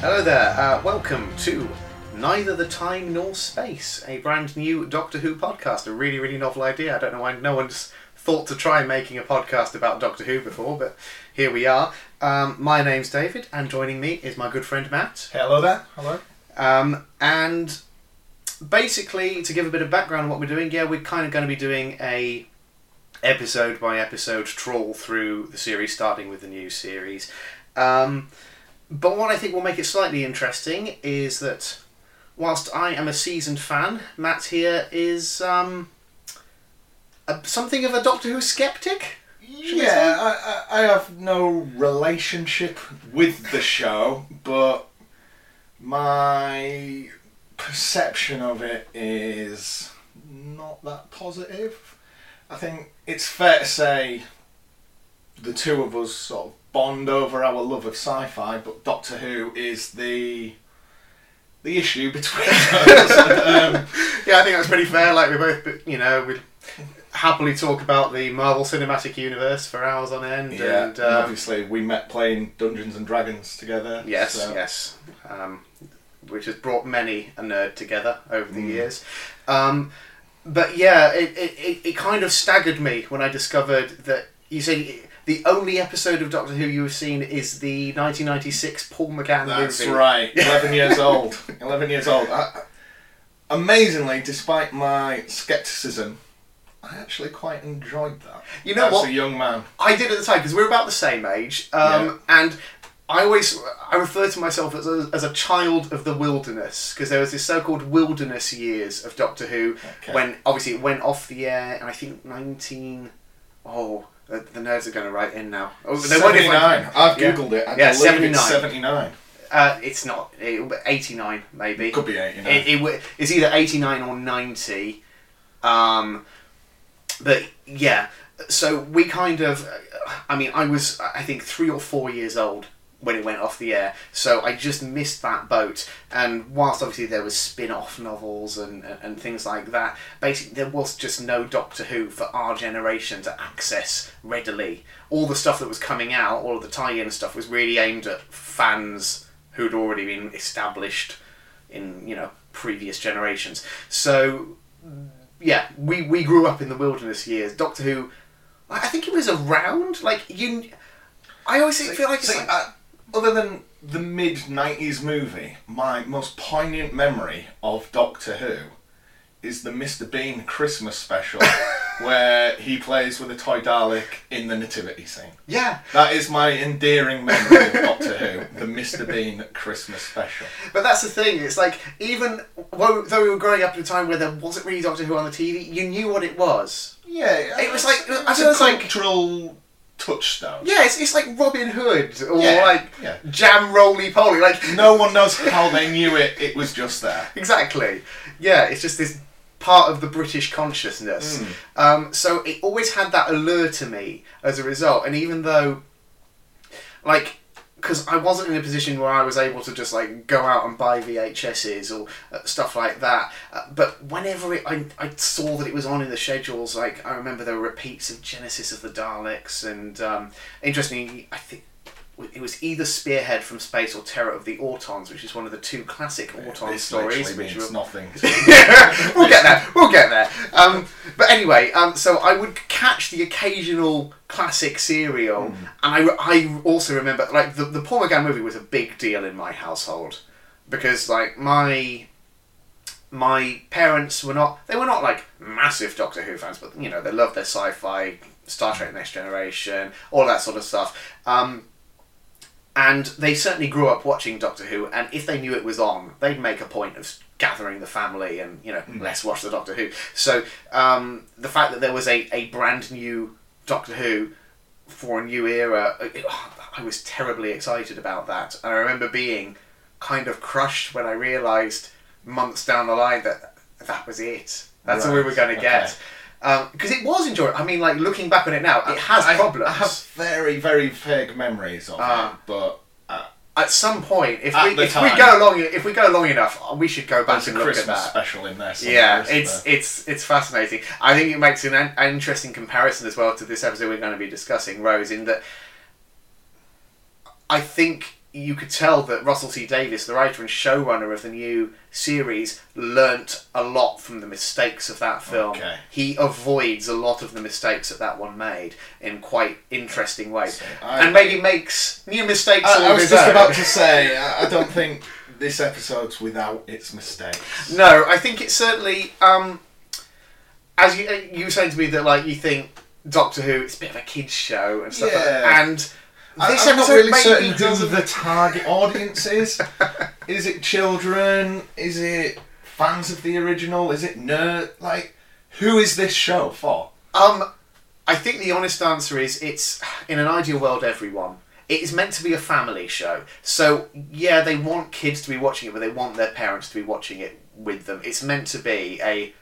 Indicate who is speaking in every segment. Speaker 1: Hello there, uh, welcome to Neither the Time Nor Space, a brand new Doctor Who podcast. A really, really novel idea. I don't know why no one's thought to try making a podcast about Doctor Who before, but here we are. Um, my name's David, and joining me is my good friend Matt.
Speaker 2: Hello there. Hello.
Speaker 1: Um, and basically, to give a bit of background on what we're doing, yeah, we're kind of going to be doing a episode by episode trawl through the series, starting with the new series. Um, but what I think will make it slightly interesting is that whilst I am a seasoned fan, Matt here is um, a, something of a Doctor Who skeptic. we say?
Speaker 2: Yeah, I, I, I have no relationship with the show, but my perception of it is not that positive. I think it's fair to say the two of us sort of bond over our love of sci-fi, but Doctor Who is the the issue between us. um,
Speaker 1: Yeah, I think that's pretty fair. Like we both, you know, we happily talk about the Marvel Cinematic Universe for hours on end,
Speaker 2: yeah,
Speaker 1: and
Speaker 2: and
Speaker 1: um,
Speaker 2: uh, obviously we met playing Dungeons and Dragons together.
Speaker 1: yes,
Speaker 2: so-
Speaker 1: yes, um, which has brought many a nerd together over
Speaker 2: Mm.
Speaker 1: the years. Um, but yeah, it, it, it, it kind of staggered me when I discovered that you say the only episode of Doctor Who you have seen is the 1996 Paul McGann
Speaker 2: That's
Speaker 1: movie.
Speaker 2: right. Eleven years old. Eleven years old. I, amazingly, despite my scepticism, I actually quite enjoyed that.
Speaker 1: You know
Speaker 2: as
Speaker 1: what?
Speaker 2: a young man.
Speaker 1: I did at the time because we're about the same age, um, and I always I refer to myself as a, as a child of the wilderness because there was this so-called wilderness years of Doctor Who
Speaker 2: Okay.
Speaker 1: when obviously it went off the air, and I think nineteen. Oh, the, the nerds are going to write in now. Oh, they won't if I-
Speaker 2: Seventy-nine. I've
Speaker 1: Yeah.
Speaker 2: googled it. I
Speaker 1: Yeah,
Speaker 2: believe
Speaker 1: 79.
Speaker 2: it's seventy-nine.
Speaker 1: Uh, it's not. It, Eighty-nine maybe.
Speaker 2: It could be eighty-nine.
Speaker 1: It, it, wa- it's either 89 or 90. Um, but yeah, so we kind of. I mean, I was, I think, three or four years old when it went off the air, so I just missed that boat. And whilst obviously there was spin off novels and, and things like that, basically there was just no Doctor Who for our generation to access readily. All the stuff that was coming out, all of the tie in stuff, was really aimed at fans who'd already been established in you know previous generations. So yeah, we we grew up in the wilderness years. Doctor Who, I I think it was around like you. I always think- feel like it's
Speaker 2: See,
Speaker 1: like,
Speaker 2: I- uh, other than the mid 90s movie, my most poignant memory of Doctor Who is the Mr. Bean Christmas special where he plays with a toy Dalek in the nativity scene.
Speaker 1: yeah,
Speaker 2: That is my endearing memory of Doctor Who, the Mr. Bean Christmas special.
Speaker 1: but that's the thing. It's like even though though we were growing up at a time where there wasn't really Doctor Who on the TV, you knew what it was.
Speaker 2: Yeah,
Speaker 1: uh, It was like-
Speaker 2: it's
Speaker 1: I feel
Speaker 2: a
Speaker 1: it's like-
Speaker 2: cultural touchstone.
Speaker 1: Yeah, it's, it's like Robin Hood or
Speaker 2: Yeah,
Speaker 1: like
Speaker 2: yeah.
Speaker 1: Jam Roly Poly. Like
Speaker 2: No one knows how they knew it, it was just there.
Speaker 1: Exactly. Yeah, it's just this part of the British consciousness. Um, so it always had that allure to me as a result. And even though, like, because I wasn't in a position where I was able to just like go out and buy VHSs or uh, stuff like that. Uh, but whenever it, I, I saw that it was on in the schedules, like I remember there were repeats of Genesis of the Daleks, and um, interestingly, I think it was either Spearhead from Space or Terror of the Autons, which is one of the two classic Auton
Speaker 2: This
Speaker 1: stories.
Speaker 2: literally
Speaker 1: which
Speaker 2: means
Speaker 1: were-
Speaker 2: nothing.
Speaker 1: yeah, we'll get there. We'll get there. Um, but anyway, um, so I would catch the occasional classic serial, and I, re- I also remember like the the Paul McGann movie was a big deal in my household because like my my parents were not they were not like massive Doctor Who fans, but you know they loved their sci-fi, Star Trek, Next Generation, all that sort of stuff. Um, and they certainly grew up watching Doctor Who, and if they knew it was on, they'd make a point of gathering the family and, you know,
Speaker 2: Mm.
Speaker 1: let's watch the Doctor Who. So um, the fact that there was a, a brand new Doctor Who for a new era, it- I was terribly excited about that. And I remember being kind of crushed when I realised months down the line that that was it. That's all we
Speaker 2: Right,
Speaker 1: were going to
Speaker 2: okay.
Speaker 1: get. Because it was enjoyable. I mean, like, looking back on it now, it has
Speaker 2: I,
Speaker 1: problems.
Speaker 2: I have very, very vague memories of
Speaker 1: Ah.
Speaker 2: it, but uh,
Speaker 1: at some point, if
Speaker 2: At
Speaker 1: we
Speaker 2: the
Speaker 1: if we
Speaker 2: time.
Speaker 1: go long if we go long enough, we should go back
Speaker 2: there's a
Speaker 1: and look at
Speaker 2: Christmas
Speaker 1: that.
Speaker 2: special in there. somewhere,
Speaker 1: Yeah,
Speaker 2: isn't
Speaker 1: it's
Speaker 2: there?
Speaker 1: it's it's fascinating. I think it makes an, an interesting comparison as well to this episode we're going to be discussing, Rose, in that I think you could tell that Russell T Davis, the writer and showrunner of the new series, learnt a lot from the mistakes of that film.
Speaker 2: Okay.
Speaker 1: He avoids a lot of the mistakes that that one made in quite interesting ways,
Speaker 2: So I-
Speaker 1: and maybe makes new mistakes. all
Speaker 2: I, I
Speaker 1: of
Speaker 2: was
Speaker 1: his
Speaker 2: just
Speaker 1: own.
Speaker 2: about to say, I, I don't think this episode's without its mistakes.
Speaker 1: No, I think it's certainly. Um, as you you were saying to me that like you think Doctor Who, it's a bit of a kids show and stuff. like that.
Speaker 2: Yeah.
Speaker 1: And this
Speaker 2: I, I'm not
Speaker 1: episode
Speaker 2: really
Speaker 1: maybe
Speaker 2: certain who
Speaker 1: doesn't-
Speaker 2: the target audience is. is it children? Is it fans of the original? Is it nerd? Like, who is this show for?
Speaker 1: Um, I think the honest answer is it's in an ideal world, everyone. It is meant to be a family show, so yeah, they want kids to be watching it, but they want their parents to be watching it with them. It's meant to be a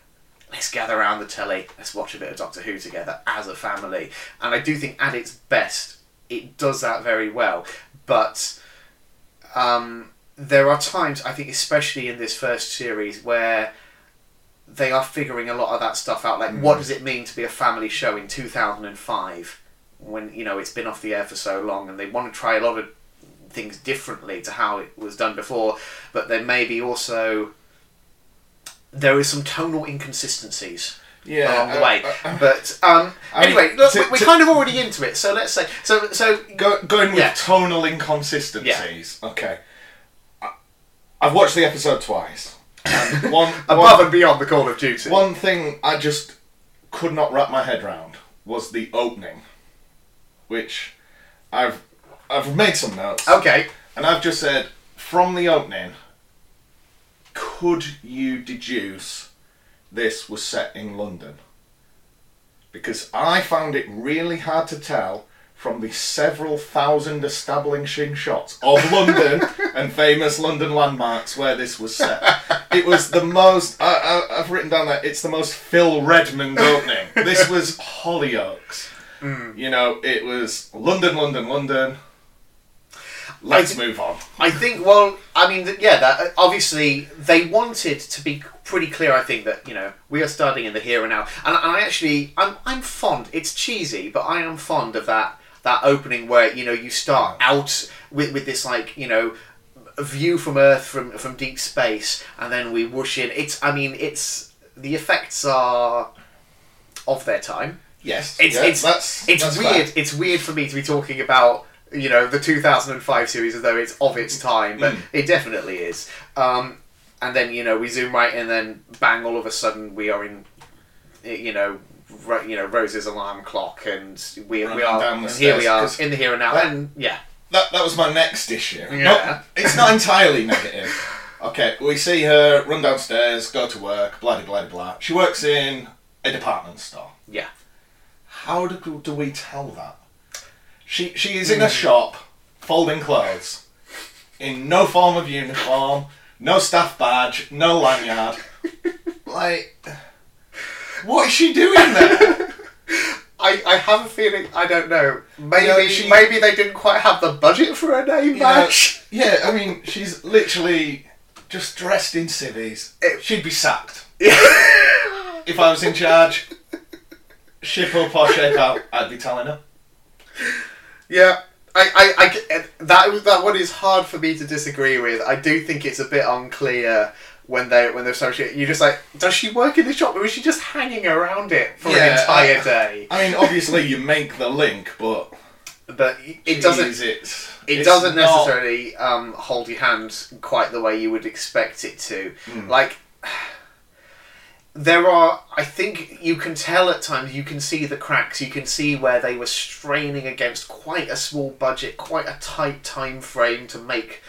Speaker 1: let's gather around the telly, let's watch a bit of Doctor Who together as a family. And I do think at its best, it does that very well. But um, there are times, I think, especially in this first series, where they are figuring a lot of that stuff out. Like, what does it mean to be a family show in 2005 when, you know, it's been off the air for so long and they want to try a lot of things differently to how it was done before, but there may be also. There is some tonal inconsistencies along the
Speaker 2: I-
Speaker 1: way,
Speaker 2: I- I-
Speaker 1: but um,
Speaker 2: I mean,
Speaker 1: anyway, look,
Speaker 2: to-
Speaker 1: we- we're
Speaker 2: to-
Speaker 1: kind of already into it. So let's say, so so
Speaker 2: Go, going with
Speaker 1: Yeah.
Speaker 2: tonal inconsistencies. Okay. I, I've watched the episode twice. And one,
Speaker 1: above and beyond the Call of Duty.
Speaker 2: one, one thing I just could not wrap my head round was the opening, which I've I've made some notes,
Speaker 1: Okay,
Speaker 2: and I've just said from the opening, could you deduce this was set in London? Because I found it really hard to tell from the several thousand establishing shots of London and famous London landmarks where this was set. It was the most, I, I, I've written down that it's the most Phil Redmond opening. This was Hollyoaks. You know, it was London, London, London. Let's move on.
Speaker 1: I think. Well, I mean, th- yeah. That uh, obviously they wanted to be pretty clear. I think that you know we are starting in the here and now, and, and I actually I'm I'm fond. It's cheesy, but I am fond of that that opening where you know you start out with with this like you know view from Earth from from deep space, and then we whoosh in. It's I mean it's the effects are of their time.
Speaker 2: Yes,
Speaker 1: It's
Speaker 2: yeah,
Speaker 1: it's
Speaker 2: that's,
Speaker 1: it's
Speaker 2: that's
Speaker 1: weird.
Speaker 2: fair.
Speaker 1: It's weird for me to be talking about you know the 2005 series as though it's of its time,
Speaker 2: Mm.
Speaker 1: but it definitely is. Um, and then you know we zoom right, and then bang! All of a sudden we are in, eh, you know, ro- you know Rose's alarm clock, and we we
Speaker 2: Running
Speaker 1: are
Speaker 2: down the
Speaker 1: and here we
Speaker 2: stairs,
Speaker 1: are
Speaker 2: 'cause
Speaker 1: in the here and now,
Speaker 2: that-
Speaker 1: and yeah,
Speaker 2: That that was my next issue.
Speaker 1: Yeah.
Speaker 2: Not- it's not entirely negative. Okay, we see her run downstairs, go to work, blah de blah de blah. She works in a department store.
Speaker 1: yeah.
Speaker 2: How do, do we tell that? She she is in
Speaker 1: Hmm.
Speaker 2: a shop, folding clothes, in no form of uniform, no staff badge, no lanyard. like, what is she doing there?
Speaker 1: I, I have a feeling I don't know. Maybe
Speaker 2: know, she-
Speaker 1: maybe they didn't quite have the budget for a name
Speaker 2: You know,
Speaker 1: match.
Speaker 2: yeah, I mean, she's literally just dressed in civvies.
Speaker 1: It-
Speaker 2: She'd be sacked. if I was in charge, ship up or ship out, I'd be telling her.
Speaker 1: Yeah, I, I, I g- that was- that one is hard for me to disagree with. I do think it's a bit unclear when they when they're associated. You're just like, does she work in the shop, or is she just hanging around it for an
Speaker 2: Yeah,
Speaker 1: entire
Speaker 2: I-
Speaker 1: day?
Speaker 2: I mean, obviously, you make the link, but
Speaker 1: But it doesn't.
Speaker 2: Jeez, it's-
Speaker 1: It
Speaker 2: it's
Speaker 1: doesn't
Speaker 2: not-
Speaker 1: necessarily um, hold your hand quite the way you would expect it to.
Speaker 2: Hmm.
Speaker 1: Like. There are, I think you can tell at times, you can see the cracks, you can see where they were straining against quite a small budget, quite a tight time frame to make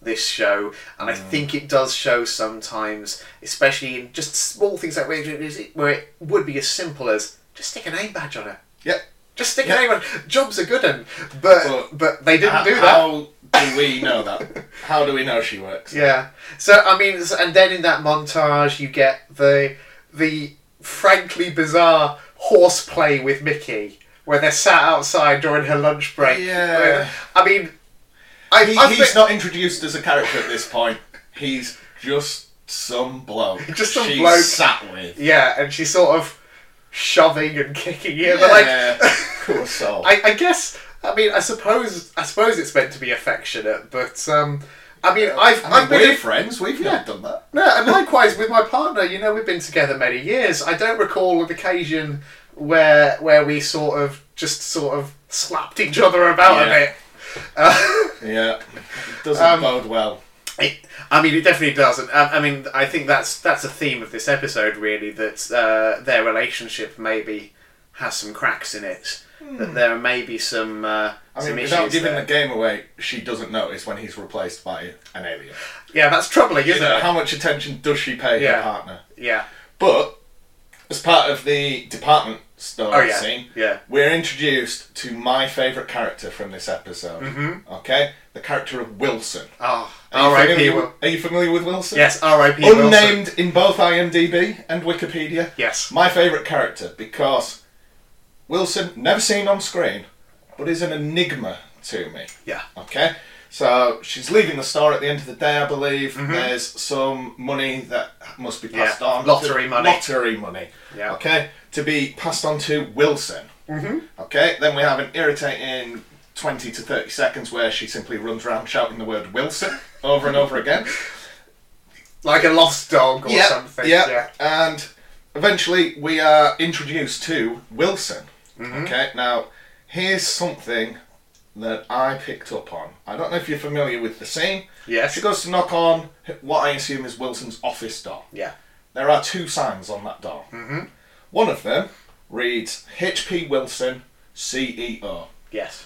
Speaker 1: this show, and I
Speaker 2: Hmm.
Speaker 1: think it does show sometimes, especially in just small things like where it, where it would be as simple as just stick a name badge on her.
Speaker 2: Yep.
Speaker 1: Just stick
Speaker 2: Yeah.
Speaker 1: a name on her. Job's a good one. But,
Speaker 2: But-
Speaker 1: but they didn't
Speaker 2: How-
Speaker 1: do that.
Speaker 2: How do we know that? How do we know she works?
Speaker 1: Yeah. So I mean, s- and then in that montage, you get the the frankly bizarre horseplay with Mickey, where they're sat outside during her lunch break.
Speaker 2: Yeah.
Speaker 1: Where- I mean, I,
Speaker 2: He,
Speaker 1: I've
Speaker 2: he's
Speaker 1: been-
Speaker 2: not introduced as a character at this point. He's just some bloke.
Speaker 1: Just some
Speaker 2: she's
Speaker 1: bloke.
Speaker 2: sat with.
Speaker 1: Yeah, and she's sort of shoving and kicking you,
Speaker 2: Yeah,
Speaker 1: but like,
Speaker 2: poor soul.
Speaker 1: I, I guess I mean, I suppose I suppose it's meant to be affectionate, but um, I mean, I've
Speaker 2: I mean,
Speaker 1: have been
Speaker 2: we're
Speaker 1: in-
Speaker 2: friends. We've
Speaker 1: Yeah.
Speaker 2: not done that.
Speaker 1: No, and likewise with my partner. You know, we've been together many years. I don't recall an occasion where where we sort of just sort of slapped each other about
Speaker 2: Yeah.
Speaker 1: a bit. Uh,
Speaker 2: Yeah, it doesn't
Speaker 1: Um,
Speaker 2: bode well.
Speaker 1: it, I mean, it definitely doesn't. Um, I, I mean, I think that's that's a theme of this episode, really. That uh, their relationship maybe has some cracks in it. That there may be some uh,
Speaker 2: Hmm. I
Speaker 1: some
Speaker 2: mean,
Speaker 1: issues
Speaker 2: without giving
Speaker 1: there.
Speaker 2: the game away, she doesn't notice when he's replaced by an alien.
Speaker 1: Yeah, that's troubling,
Speaker 2: You
Speaker 1: isn't
Speaker 2: know,
Speaker 1: it?
Speaker 2: how much attention does she pay
Speaker 1: Yeah.
Speaker 2: her partner?
Speaker 1: yeah.
Speaker 2: But as part of the department store
Speaker 1: Oh yeah.
Speaker 2: scene,
Speaker 1: Yeah.
Speaker 2: we're introduced to my favourite character from this episode. Mm-hmm. Okay, the character of Wilson.
Speaker 1: Oh,
Speaker 2: Are you
Speaker 1: R.I.P.
Speaker 2: familiar
Speaker 1: Wil-
Speaker 2: with- Are you familiar with Wilson?
Speaker 1: Yes, R.I.P. Wilson.
Speaker 2: Unnamed in both IMDb and Wikipedia.
Speaker 1: Yes.
Speaker 2: My favourite character because Wilson, never seen on screen, but is an enigma to me.
Speaker 1: Yeah.
Speaker 2: Okay? So she's leaving the store at the end of the day, I believe. There's some money that must be passed
Speaker 1: Mm-hmm. Yeah,
Speaker 2: on.
Speaker 1: lottery
Speaker 2: to-
Speaker 1: money.
Speaker 2: Lottery money.
Speaker 1: Yeah.
Speaker 2: Okay? To be passed on to Wilson. Mm-hmm. Okay? Then we have an irritating 20 to 30 seconds where she simply runs around shouting the word Wilson over and over again.
Speaker 1: Like a lost dog or something. Yeah.
Speaker 2: Yeah. And eventually we are introduced to Wilson. Okay, now here's something that I picked up on. I don't know if you're familiar with the scene.
Speaker 1: Yes.
Speaker 2: She goes to knock on what I assume is Wilson's office door.
Speaker 1: Yeah.
Speaker 2: There are two signs on that door. Mm-hmm. One of them reads HP Wilson, CEO.
Speaker 1: Yes.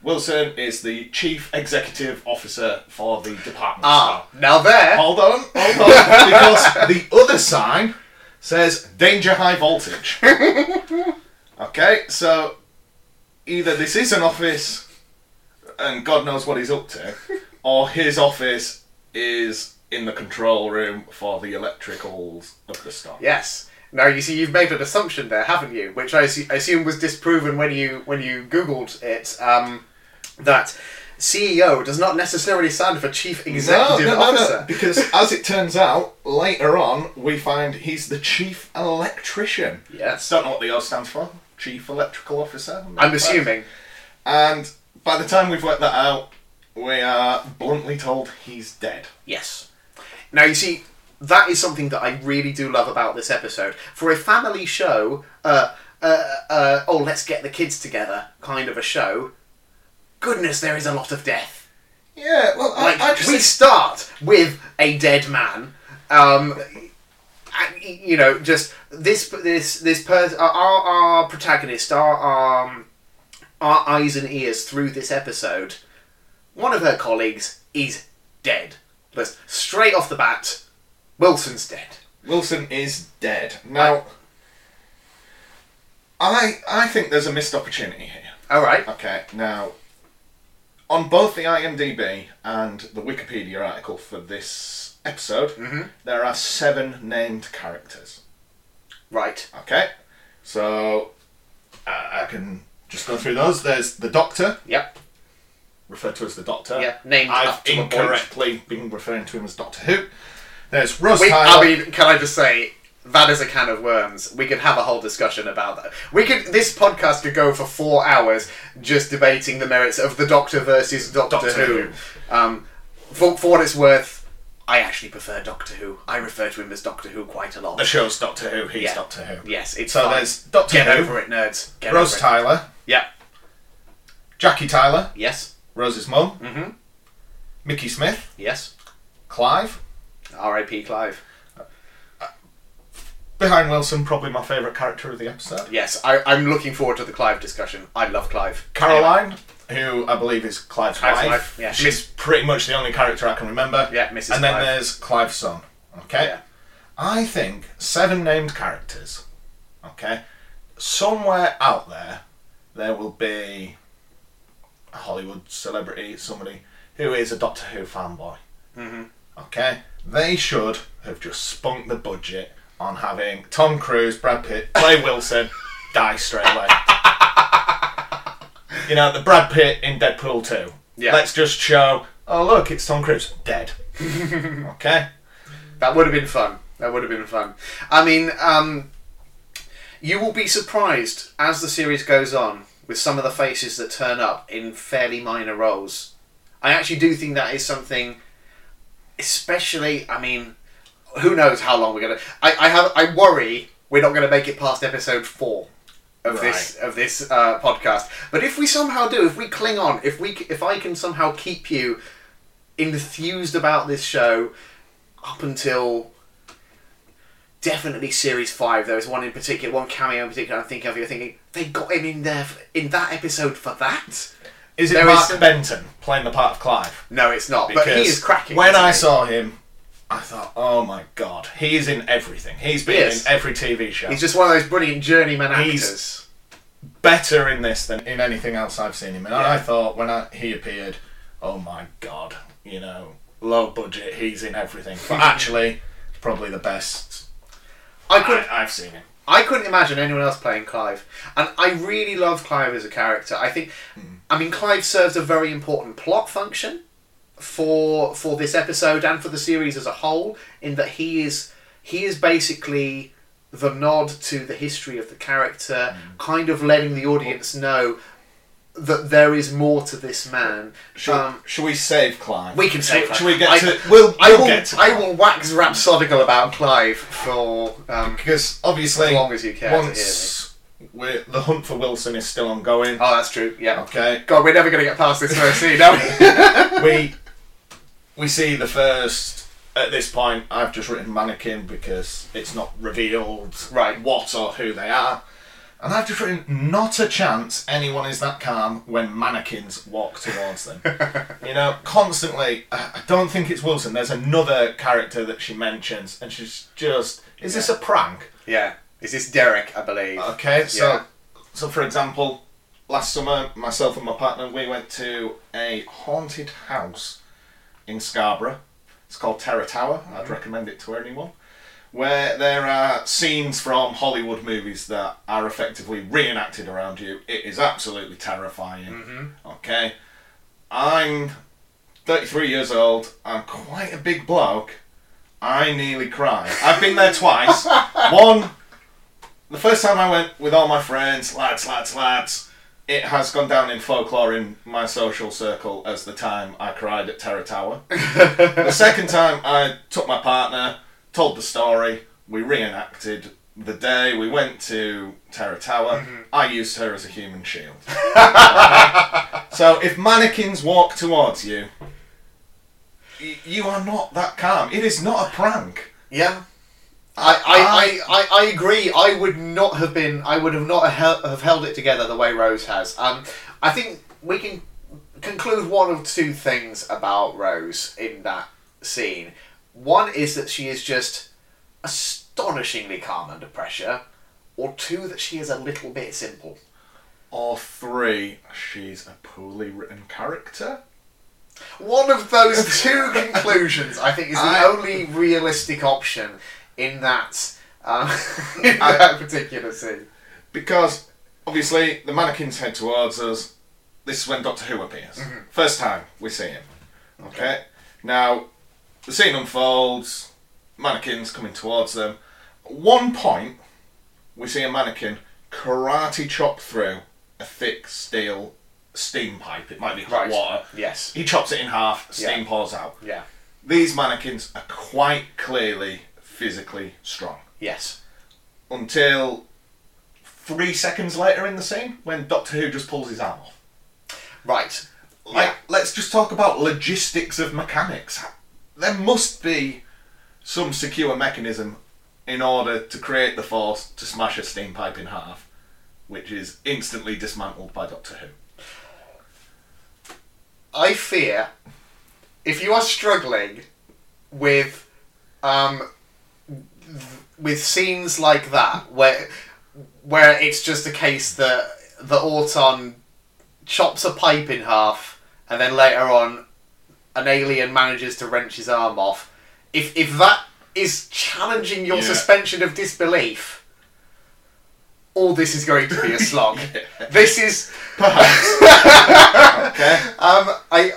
Speaker 2: Wilson is the chief executive officer for the department store.
Speaker 1: Ah, now there.
Speaker 2: Hold on, hold on, because the other sign says danger high voltage. okay, so either this is an office and God knows what he's up to, or his office is in the control room for the electricals of the store.
Speaker 1: Yes. Now you see, you've made an assumption there, haven't you? Which I assu- I assume was disproven when you when you googled it. Um, that CEO does not necessarily stand for Chief Executive Officer.
Speaker 2: because as it turns out, later on we find he's the chief electrician.
Speaker 1: Yes.
Speaker 2: Don't know what the O stands for. Chief electrical officer.
Speaker 1: I'm assuming.
Speaker 2: And by the time we've worked that out, we are bluntly told he's dead.
Speaker 1: Yes. Now you see, that is something that I really do love about this episode. For a family show, uh, uh, uh, oh, let's get the kids together kind of a show. Goodness, there is a lot of death.
Speaker 2: Yeah, well,
Speaker 1: like we start with a dead man um and, you know just this this this person our, our protagonist our um our eyes and ears through this episode one of her colleagues is dead just straight off the bat wilson's dead
Speaker 2: Wilson is dead now. I I think there's a missed opportunity here.
Speaker 1: all right
Speaker 2: Okay, now on both the IMDb and the Wikipedia article for this episode, there are seven named characters.
Speaker 1: right
Speaker 2: Okay, so uh, I can just go through those. There's the Doctor,
Speaker 1: yep
Speaker 2: referred to as the Doctor.
Speaker 1: Yeah, named
Speaker 2: I've
Speaker 1: up to a point.
Speaker 2: incorrectly been referring to him as Doctor Who. There's Rose
Speaker 1: we,
Speaker 2: Tyler.
Speaker 1: i mean can i just say that is a can of worms. We could have a whole discussion about that. We could. This podcast could go for four hours just debating the merits of the Doctor versus Doctor,
Speaker 2: Doctor
Speaker 1: Who. Um, for, for what it's worth, I actually prefer Doctor Who. I refer to him as Doctor Who quite a lot.
Speaker 2: the show's Doctor Who. He's
Speaker 1: Yeah.
Speaker 2: Doctor Who.
Speaker 1: Yes, it's
Speaker 2: So
Speaker 1: fine.
Speaker 2: there's Doctor
Speaker 1: Get
Speaker 2: Who.
Speaker 1: over it, nerds. Get
Speaker 2: Rose
Speaker 1: over it.
Speaker 2: Tyler,
Speaker 1: Yeah.
Speaker 2: Jackie Tyler,
Speaker 1: Yes.
Speaker 2: Rose's mum,
Speaker 1: Mm-hmm.
Speaker 2: Mickey Smith,
Speaker 1: Yes.
Speaker 2: Clive.
Speaker 1: R.I.P. Clive.
Speaker 2: Behind Wilson, probably my favourite character of the episode.
Speaker 1: Yes, I, I'm looking forward to the Clive discussion. I love Clive.
Speaker 2: Caroline, who I believe is Clive's,
Speaker 1: Clive's
Speaker 2: wife.
Speaker 1: wife, yeah.
Speaker 2: She's pretty much the only character I can remember.
Speaker 1: Yeah, Mrs.
Speaker 2: And then
Speaker 1: Clive.
Speaker 2: there's Clive's son. Okay.
Speaker 1: Yeah.
Speaker 2: I think seven named characters. Okay. Somewhere out there, there will be a Hollywood celebrity, somebody who is a Doctor Who fanboy. Mm-hmm. Okay. They should have just spunked the budget on having Tom Cruise, Brad Pitt, play Wilson, die straight away. you know, the Brad Pitt in Deadpool 2.
Speaker 1: Yeah.
Speaker 2: Let's just show, oh, look, it's Tom Cruise, dead. okay?
Speaker 1: That would have been fun. That would have been fun. I mean, um, you will be surprised as the series goes on with some of the faces that turn up in fairly minor roles. I actually do think that is something, especially, I mean, who knows how long we're gonna. I, I have I worry we're not gonna make it past episode four of this of this uh, podcast. But if we somehow do, if we cling on, if we c- if I can somehow keep you enthused about this show up until definitely series five. There was one in particular, one cameo in particular. I'm thinking of you thinking they got him in there f- in that episode for that.
Speaker 2: Is it
Speaker 1: There
Speaker 2: Mark
Speaker 1: is-
Speaker 2: Benton playing the part of Clive?
Speaker 1: No, it's not. but he is cracking.
Speaker 2: When
Speaker 1: isn't
Speaker 2: I
Speaker 1: he?
Speaker 2: saw him, I thought, oh my god, he is in everything. He's been
Speaker 1: Yes.
Speaker 2: in every TV show.
Speaker 1: he's just one of those brilliant journeyman
Speaker 2: He's-
Speaker 1: actors.
Speaker 2: better in this than in anything else I've seen him. And
Speaker 1: Yeah.
Speaker 2: I thought when I, he appeared, oh my god, you know, low budget, he's in everything. But actually, it's probably the best
Speaker 1: I could
Speaker 2: I, I've seen him.
Speaker 1: I couldn't imagine anyone else playing Clive, and I really love Clive as a character. I think,
Speaker 2: Hmm.
Speaker 1: I mean, Clive serves a very important plot function for for this episode and for the series as a whole, in that he is he is basically the nod to the history of the character,
Speaker 2: Hmm.
Speaker 1: kind of letting the audience know that there is more to this man.
Speaker 2: Should,
Speaker 1: Um,
Speaker 2: should we save Clive?
Speaker 1: we can say.
Speaker 2: Should we get
Speaker 1: I,
Speaker 2: to? We'll,
Speaker 1: I
Speaker 2: we'll
Speaker 1: will.
Speaker 2: get to.
Speaker 1: I will wax rhapsodical about Clive for um,
Speaker 2: because obviously,
Speaker 1: As long as you care to
Speaker 2: once we're, the hunt for Wilson is still ongoing.
Speaker 1: Oh, that's true. Yeah.
Speaker 2: Okay,
Speaker 1: God, we're never going to get past this first scene, are we?
Speaker 2: we we see the first. At this point, I've just written mannequin because it's not revealed
Speaker 1: Right.
Speaker 2: what or who they are. And I've just written, not a chance anyone is that calm when mannequins walk towards them. you know, constantly, I I don't think it's Wilson. There's another character that she mentions, and she's just, is this a prank?
Speaker 1: yeah. Is this Derek, I believe?
Speaker 2: Okay, so
Speaker 1: Yeah.
Speaker 2: so for example, last summer myself and my partner we went to a haunted house in Scarborough. It's called Terror Tower. I'd recommend it to anyone. Where there are scenes from Hollywood movies that are effectively reenacted around you. It is absolutely terrifying. Okay. I'm 33 years old. I'm quite a big bloke. I nearly cried. I've been there twice. One, the first time I went with all my friends, lads, lads, lads. It has gone down in folklore in my social circle as the time I cried at Terror Tower. the second time I took my partner, told the story, we reenacted the day we went to Terror Tower. I used her as a human shield. so if mannequins walk towards you, y- you are not that calm. It is not a prank.
Speaker 1: yeah. I, I, I, I, I agree. I would not have been. I would have not hel- have held it together the way Rose has. Um, I think we can conclude one of two things about Rose in that scene. One is that she is just astonishingly calm under pressure, or two that she is a little bit simple.
Speaker 2: Or three, she's a poorly written character.
Speaker 1: One of those two conclusions, I think, is the
Speaker 2: I-
Speaker 1: only realistic option in that um, in that particular scene.
Speaker 2: Because obviously the mannequins head towards us. This is when Doctor Who appears.
Speaker 1: Mm-hmm.
Speaker 2: First time we see him. Okay. Now the scene unfolds. Mannequins coming towards them. At one point, we see a mannequin karate chop through a thick steel steam pipe. It might be hot
Speaker 1: Right.
Speaker 2: water.
Speaker 1: Yes.
Speaker 2: He chops it in half. Steam
Speaker 1: Yeah.
Speaker 2: pours out.
Speaker 1: Yeah.
Speaker 2: These mannequins are quite clearly physically strong
Speaker 1: Yes.
Speaker 2: until three seconds later in the scene when Doctor Who just pulls his arm off.
Speaker 1: Right.
Speaker 2: Like,
Speaker 1: Yeah.
Speaker 2: let's just talk about logistics of mechanics. There must be some secure mechanism in order to create the force to smash a steam pipe in half, which is instantly dismantled by Doctor Who.
Speaker 1: I fear if you are struggling with um, with scenes like that where where it's just a case that the Auton chops a pipe in half and then later on an alien manages to wrench his arm off. If if that is challenging your
Speaker 2: Yeah.
Speaker 1: suspension of disbelief, all this is going to be a slog.
Speaker 2: Yeah.
Speaker 1: This is
Speaker 2: Okay?
Speaker 1: um, I,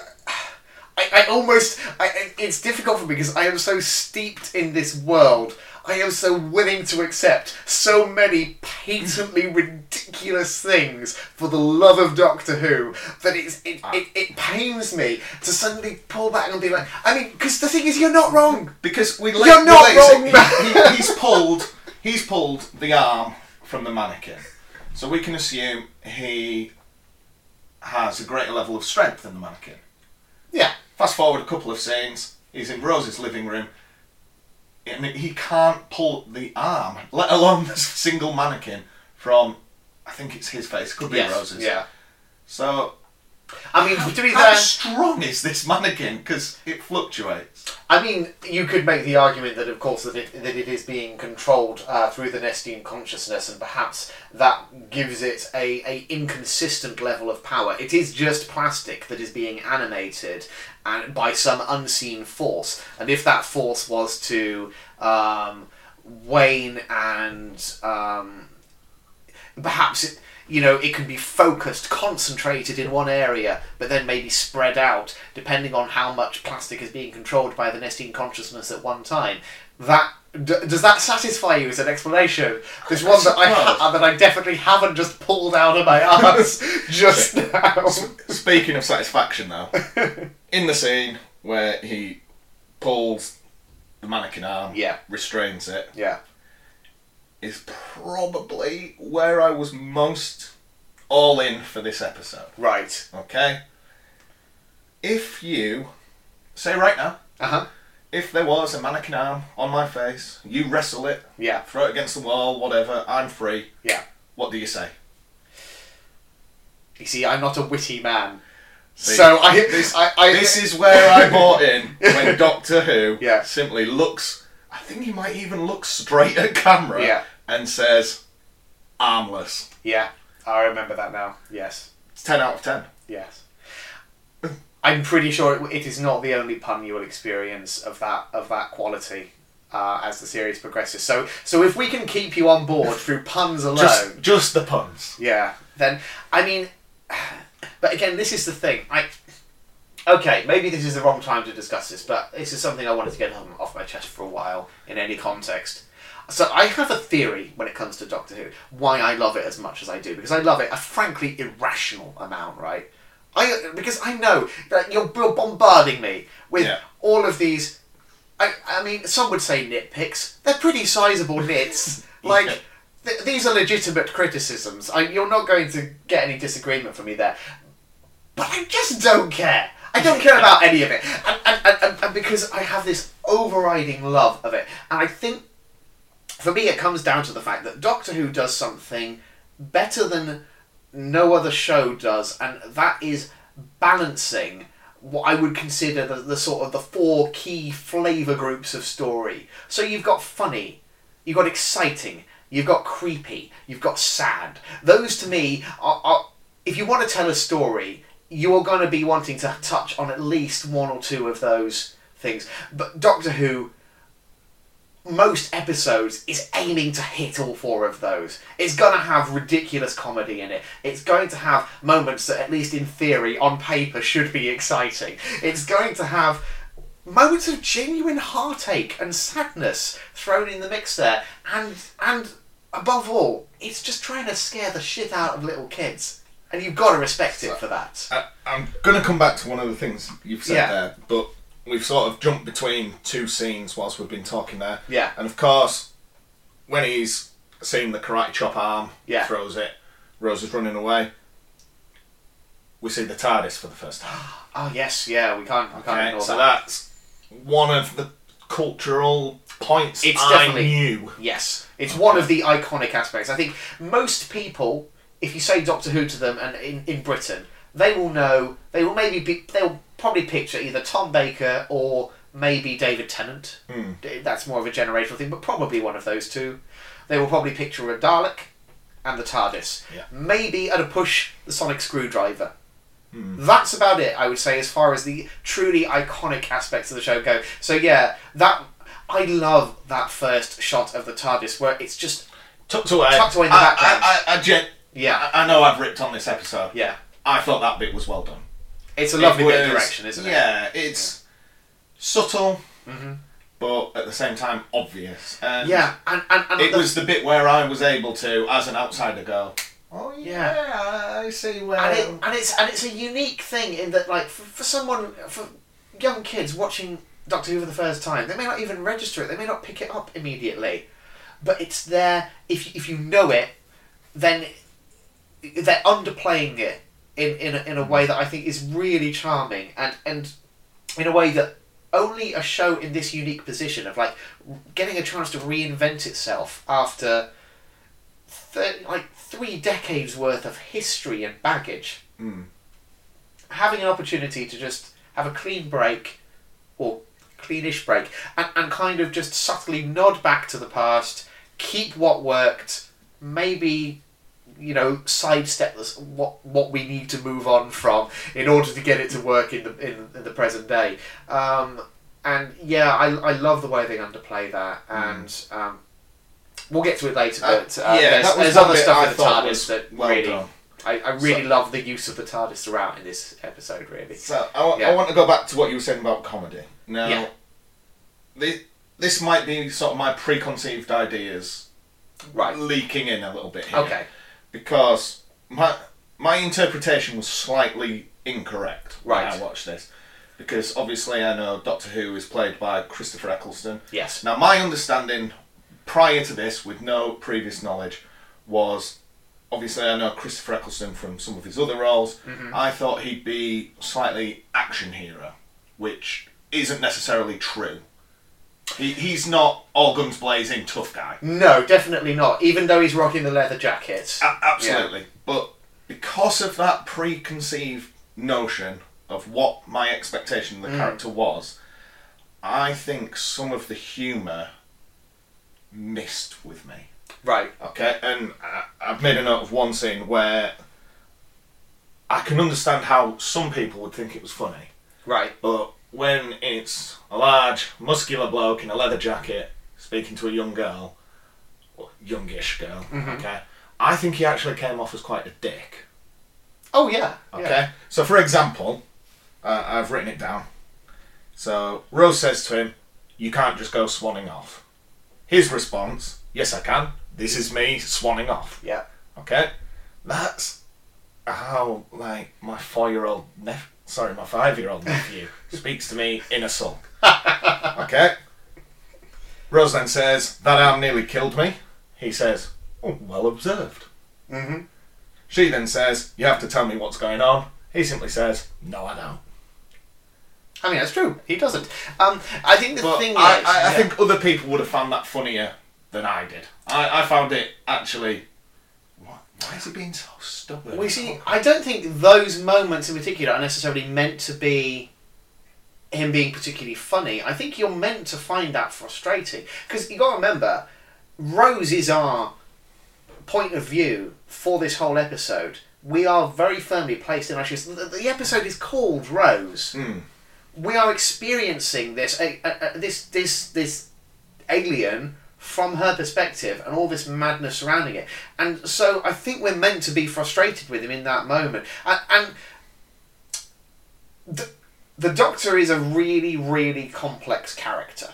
Speaker 1: I, I almost, I, I- it's difficult for me because I am so steeped in this world. I am so willing to accept so many patently ridiculous things for the love of Doctor Who that it's, it, it, it pains me to suddenly pull back and be like, I mean, because the thing is, you're not wrong.
Speaker 2: Because we
Speaker 1: You're not
Speaker 2: we later-
Speaker 1: wrong,
Speaker 2: he-
Speaker 1: man.
Speaker 2: he- he's pulled. He's pulled the arm from the mannequin, so we can assume he has a greater level of strength than the mannequin.
Speaker 1: Yeah.
Speaker 2: Fast forward a couple of scenes. He's in Rose's living room, and he can't pull the arm, let alone the single mannequin from. I think it's his face. Could be
Speaker 1: Yes,
Speaker 2: Rose's.
Speaker 1: Yeah.
Speaker 2: So
Speaker 1: I mean, to be
Speaker 2: how
Speaker 1: fair,
Speaker 2: strong is this mannequin? Because it fluctuates.
Speaker 1: I mean, you could make the argument that, of course, that it, that it is being controlled uh, through the Nestian consciousness, and perhaps that gives it a, a inconsistent level of power. It is just plastic that is being animated, and by some unseen force. And if that force was to um, wane and um, perhaps it, you know it can be focused concentrated in one area but then maybe spread out depending on how much plastic is being controlled by the nesting consciousness at one time that d- does that satisfy you as an explanation there's one that I ha- that I definitely haven't just pulled out of my ass just now
Speaker 2: Speaking of satisfaction, though, in the scene where he pulls the mannequin arm,
Speaker 1: Yeah.
Speaker 2: restrains it,
Speaker 1: yeah
Speaker 2: is probably where I was most all in for this episode.
Speaker 1: right
Speaker 2: Okay? If you, say right now,
Speaker 1: uh-huh
Speaker 2: if there was a mannequin arm on my face, you wrestle it,
Speaker 1: yeah
Speaker 2: throw it against the wall, whatever, I'm free,
Speaker 1: yeah
Speaker 2: what do you say?
Speaker 1: you see I'm not a witty man
Speaker 2: See,
Speaker 1: so I,
Speaker 2: this-
Speaker 1: I, I
Speaker 2: this is where I bought in when Doctor Who
Speaker 1: Yeah.
Speaker 2: simply looks. I think he might even look straight at camera
Speaker 1: Yeah.
Speaker 2: and says, "Armless."
Speaker 1: yeah I remember that now yes
Speaker 2: It's ten out of ten.
Speaker 1: Yes. I'm pretty sure it, it is not the only pun you will experience of that of that quality uh, as the series progresses. So so if we can keep you on board through puns alone,
Speaker 2: Just, just the puns.
Speaker 1: yeah, then I mean, but again, this is the thing. I okay, maybe this is the wrong time to discuss this, but this is something I wanted to get um, off my chest for a while in any context. So I have a theory when it comes to Doctor Who, why I love it as much as I do, because I love it a frankly irrational amount, right? I because I know that you're you're bombarding me with
Speaker 2: Yeah.
Speaker 1: all of these. I, I mean, some would say nitpicks. They're pretty sizable nits. like
Speaker 2: Yeah.
Speaker 1: th- these are legitimate criticisms. I, you're not going to get any disagreement from me there. But I just don't care. I don't care about any of it. And, and, and- and, and because I have this overriding love of it. And I think, for me, it comes down to the fact that Doctor Who does something better than no other show does, and that is balancing what I would consider the, the sort of the four key flavour groups of story. So you've got funny, you've got exciting, you've got creepy, you've got sad. Those to me are, are if you want to tell a story, you are going to be wanting to touch on at least one or two of those things. But Doctor Who, most episodes, is aiming to hit all four of those. It's going to have ridiculous comedy in it. It's going to have moments that, at least in theory, on paper, should be exciting. It's going to have moments of genuine heartache and sadness thrown in the mix there and and above all it's just trying to scare the shit out of little kids and you've got to respect it for that
Speaker 2: I, Uh, I'm gonna come back to one of the things you've said
Speaker 1: Yeah.
Speaker 2: there, but we've sort of jumped between two scenes whilst we've been talking there.
Speaker 1: Yeah.
Speaker 2: And of course, when he's seen the karate chop arm,
Speaker 1: Yeah.
Speaker 2: throws it. Rose is running away. We see the TARDIS for the first time.
Speaker 1: oh yes yeah we can't we can't
Speaker 2: Okay,
Speaker 1: ignore
Speaker 2: so
Speaker 1: that.
Speaker 2: that's one of the cultural points
Speaker 1: It's
Speaker 2: I
Speaker 1: definitely-
Speaker 2: knew.
Speaker 1: yes it's one of the iconic aspects i think most people if you say doctor who to them and in, in britain they will know they will maybe be they'll probably picture either tom baker or maybe david tennant D- that's more of a generational thing but probably one of those two they will probably picture a dalek and the tardis
Speaker 2: Yeah.
Speaker 1: maybe at a push the sonic screwdriver that's about it i would say as far as the truly iconic aspects of the show go so yeah that i love that first shot of the tardis where it's just
Speaker 2: Tucked away.
Speaker 1: Tucked away in the
Speaker 2: I,
Speaker 1: background.
Speaker 2: I, I, I, gen-
Speaker 1: yeah
Speaker 2: I, I know I've ripped on this episode.
Speaker 1: yeah
Speaker 2: I thought that bit was well done.
Speaker 1: it's a lovely
Speaker 2: It
Speaker 1: bit of
Speaker 2: was-
Speaker 1: direction isn't it
Speaker 2: Yeah, it's subtle. but at the same time obvious. And
Speaker 1: Mm-hmm. yeah, and, and, and
Speaker 2: it
Speaker 1: the-
Speaker 2: was the bit where I was able to, as an outsider, go. Oh
Speaker 1: Yeah.
Speaker 2: yeah, I see where.
Speaker 1: and, it, and it's and it's a unique thing in that like for, for someone for young kids watching Doctor Who for the first time, they may not even register it. They may not pick it up immediately, but it's there. If if you know it, then they're underplaying it in in a, in a way that I think is really charming and and in a way that only a show in this unique position of like getting a chance to reinvent itself after th- like three decades worth of history and baggage
Speaker 2: Mm.
Speaker 1: having an opportunity to just have a clean break or cleanish break and, and kind of just subtly nod back to the past keep what worked maybe you know sidestep this, what what we need to move on from in order to get it to work in the in, in the present day um, and yeah I, I love the way they underplay that and um, we'll get to it later
Speaker 2: Hmm. Uh,
Speaker 1: but uh,
Speaker 2: yeah,
Speaker 1: there's,
Speaker 2: that was
Speaker 1: there's
Speaker 2: one
Speaker 1: other
Speaker 2: bit
Speaker 1: stuff
Speaker 2: I
Speaker 1: in the
Speaker 2: thought
Speaker 1: TARDIS
Speaker 2: was
Speaker 1: that
Speaker 2: well
Speaker 1: really
Speaker 2: done.
Speaker 1: I, I really love the use of the TARDIS throughout in this episode, really.
Speaker 2: So I, wa-
Speaker 1: Yeah.
Speaker 2: I want to go back to what you were saying about comedy. Now,
Speaker 1: Yeah.
Speaker 2: thi- this might be sort of my preconceived ideas
Speaker 1: Right.
Speaker 2: leaking in a little bit here.
Speaker 1: Okay.
Speaker 2: Because my my interpretation was slightly incorrect
Speaker 1: Right.
Speaker 2: when I watched this. Because obviously I know Doctor Who is played by Christopher Eccleston.
Speaker 1: Yes.
Speaker 2: Now my understanding prior to this, with no previous knowledge, was obviously I know Christopher Eccleston from some of his other roles. I thought he'd be slightly action hero, which isn't necessarily true. He, he's not all guns blazing tough guy.
Speaker 1: No, definitely not. Even though he's rocking the leather jacket.
Speaker 2: A- absolutely. But because of that preconceived notion of what my expectation of the character was, I think some of the humour missed with me.
Speaker 1: Right.
Speaker 2: Okay, and I, I've made a note of one scene where I can understand how some people would think it was funny,
Speaker 1: Right.
Speaker 2: but when it's a large, muscular bloke in a leather jacket speaking to a young girl, or youngish girl, okay, I think he actually came off as quite a dick.
Speaker 1: Oh yeah.
Speaker 2: Okay,
Speaker 1: Yeah.
Speaker 2: so for example, uh, I've written it down. So Rose says to him, "You can't just go swanning off." His response: "Yes, I can. This is me swanning off."
Speaker 1: Yeah.
Speaker 2: Okay, that's how like my four-year-old nephew, sorry, my five-year-old nephew speaks to me in a song. okay. Rose then says that arm nearly killed me. He says, "Oh, well observed."
Speaker 1: Mm-hmm.
Speaker 2: She then says, "You have to tell me what's going on." He simply says, "No, I don't."
Speaker 1: I mean that's true. He doesn't. Um, I think the
Speaker 2: But
Speaker 1: thing
Speaker 2: I,
Speaker 1: is,
Speaker 2: I, I
Speaker 1: yeah.
Speaker 2: think other people would have found that funnier than I did. I, I found it actually. What? Why is he being so stubborn?
Speaker 1: We see. I don't think those moments in particular are necessarily meant to be him being particularly funny. I think you're meant to find that frustrating because you got to remember, Rose is our point of view for this whole episode. We are very firmly placed in our shoes. The, the episode is called Rose.
Speaker 2: Mm.
Speaker 1: We are experiencing this a, a, a- this this this alien from her perspective and all this madness surrounding it. And so I think we're meant to be frustrated with him in that moment. And, and the, the Doctor is a really, really complex character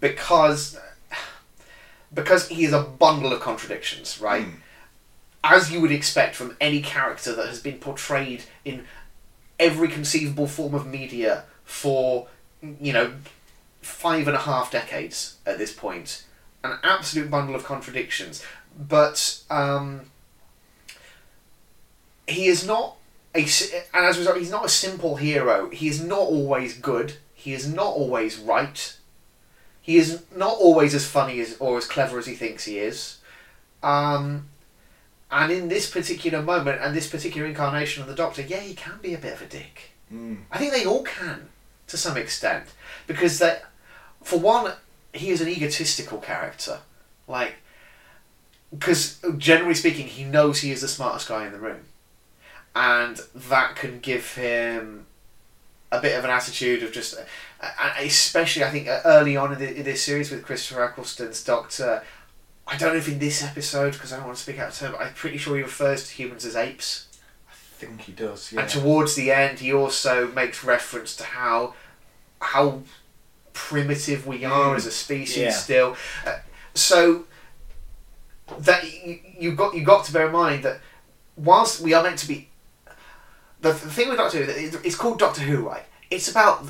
Speaker 1: because because he is a bundle of contradictions, right? As you would expect from any character that has been portrayed in every conceivable form of media for you know five and a half decades at this point. An absolute bundle of contradictions. But um, he is not a, s- and as a result, he's not a simple hero. He is not always good. He is not always right. He is not always as funny as or as clever as he thinks he is. Um, and in this particular moment and this particular incarnation of the Doctor, yeah, he can be a bit of a dick.
Speaker 2: Mm.
Speaker 1: I think they all can to some extent because that, for one, he is an egotistical character, like because generally speaking, he knows he is the smartest guy in the room, and that can give him a bit of an attitude of just, and especially I think uh, early on in, the, in this series with Christopher Eccleston's Doctor. I don't know if in this episode, because I don't want to speak out of turn, but I'm pretty sure he refers to humans as apes.
Speaker 2: I think he does.
Speaker 1: And towards the end, he also makes reference to how how primitive we are as a species
Speaker 2: Yeah.
Speaker 1: still. Uh, so that you, you got you got to bear in mind that whilst we are meant to be the, the thing with Doctor Who it- it's called Doctor Who, right? It's about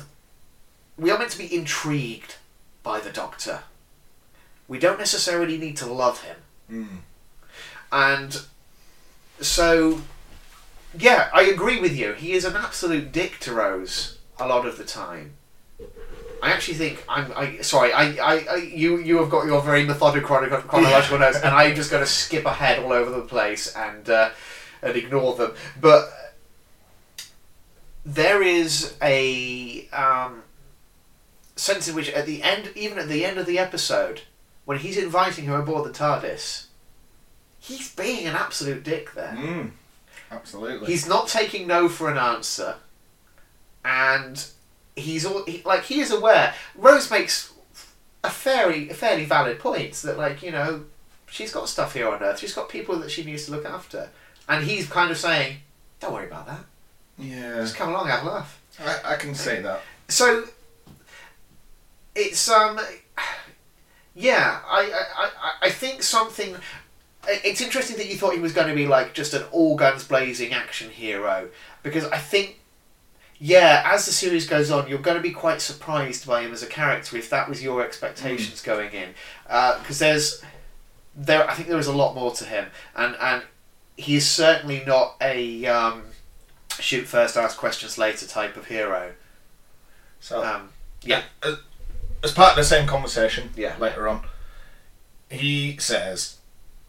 Speaker 1: we are meant to be intrigued by the Doctor. We don't necessarily need to love him, and so yeah, I agree with you. He is an absolute dick to Rose a lot of the time. I actually think I'm. I sorry. I, I, I you you have got your very methodical chrono- chronological notes, and I'm just going to skip ahead all over the place and uh, and ignore them. But there is a um, sense in which at the end, even at the end of the episode, when he's inviting her aboard the TARDIS, he's being an absolute dick there.
Speaker 2: Mm. Absolutely.
Speaker 1: He's not taking no for an answer, and he's all he, like he is aware. Rose makes a fairly a fairly valid point that like you know she's got stuff here on Earth. She's got people that she needs to look after, and he's kind of saying, "Don't worry about that.
Speaker 2: Yeah.
Speaker 1: Just come along, have a laugh."
Speaker 2: I, I can say that.
Speaker 1: so it's um yeah I I, I- I think something i- it's interesting that you thought he was going to be like just an all guns blazing action hero because I think yeah as the series goes on you're going to be quite surprised by him as a character if that was your expectations going in because there's there I think there is a lot more to him and and he is certainly not a um, shoot first ask questions later type of hero
Speaker 2: So
Speaker 1: um,
Speaker 2: as part of the same conversation
Speaker 1: Yeah.
Speaker 2: later on, he says,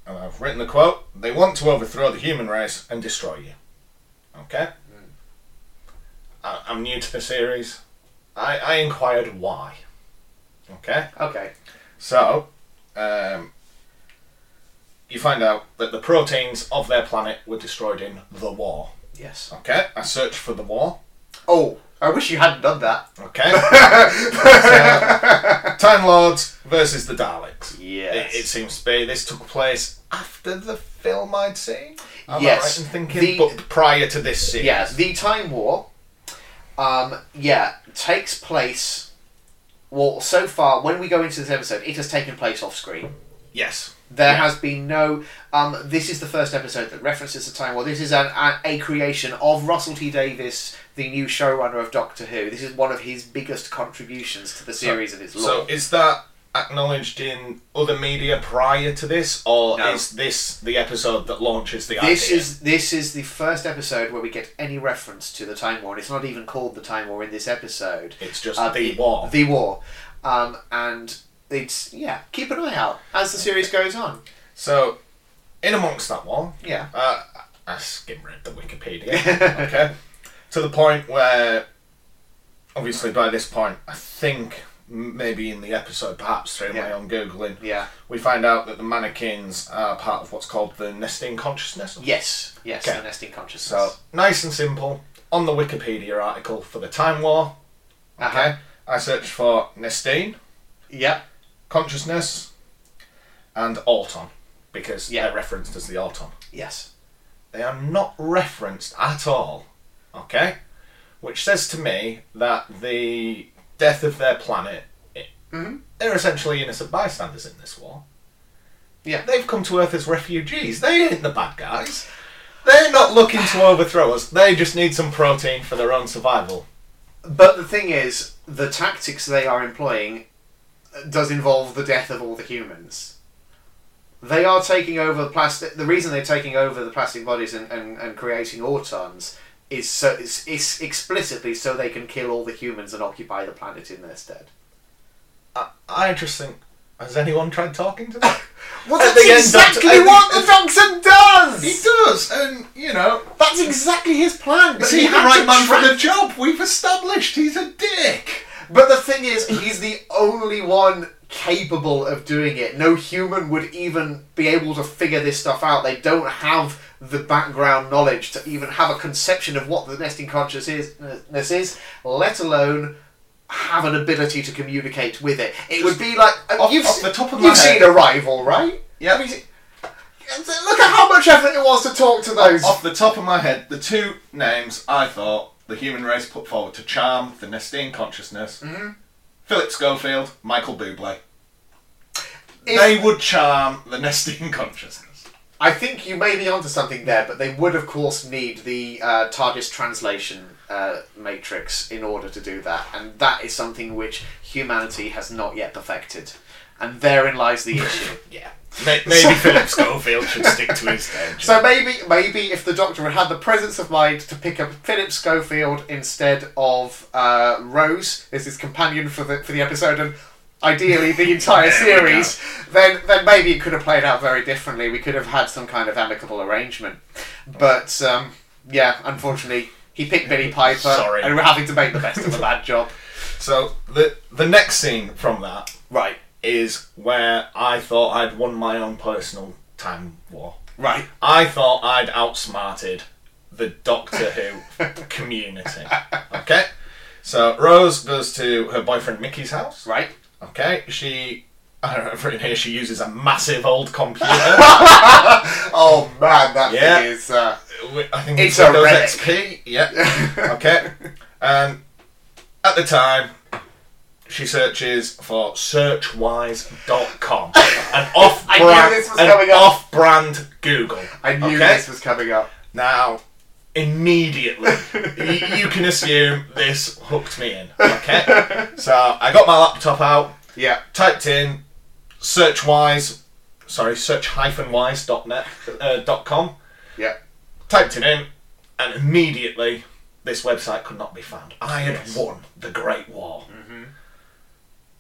Speaker 2: and I've written the quote, they want to overthrow the human race and destroy you. Okay?
Speaker 1: Mm.
Speaker 2: I, I'm new to the series. I, I inquired why. Okay?
Speaker 1: Okay.
Speaker 2: So, um, you find out that the proteins of their planet were destroyed in the war.
Speaker 1: Yes.
Speaker 2: Okay? I searched for the war.
Speaker 1: Oh, I wish you hadn't done that.
Speaker 2: Okay? So, Time Lords versus the Daleks.
Speaker 1: Yes.
Speaker 2: It, it seems to be. This took place after the film I'd seen. Am
Speaker 1: Yes.
Speaker 2: I right in thinking,
Speaker 1: The-
Speaker 2: but prior to this series.
Speaker 1: yeah, the Time War. Um, yeah, takes place. Well, so far, when we go into this episode, it has taken place off screen.
Speaker 2: Yes.
Speaker 1: There
Speaker 2: Yeah.
Speaker 1: has been no. Um, this is the first episode that references the Time War. This is an, a, a creation of Russell T Davis, the new showrunner of Doctor Who. This is one of his biggest contributions to the series and its lore.
Speaker 2: So is that acknowledged in other media prior to this, or
Speaker 1: No.
Speaker 2: is this the episode that launches the
Speaker 1: This
Speaker 2: idea?
Speaker 1: is this is the first episode where we get any reference to the Time War, and it's not even called the Time War in this episode.
Speaker 2: It's just
Speaker 1: Uh,
Speaker 2: the war.
Speaker 1: The war, um, and it's yeah. Keep an eye out as the series goes on.
Speaker 2: so, in amongst that one,
Speaker 1: Yeah.
Speaker 2: Uh, I skim read the Wikipedia. okay. To the point where, obviously, by this point, I think m- maybe in the episode, perhaps through my
Speaker 1: Yeah.
Speaker 2: own googling,
Speaker 1: Yeah.
Speaker 2: we find out that the mannequins are part of what's called the nesting consciousness.
Speaker 1: Yes. Yes.
Speaker 2: Okay.
Speaker 1: The nesting consciousness.
Speaker 2: So nice and simple. On the Wikipedia article for the Time War, okay,
Speaker 1: Uh-huh.
Speaker 2: I searched for nesting
Speaker 1: Yeah.
Speaker 2: consciousness and auton because
Speaker 1: Yeah.
Speaker 2: they're referenced as the auton.
Speaker 1: Yes.
Speaker 2: They are not referenced at all. Okay? Which says to me that the death of their planet, it,
Speaker 1: Mhm.
Speaker 2: they're essentially innocent bystanders in this war.
Speaker 1: Yeah.
Speaker 2: They've come to Earth as refugees. They ain't the bad guys. They're not looking to overthrow us. They just need some protein for their own survival.
Speaker 1: But the thing is, the tactics they are employing uh, does involve the death of all the humans. They are taking over the plastic. The reason they're taking over the plastic bodies and, and, and creating autons is so is, is explicitly so they can kill all the humans and occupy the planet in their stead.
Speaker 2: I, I just think, has anyone tried talking to them?
Speaker 1: Well,
Speaker 2: At the end, Doctor- at the-
Speaker 1: Doctor
Speaker 2: he
Speaker 1: does.
Speaker 2: does, and you know,
Speaker 1: That's exactly his plan. But
Speaker 2: is he the
Speaker 1: had
Speaker 2: right
Speaker 1: to
Speaker 2: man for
Speaker 1: track
Speaker 2: the job? We've established he's a dick.
Speaker 1: But the thing is, he's the only one capable of doing it. No human would even be able to figure this stuff out. They don't have the background knowledge to even have a conception of what the nesting consciousness is, let alone have an ability to communicate with it. It would be like I mean,
Speaker 2: off-
Speaker 1: you've
Speaker 2: off
Speaker 1: se-
Speaker 2: the top of my
Speaker 1: you've
Speaker 2: head.
Speaker 1: seen Arrival, right?
Speaker 2: Yep.
Speaker 1: I mean, look at how much effort it was to talk to those.
Speaker 2: Off the top of my head, the two names I thought the human race put forward to charm the Nestine consciousness. Philip Schofield, Michael Bublé.
Speaker 1: If-
Speaker 2: They would charm the nesting consciousness.
Speaker 1: I think you may be onto something there, but they would, of course, need the uh, TARDIS translation uh, matrix in order to do that, and that is something which humanity has not yet perfected, and therein lies the issue.
Speaker 3: Yeah. May- Maybe Philip Schofield should stick to his stage.
Speaker 1: So maybe, maybe if the Doctor had had the presence of mind to pick up Philip Schofield instead of uh, Rose as his companion for the for the episode, and ideally the entire
Speaker 3: There we go.
Speaker 1: series, then then maybe it could have played out very differently. We could have had some kind of amicable arrangement, but um, yeah, unfortunately. He picked Billy Piper,
Speaker 3: Sorry.
Speaker 1: and we're having to make the best of a bad job.
Speaker 2: So the the next scene from that
Speaker 1: Right,
Speaker 2: is where I thought I'd won my own personal time war.
Speaker 1: right.
Speaker 2: I thought I'd outsmarted the Doctor Who community. Okay? So Rose goes to her boyfriend Mickey's house.
Speaker 1: Right.
Speaker 2: Okay, she. I don't know, if written here she uses a massive old computer.
Speaker 1: Oh man, that
Speaker 2: Yeah.
Speaker 1: thing is. Uh...
Speaker 2: I think
Speaker 1: It's
Speaker 2: it's,
Speaker 1: a
Speaker 2: Windows
Speaker 1: relic.
Speaker 2: XP. Yeah. okay. Um, at the time, she searches for searchwise.com, an off
Speaker 1: I knew this was coming
Speaker 2: brand,
Speaker 1: up.
Speaker 2: off brand Google.
Speaker 1: I knew
Speaker 2: okay?
Speaker 1: this was coming up.
Speaker 2: Now, immediately, y- you can assume this hooked me in. Okay, so I got my laptop out,
Speaker 1: Yeah.
Speaker 2: typed in searchwise, sorry, search hyphen wise dot net uh, dot com.
Speaker 1: Yeah.
Speaker 2: Typed it in, and immediately this website could not be found. I had won the Great War.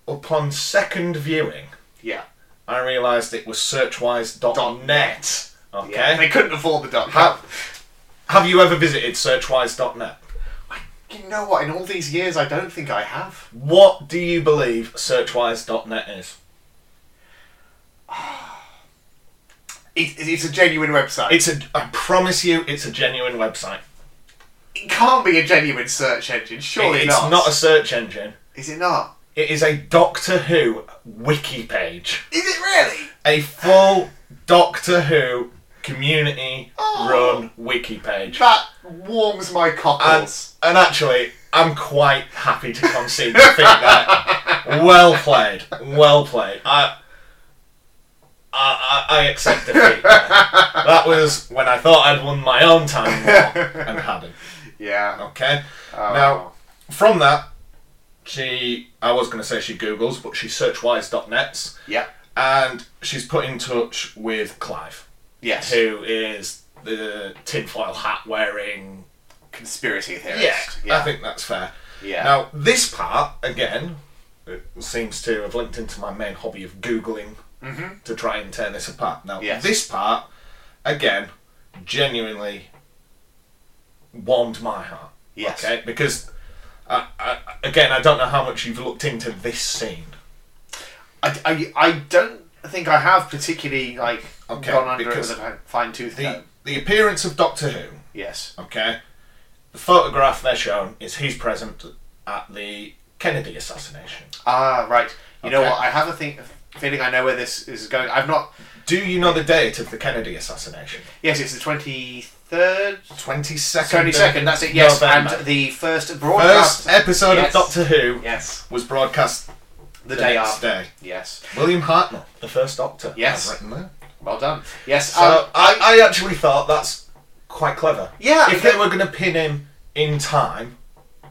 Speaker 2: Upon second viewing,
Speaker 1: Yeah.
Speaker 2: I realised it was searchwise.net. Okay.
Speaker 1: Yeah, they couldn't afford the dot.
Speaker 2: How- Have you ever visited searchwise.net?
Speaker 1: You know what? In all these years, I don't think I have.
Speaker 2: What do you believe searchwise.net is?
Speaker 1: It, it's a genuine website.
Speaker 2: It's a. I promise you, it's a genuine website.
Speaker 1: it can't be a genuine search engine, surely
Speaker 2: it's
Speaker 1: not.
Speaker 2: a search engine.
Speaker 1: Is it not?
Speaker 2: It is a Doctor Who wiki page.
Speaker 1: Is it really?
Speaker 2: a full Doctor Who community
Speaker 1: Oh.
Speaker 2: run wiki page.
Speaker 1: That warms my
Speaker 2: And,
Speaker 1: cockles.
Speaker 2: and actually, I'm quite happy to concede defeat there. Well played, well played. I, I, I I accept defeat. there. That was when I thought I'd won my own time war and hadn't.
Speaker 1: yeah.
Speaker 2: Okay.
Speaker 1: Oh.
Speaker 2: Now, from that, she I was going to say she googles, but she searchwise.nets
Speaker 1: Yeah.
Speaker 2: and she's put in touch with Clive.
Speaker 1: Yes.
Speaker 2: who is the tinfoil hat wearing.
Speaker 1: Conspiracy
Speaker 2: Yeah,
Speaker 1: theorist.
Speaker 2: I think that's fair.
Speaker 1: Yeah.
Speaker 2: Now this part again it seems to have linked into my main hobby of googling to try and tear this apart. Now
Speaker 1: Mm-hmm. Yes.
Speaker 2: this part again genuinely warmed my heart.
Speaker 1: Yes.
Speaker 2: Okay, because I, I, again I don't know how much you've looked into this scene.
Speaker 1: I, I, I don't think I have particularly like
Speaker 2: Okay,
Speaker 1: gone under it
Speaker 2: because
Speaker 1: with a fine tooth
Speaker 2: The
Speaker 1: comb.
Speaker 2: the appearance of Doctor Who
Speaker 1: Yes.
Speaker 2: Okay. The photograph they're shown is he's present at the Kennedy assassination.
Speaker 1: Ah, right. You know
Speaker 2: Okay.
Speaker 1: what? I have a thing, feeling I know where this is going. I've not.
Speaker 2: Do you know the date of the Kennedy assassination?
Speaker 1: Yes, it's the twenty third
Speaker 2: 22nd.
Speaker 1: Twenty second. That's it.
Speaker 2: of
Speaker 1: Yes,
Speaker 2: November.
Speaker 1: and the first
Speaker 2: first
Speaker 1: broadcast.
Speaker 2: episode
Speaker 1: Yes.
Speaker 2: of Doctor Who
Speaker 1: Yes,
Speaker 2: was broadcast
Speaker 1: the,
Speaker 2: the
Speaker 1: day
Speaker 2: next
Speaker 1: after.
Speaker 2: day.
Speaker 1: Yes,
Speaker 2: William Hartnell, the first Doctor.
Speaker 1: Yes.
Speaker 2: I've written there.
Speaker 1: well done. Yes,
Speaker 2: So
Speaker 1: um,
Speaker 2: I, I actually thought that's quite clever.
Speaker 1: Yeah, I
Speaker 2: If they
Speaker 1: think-
Speaker 2: were going to pin him in time,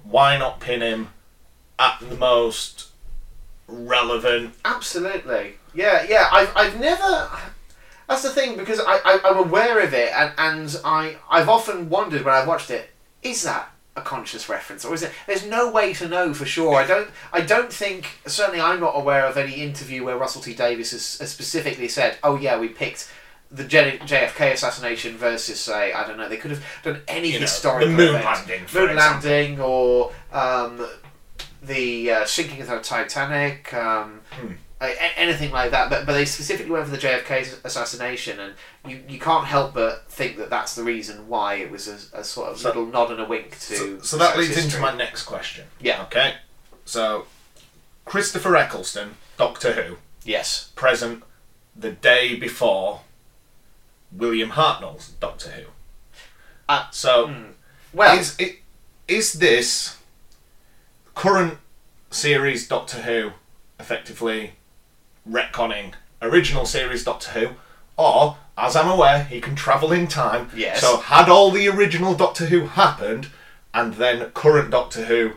Speaker 2: why not pin him at the most relevant?
Speaker 1: absolutely. Yeah, yeah. I've I've never. That's the thing because I, I I'm aware of it and and I I've often wondered when I've watched it is that a conscious reference or is it there's no way to know for sure i don't i don't think certainly i'm not aware of any interview where russell t davis has, has specifically said oh yeah we picked the J- jfk assassination versus say i don't know they could have done any
Speaker 2: You know,
Speaker 1: historical
Speaker 2: the moon
Speaker 1: event.
Speaker 2: landing, for
Speaker 1: moon
Speaker 2: example.
Speaker 1: landing or um, the uh, sinking of the Titanic, um,
Speaker 2: Hmm.
Speaker 1: a- a- anything like that. But, but they specifically went for the JFK assassination, and you, you can't help but think that that's the reason why it was a, a sort of
Speaker 2: So-
Speaker 1: little nod and a wink to.
Speaker 2: So, so that
Speaker 1: sex
Speaker 2: leads
Speaker 1: history.
Speaker 2: into my next question.
Speaker 1: Yeah.
Speaker 2: Okay. So, Christopher Eccleston, Doctor Who,
Speaker 1: Yes.
Speaker 2: present the day before William Hartnell's Doctor Who.
Speaker 1: Ah,
Speaker 2: so,
Speaker 1: Well,
Speaker 2: is, it, is this current series Doctor Who effectively retconning original series Doctor Who, or as I'm aware, he can travel in time.
Speaker 1: Yes.
Speaker 2: So had all the original Doctor Who happened, and then current Doctor Who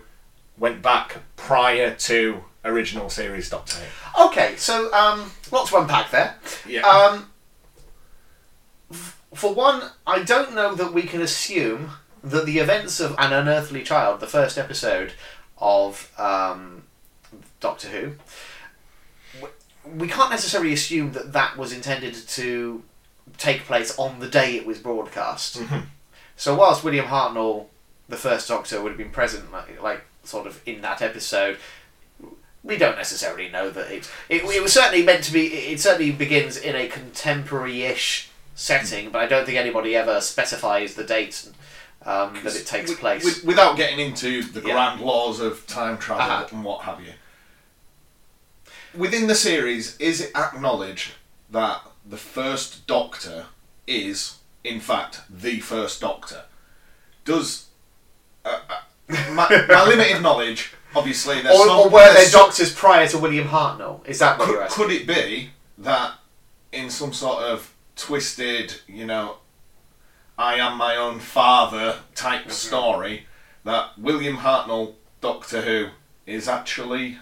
Speaker 2: went back prior to original series Doctor Who.
Speaker 1: Okay, so um, lots to unpack there.
Speaker 2: Yeah.
Speaker 1: Um, f- for one, I don't know that we can assume that the events of An Unearthly Child, the first episode of um, Doctor Who, w- we can't necessarily assume that that was intended to take place on the day it was broadcast.
Speaker 2: Mm-hmm.
Speaker 1: So whilst William Hartnell, the first Doctor, would have been present, like, like sort of in that episode, we don't necessarily know that it, it. It was certainly meant to be. It certainly begins in a contemporary-ish setting, but I don't think anybody ever specifies the date um, that it takes
Speaker 2: Wi-
Speaker 1: place.
Speaker 2: wi- without getting into the
Speaker 1: Yeah.
Speaker 2: grand laws of time travel
Speaker 1: Uh-huh.
Speaker 2: and what have you. Within the series, is it acknowledged that the first Doctor is, in fact, the first Doctor? Does uh, uh, my, my limited knowledge, obviously, there's
Speaker 1: or,
Speaker 2: some,
Speaker 1: or were there
Speaker 2: there's some-
Speaker 1: doctors prior to William Hartnell? Is that what you're
Speaker 2: could,
Speaker 1: asking?
Speaker 2: could it be that in some sort of twisted, you know, I am my own father type
Speaker 1: Mm-hmm.
Speaker 2: story, that William Hartnell, Doctor Who, is actually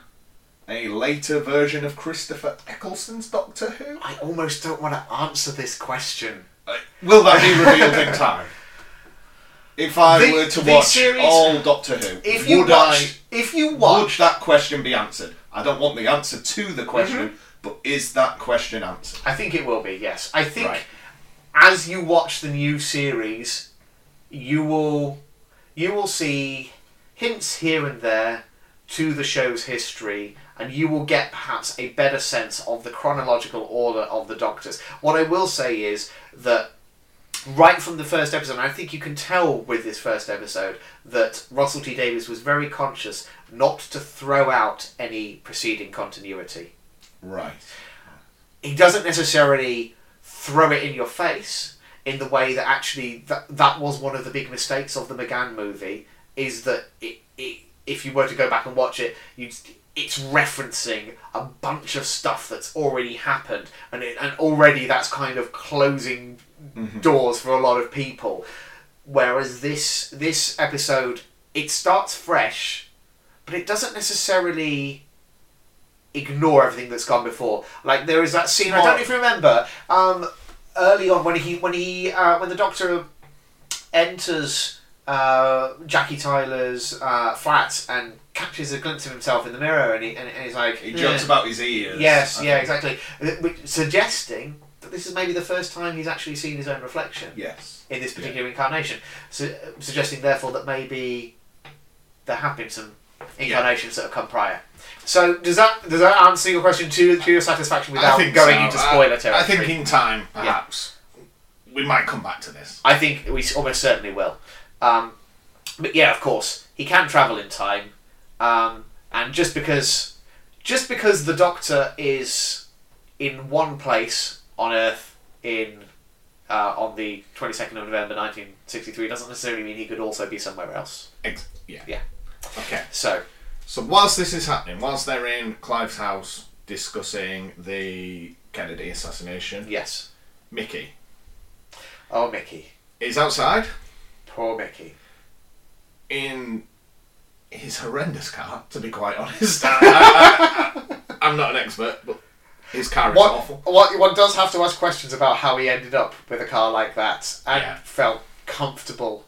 Speaker 2: a later version of Christopher Eccleston's Doctor Who?
Speaker 1: I almost don't want to answer this question.
Speaker 2: Uh, Will that be revealed in time? If I
Speaker 1: The-
Speaker 2: were to
Speaker 1: the
Speaker 2: watch
Speaker 1: series-
Speaker 2: all Doctor Who,
Speaker 1: If you
Speaker 2: would
Speaker 1: watch, if you
Speaker 2: I,
Speaker 1: watch,
Speaker 2: would that question be answered? I don't want the answer to the question,
Speaker 1: Mm-hmm.
Speaker 2: but is that question answered?
Speaker 1: I think it will be, yes. I think
Speaker 2: Right.
Speaker 1: as you watch the new series, you will you will see hints here and there to the show's history and you will get perhaps a better sense of the chronological order of the doctors. What I will say is that right from the first episode, and I think you can tell with this first episode that Russell T Davies was very conscious not to throw out any preceding continuity
Speaker 2: Right.
Speaker 1: he doesn't necessarily throw it in your face in the way that actually that, that was one of the big mistakes of the McGann movie is that it, it, if you were to go back and watch it you it's referencing a bunch of stuff that's already happened and it, and already that's kind of closing doors for a lot of people whereas this this episode it starts fresh but it doesn't necessarily ignore everything that's gone before. Like there is that scene. I don't know if you remember. Um, early on when he when he uh, when the Doctor enters uh, Jackie Tyler's uh, flat and catches a glimpse of himself in the mirror, and he and, and he's like,
Speaker 2: He jokes
Speaker 1: "Eh."
Speaker 2: about his ears.
Speaker 1: Yes,
Speaker 2: I
Speaker 1: yeah,
Speaker 2: think.
Speaker 1: exactly. Th- which- Suggesting that this is maybe the first time he's actually seen his own reflection
Speaker 2: Yes.
Speaker 1: in this particular incarnation, su- suggesting therefore that maybe there have been some incarnations that have come prior. So does that does that answer your question to, to your satisfaction without
Speaker 2: I think
Speaker 1: going
Speaker 2: so.
Speaker 1: into spoiler
Speaker 2: I-
Speaker 1: territory?
Speaker 2: I think in time, perhaps, we might come back to this.
Speaker 1: I think we s- almost certainly will. Um, but yeah, of course, he can travel in time, um, and just because, just because the Doctor is in one place on Earth in uh, on the twenty second of November nineteen sixty three doesn't necessarily mean he could also be somewhere else.
Speaker 2: Ex- yeah.
Speaker 1: Yeah.
Speaker 2: Okay.
Speaker 1: So
Speaker 2: So whilst this is happening, whilst they're in Clive's house discussing the Kennedy assassination,
Speaker 1: yes,
Speaker 2: Mickey
Speaker 1: oh Mickey,
Speaker 2: is outside
Speaker 1: poor Mickey.
Speaker 2: in his horrendous car. To be quite honest, I, am not an expert, but his car is
Speaker 1: What,
Speaker 2: awful.
Speaker 1: what one does have to ask questions about how he ended up with a car like that and
Speaker 2: Yeah.
Speaker 1: felt comfortable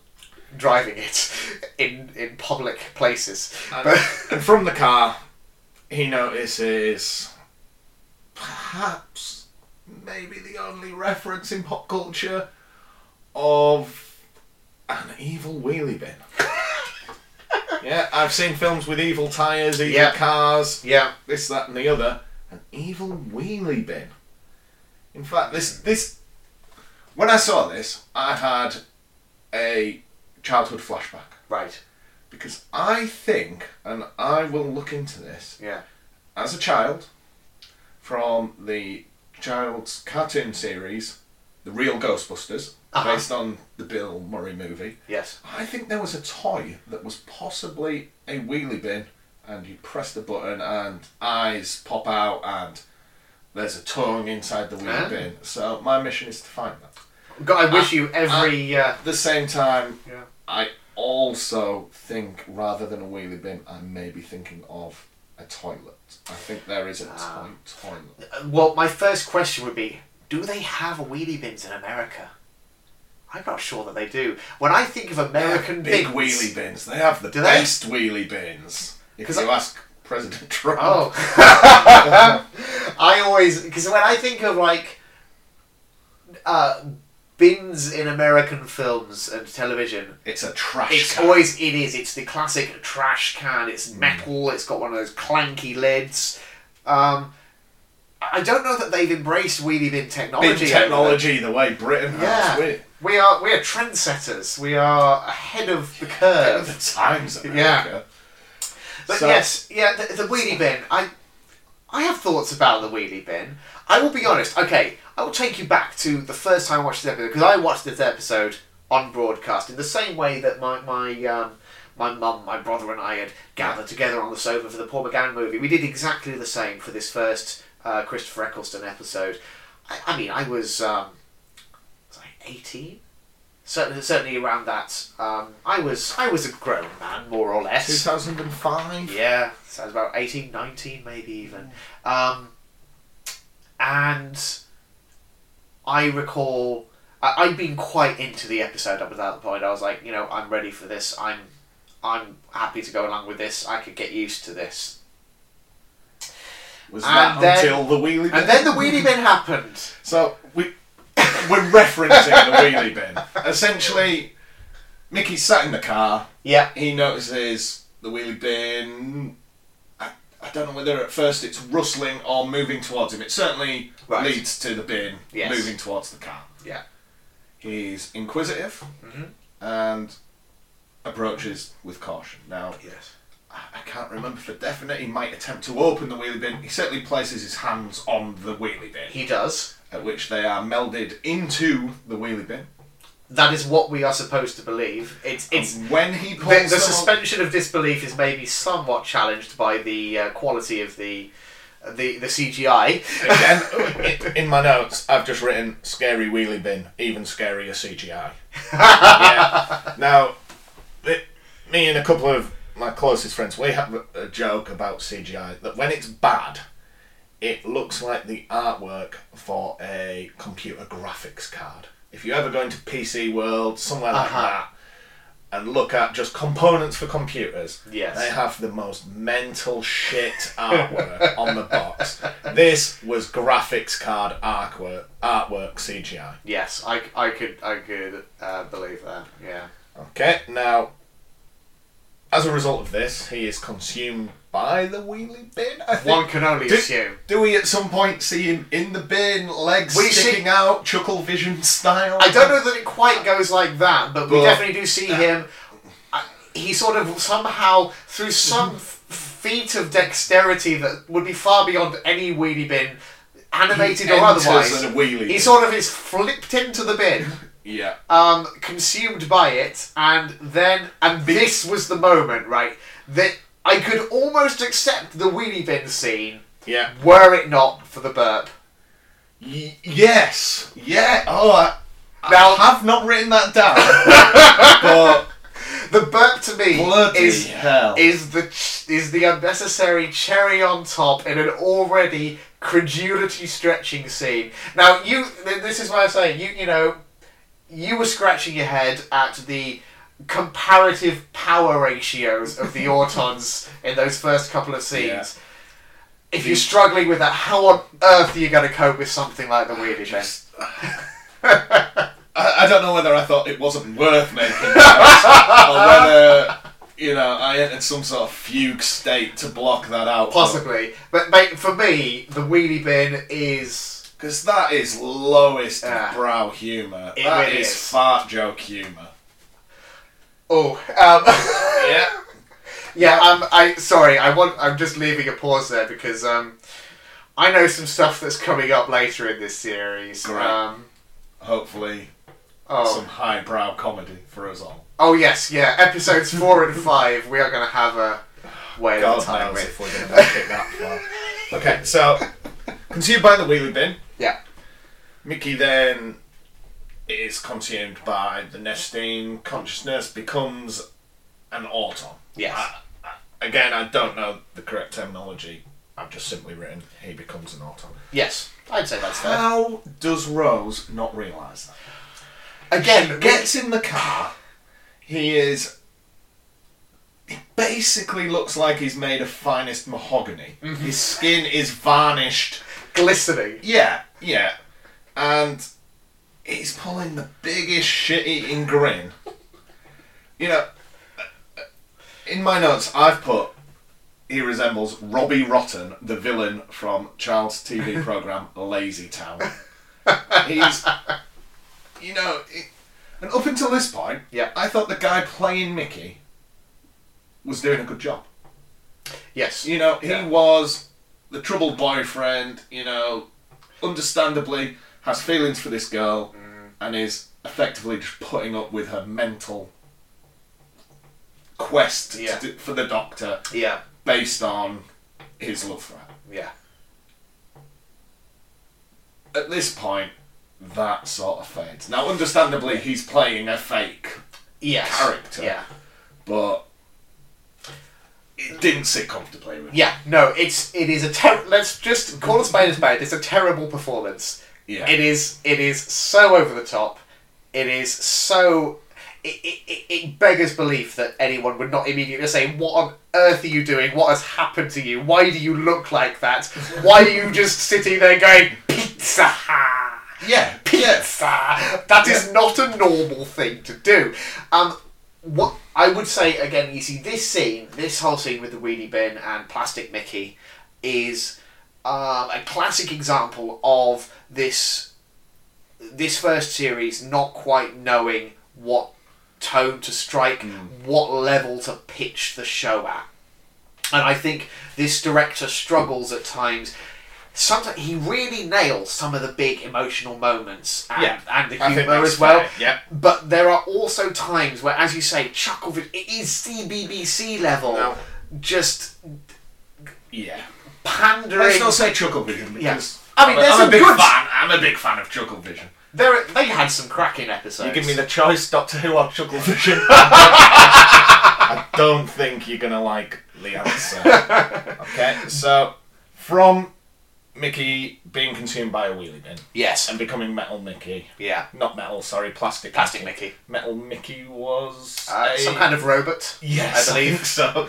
Speaker 1: driving it in in public places.
Speaker 2: And,
Speaker 1: But
Speaker 2: and from the car, he notices perhaps maybe the only reference in pop culture of an evil wheelie bin. yeah, I've seen films with evil tyres, evil
Speaker 1: Yeah.
Speaker 2: cars,
Speaker 1: yeah,
Speaker 2: this, that, and the other. An evil wheelie bin. In fact, this this when I saw this, I had a childhood flashback
Speaker 1: right.
Speaker 2: because I think, and I will look into this,
Speaker 1: Yeah.
Speaker 2: as a child, from the child's cartoon series, The Real Ghostbusters,
Speaker 1: Uh-huh.
Speaker 2: based on the Bill Murray movie,
Speaker 1: Yes.
Speaker 2: I think there was a toy that was possibly a wheelie bin and you press the button, and eyes pop out, and there's a tongue inside the wee
Speaker 1: Ah.
Speaker 2: bin. So my mission is to find that.
Speaker 1: God, I wish you every. Uh,
Speaker 2: At the same time,
Speaker 1: yeah.
Speaker 2: I also think rather than a wheelie bin, I may be thinking of a toilet. I think there is a
Speaker 1: Ah.
Speaker 2: toi- toilet.
Speaker 1: Uh, Well, my first question would be do they have wheelie bins in America? I'm not sure that they do. When I think of American
Speaker 2: big
Speaker 1: bins-
Speaker 2: wheelie bins. They have the
Speaker 1: Do they?
Speaker 2: best wheelie bins. If
Speaker 1: 'Cause
Speaker 2: you
Speaker 1: I-
Speaker 2: ask President Trump.
Speaker 1: Oh.
Speaker 2: Oh.
Speaker 1: I always because when I think of like uh, bins in American films and television,
Speaker 2: It's a trash
Speaker 1: it's
Speaker 2: can.
Speaker 1: always it is. It's the classic trash can. It's
Speaker 2: Mm.
Speaker 1: metal. It's got one of those clanky lids. Um, I don't know that they've embraced wheelie bin technology.
Speaker 2: Bin
Speaker 1: over there.
Speaker 2: technology the way Britain
Speaker 1: Yeah.
Speaker 2: has. We're
Speaker 1: We are we are trendsetters. We are ahead of the
Speaker 2: ahead
Speaker 1: curve.
Speaker 2: of the times, America.
Speaker 1: But
Speaker 2: So-
Speaker 1: yes, yeah, the, the wheelie bin. I, I have thoughts about the wheelie bin. I will be honest. Okay, I will take you back to the first time I watched this episode because I watched this episode on broadcast in the same way that my my um, my mum, my brother, and I had gathered together on the sofa for the Paul McGann movie. We did exactly the same for this first uh, Christopher Eccleston episode. I, I mean, I was um, was I eighteen? Certainly, certainly around that. Um, I was I was a grown man, more or less.
Speaker 2: 2005.
Speaker 1: Yeah, sounds about 18, 19 maybe even. Um, and I recall I, I'd been quite into the episode up at that point. I was like, you know, I'm ready for this. I'm I'm happy to go along with this. I could get used to this.
Speaker 2: Was
Speaker 1: And
Speaker 2: that
Speaker 1: then-
Speaker 2: until the wheelie bin?
Speaker 1: And then the wheelie bin happened.
Speaker 2: So we we're referencing the wheelie bin. Essentially, Mickey sat in the car.
Speaker 1: Yeah.
Speaker 2: He notices the wheelie bin. I, I don't know whether at first it's rustling or moving towards him. It certainly
Speaker 1: Right.
Speaker 2: leads to the bin
Speaker 1: Yes.
Speaker 2: moving towards the car.
Speaker 1: Yeah.
Speaker 2: He's inquisitive
Speaker 1: Mhm.
Speaker 2: and approaches with caution. Now,
Speaker 1: Yes.
Speaker 2: I I can't remember for definite. He might attempt to open the wheelie bin. He certainly places his hands on the wheelie bin
Speaker 1: He does.
Speaker 2: at which they are melded into the wheelie bin.
Speaker 1: That is what we are supposed to believe. It's it's
Speaker 2: And when he
Speaker 1: the,
Speaker 2: pulls
Speaker 1: the
Speaker 2: them up-
Speaker 1: suspension of disbelief is maybe somewhat challenged by the uh, quality of the the the CGI.
Speaker 2: again in my notes, I've just written "scary wheelie bin," even scarier CGI. yeah. Now, it, me and a couple of my closest friends, we have a- a joke about CGI that when it's bad, it looks like the artwork for a computer graphics card. If you ever go into PC World, somewhere like
Speaker 1: Uh-huh.
Speaker 2: that, and look at just components for computers,
Speaker 1: Yes.
Speaker 2: they have the most mental shit artwork on the box. This was graphics card artwork, artwork CGI.
Speaker 1: Yes, I, I could I could uh, believe that. Yeah.
Speaker 2: Okay, now, as a result of this, he is consumed by the wheelie bin. I think.
Speaker 1: One can only
Speaker 2: Do-
Speaker 1: assume.
Speaker 2: Do we at some point see him in the bin, legs
Speaker 1: We see-
Speaker 2: sticking out, chuckle vision style?
Speaker 1: I don't know that it quite goes like that, but we
Speaker 2: But-
Speaker 1: definitely do
Speaker 2: uh,
Speaker 1: see him. I- He sort of somehow through some f- feat of dexterity that would be far beyond any wheelie bin, animated or
Speaker 2: enters
Speaker 1: otherwise,
Speaker 2: in a wheelie
Speaker 1: he
Speaker 2: bin.
Speaker 1: sort of is flipped into the bin,
Speaker 2: Yeah.
Speaker 1: um, consumed by it, and then and this was the moment, right? That I could almost accept the wheelie bin scene
Speaker 2: Yeah.
Speaker 1: were it not for the burp.
Speaker 2: Y- yes. Yeah. Oh, I, I
Speaker 1: Now-
Speaker 2: have not written that down. but
Speaker 1: The burp to me
Speaker 2: bloody
Speaker 1: is
Speaker 2: hell.
Speaker 1: is the ch- is the unnecessary cherry on top in an already credulity stretching scene. Now you, th- this is what I'm saying. You you know, you were scratching your head at the comparative power ratios of the Autons in those first couple of scenes.
Speaker 2: Yeah.
Speaker 1: If you're struggling with that, how on earth are you going to cope with something like the Wheelie Bin?
Speaker 2: I, I don't know whether I thought it wasn't worth making that, or whether you know I entered some sort of fugue state to block that out.
Speaker 1: Possibly, but mate, for me, the Wheelie Bin is
Speaker 2: Because that is lowest
Speaker 1: Ah.
Speaker 2: brow humour.
Speaker 1: It
Speaker 2: That
Speaker 1: really
Speaker 2: is
Speaker 1: is.
Speaker 2: fart joke humour.
Speaker 1: oh. Um,
Speaker 2: Yeah.
Speaker 1: Yeah, um, I sorry, I want. I'm just leaving a pause there because um, I know some stuff that's coming up later in this series.
Speaker 2: Great.
Speaker 1: Um,
Speaker 2: Hopefully,
Speaker 1: oh,
Speaker 2: some highbrow comedy for us all.
Speaker 1: oh yes, yeah. Episodes four and five, we are going to have a way
Speaker 3: God
Speaker 1: of time
Speaker 3: knows
Speaker 1: with.
Speaker 3: if we're going to make it that far. Okay, so
Speaker 2: Consumed by the wheelie bin.
Speaker 1: Yeah.
Speaker 2: Mickey then is consumed by the nesting consciousness, becomes an auton.
Speaker 1: Yes.
Speaker 2: I, I, again, I don't know the correct terminology. I've just simply written he becomes an auton.
Speaker 1: Yes, I'd say that's fair.
Speaker 2: How does Rose not realise that?
Speaker 1: Again, get
Speaker 2: Gets in the car. He is. He basically looks like he's made of finest mahogany. His skin is varnished.
Speaker 1: glistening.
Speaker 2: Yeah, yeah. And he's pulling the biggest shit eating grin. You know, in my notes, I've put he resembles Robbie Rotten, the villain from child's TV program Lazy Town. He's, you know, it, and up until this point,
Speaker 1: Yeah.
Speaker 2: I thought the guy playing Mickey was doing a good job.
Speaker 1: Yes.
Speaker 2: You know, he
Speaker 1: Yeah.
Speaker 2: was the troubled boyfriend, you know, understandably has feelings for this girl
Speaker 1: Mm.
Speaker 2: and is effectively just putting up with her mental quest to
Speaker 1: Yeah.
Speaker 2: do- for the doctor
Speaker 1: Yeah.
Speaker 2: based on his love for her.
Speaker 1: Yeah.
Speaker 2: At this point, that sort of fades. Now, understandably, he's playing a fake,
Speaker 1: Yes.
Speaker 2: Character.
Speaker 1: Yeah.
Speaker 2: but it didn't sit comfortably with me.
Speaker 1: Yeah. No, it's it is a ter- let's just call a spade a spade. It's a terrible performance.
Speaker 2: Yeah.
Speaker 1: It is it is so over the top. It is so it, it, it- it beggars belief that anyone would not immediately say, "What on earth are you doing? What has happened to you? Why do you look like that? Why are you just sitting there going pizza?" ha."
Speaker 2: Yeah, yeah.
Speaker 1: pizza. That is not a normal thing to do. Um, what I would say again, you see, this scene, this whole scene with the wheelie bin and plastic Mickey, is um, a classic example of this this first series not quite knowing what tone to strike,
Speaker 2: Hmm.
Speaker 1: what level to pitch the show at. And I think this director struggles at times. Sometimes he really nails some of the big emotional moments and,
Speaker 2: Yeah,
Speaker 1: and the
Speaker 2: I think
Speaker 1: humour
Speaker 2: that's
Speaker 1: as well.
Speaker 2: fair, yeah.
Speaker 1: But there are also times where, as you say, Chucklevid it is CBBC level,
Speaker 2: No.
Speaker 1: just
Speaker 2: Yeah.
Speaker 1: pandering.
Speaker 2: Let's not say Chuckle Vision because
Speaker 1: Yeah. I mean,
Speaker 2: I'm a-
Speaker 1: there's
Speaker 2: I'm
Speaker 1: some
Speaker 2: a big
Speaker 1: good-
Speaker 2: fan. I'm a big fan of Chuckle Vision.
Speaker 1: There, they had some cracking episodes.
Speaker 3: you give me the choice, Doctor Who or Chuckle Vision. I don't think you're going to like the answer.
Speaker 2: Okay, so from Mickey being consumed by a wheelie bin
Speaker 1: yes,
Speaker 2: and becoming Metal Mickey,
Speaker 1: yeah,
Speaker 2: not metal, sorry, plastic.
Speaker 1: Plastic Mickey.
Speaker 2: Metal Mickey was
Speaker 1: uh,
Speaker 2: a-
Speaker 1: some kind of robot.
Speaker 2: Yes,
Speaker 1: I
Speaker 2: I
Speaker 1: believe.
Speaker 2: think so.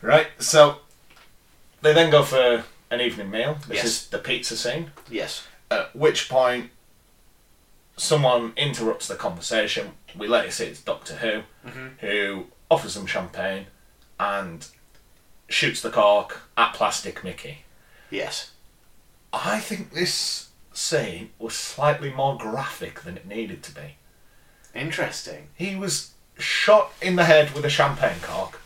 Speaker 2: Right, so they then go for an evening meal. This
Speaker 1: Yes.
Speaker 2: is the pizza scene.
Speaker 1: Yes,
Speaker 2: At which point, someone interrupts the conversation. We later see it's Doctor Who, who offers them champagne and shoots the cork at Plastic Mickey.
Speaker 1: yes.
Speaker 2: I think this scene was slightly more graphic than it needed to be.
Speaker 1: Interesting.
Speaker 2: He was shot in the head with a champagne cork.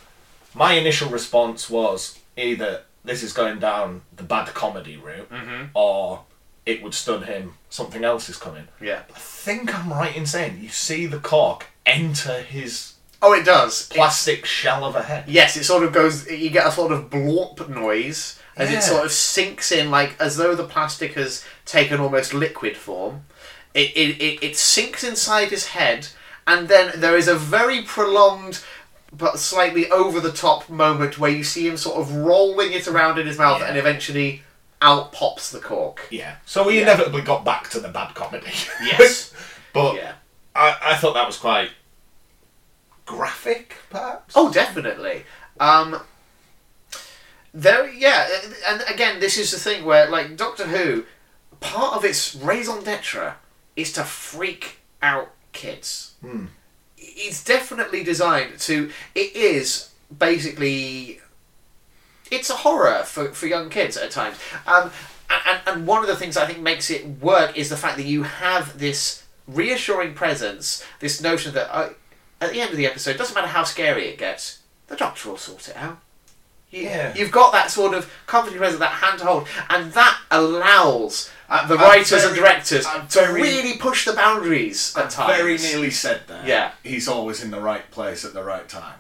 Speaker 2: My initial response was either this is going down the bad comedy route, or it would stun him. Something else is coming.
Speaker 1: Yeah.
Speaker 2: I think I'm right in saying you see the cork enter his
Speaker 1: Oh, it does. It-
Speaker 2: plastic shell of a head.
Speaker 1: yes, it sort of goes. You get a sort of blorp noise as
Speaker 2: Yeah.
Speaker 1: it sort of sinks in, like as though the plastic has taken almost liquid form. It it, it, it sinks inside his head, and then there is a very prolonged. But slightly over the top moment where you see him sort of rolling it around in his mouth
Speaker 2: Yeah.
Speaker 1: and eventually out pops the cork.
Speaker 2: Yeah. So we inevitably got back to the bad comedy.
Speaker 1: Yes.
Speaker 2: but
Speaker 1: yeah.
Speaker 2: I, I thought that was quite graphic, perhaps.
Speaker 1: Oh, definitely. Um, there, yeah, and again, this is the thing where, like, Doctor Who, part of its raison d'etre is to freak out kids. It's definitely designed to. It is basically. It's a horror for, for young kids at times. Um, a- and, and one of the things I think makes it work is the fact that you have this reassuring presence, this notion that uh, at the end of the episode, doesn't matter how scary it gets, the doctor will sort it out. You-
Speaker 2: Yeah.
Speaker 1: You've got that sort of comforting presence, that hand to hold, and that allows uh, the
Speaker 2: I'm
Speaker 1: writers and
Speaker 2: very-
Speaker 1: directors
Speaker 2: I'm
Speaker 1: to
Speaker 2: very-
Speaker 1: really push the boundaries at times.
Speaker 2: Very nearly said that.
Speaker 1: Yeah. Hmm.
Speaker 2: He's always in the right place at the right time.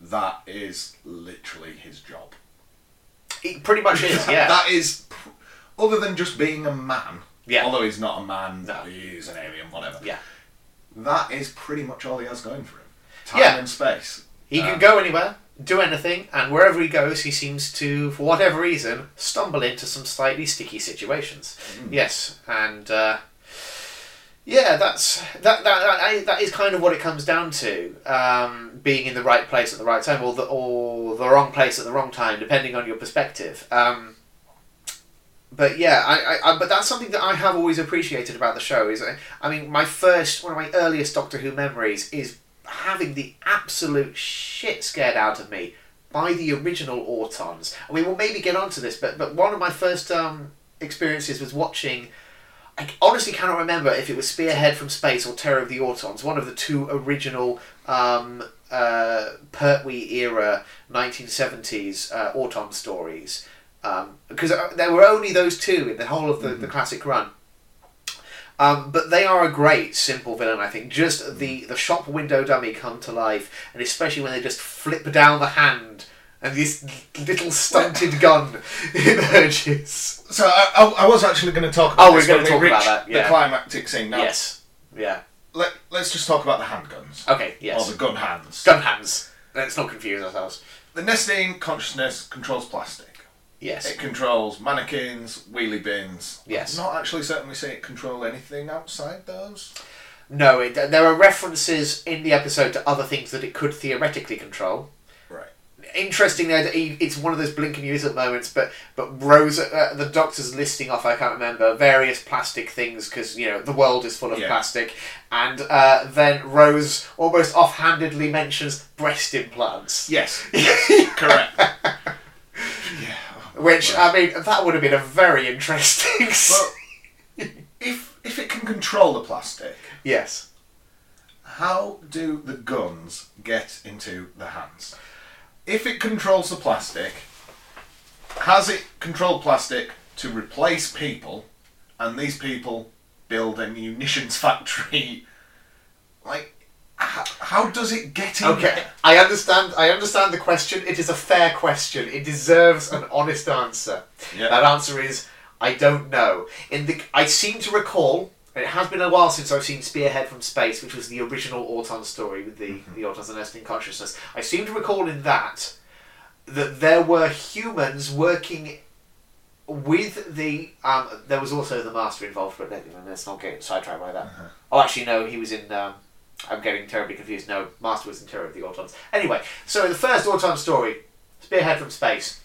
Speaker 2: that is literally his job.
Speaker 1: It pretty much is, yeah.
Speaker 2: That is, pr- other than just being a man,
Speaker 1: Yeah.
Speaker 2: although he's not a man,
Speaker 1: No.
Speaker 2: he is an alien, whatever.
Speaker 1: yeah.
Speaker 2: That is pretty much all he has going for him. Time
Speaker 1: Yeah.
Speaker 2: and space.
Speaker 1: He
Speaker 2: Um,
Speaker 1: can go anywhere, do anything, and wherever he goes, he seems to, for whatever reason, stumble into some slightly sticky situations. Yes, and uh, yeah, that's that. That, that, I, that is kind of what it comes down to: um, being in the right place at the right time, or the or the wrong place at the wrong time, depending on your perspective. Um, but yeah, I, I, I but that's something that I have always appreciated about the show. Is I, I mean, my first one of my earliest Doctor Who memories is having the absolute shit scared out of me by the original Autons. I mean, we'll maybe get onto this, but but one of my first um, experiences was watching. I honestly cannot remember if it was Spearhead from Space or Terror of the Autons, one of the two original um, uh, Pertwee era 1970s uh, Auton stories. Um, because uh, there were only those two in the whole of the,
Speaker 2: Mm-hmm.
Speaker 1: the classic run. Um, but they are a great simple villain, I think. Just
Speaker 2: Mm-hmm.
Speaker 1: the, the shop window dummy come to life, and especially when they just flip down the hand and this little stunted gun emerges.
Speaker 2: So I, I, I was actually going to talk about
Speaker 1: Oh, we're
Speaker 2: this
Speaker 1: gonna
Speaker 2: when
Speaker 1: talk
Speaker 2: we
Speaker 1: about
Speaker 2: reach
Speaker 1: that, yeah.
Speaker 2: The climactic scene. Now,
Speaker 1: Yes. Yeah.
Speaker 2: let, let's just talk about the handguns.
Speaker 1: Okay, yes.
Speaker 2: Or the gun hands.
Speaker 1: Gun hands. Let's not confuse ourselves.
Speaker 2: The nesting consciousness controls plastic.
Speaker 1: Yes.
Speaker 2: It controls mannequins, wheelie bins.
Speaker 1: Yes.
Speaker 2: Not actually certain we see it control anything outside those.
Speaker 1: No, it, there are references in the episode to other things that it could theoretically control.
Speaker 2: Right.
Speaker 1: Interesting though, that he, it's one of those blink and use it moments. But but Rosa, uh, the doctor's listing off. I can't remember various plastic things because you know the world is full of
Speaker 2: Yeah.
Speaker 1: plastic. And uh, then Rose almost offhandedly mentions breast implants,
Speaker 2: Yes. Correct.
Speaker 1: which I mean that would have been a very interesting.
Speaker 2: But if if it can control the plastic,
Speaker 1: yes.
Speaker 2: how do the guns get into the hands? If it controls the plastic, has it controlled plastic to replace people, and these people build a munitions factory? Like, how, how does it get in?
Speaker 1: Okay,
Speaker 2: there?
Speaker 1: I understand. I understand the question. It is a fair question. It deserves an honest answer.
Speaker 2: Yeah.
Speaker 1: That answer is I don't know. In the, I seem to recall. and It has been a while since I've seen Spearhead from Space, which was the original Auton story with the the Autons and nesting consciousness. I seem to recall in that that there were humans working with the um, there was also the master involved, but let, let's not get sidetracked by that. Oh, actually, no, he was in. Um, I'm getting terribly confused. No, Master was in Terror of the Autons. Anyway, so the first Auton story, Spearhead from Space.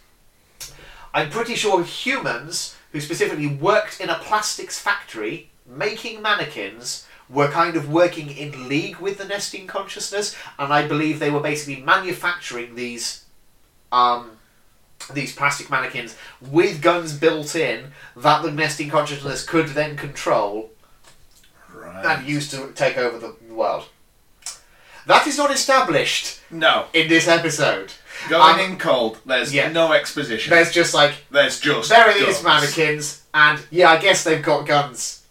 Speaker 1: I'm pretty sure humans who specifically worked in a plastics factory making mannequins were kind of working in league with the nesting consciousness, and I believe they were basically manufacturing these um, these plastic mannequins with guns built in that the nesting consciousness could then control
Speaker 2: Right.
Speaker 1: and use to take over the world. That is not established
Speaker 2: No.
Speaker 1: in this episode.
Speaker 2: Going
Speaker 1: Um,
Speaker 2: in cold, there's
Speaker 1: yeah.
Speaker 2: no exposition.
Speaker 1: There's
Speaker 2: There's,
Speaker 1: just like
Speaker 2: just.
Speaker 1: there are these
Speaker 2: guns.
Speaker 1: mannequins, and yeah, I guess they've got guns.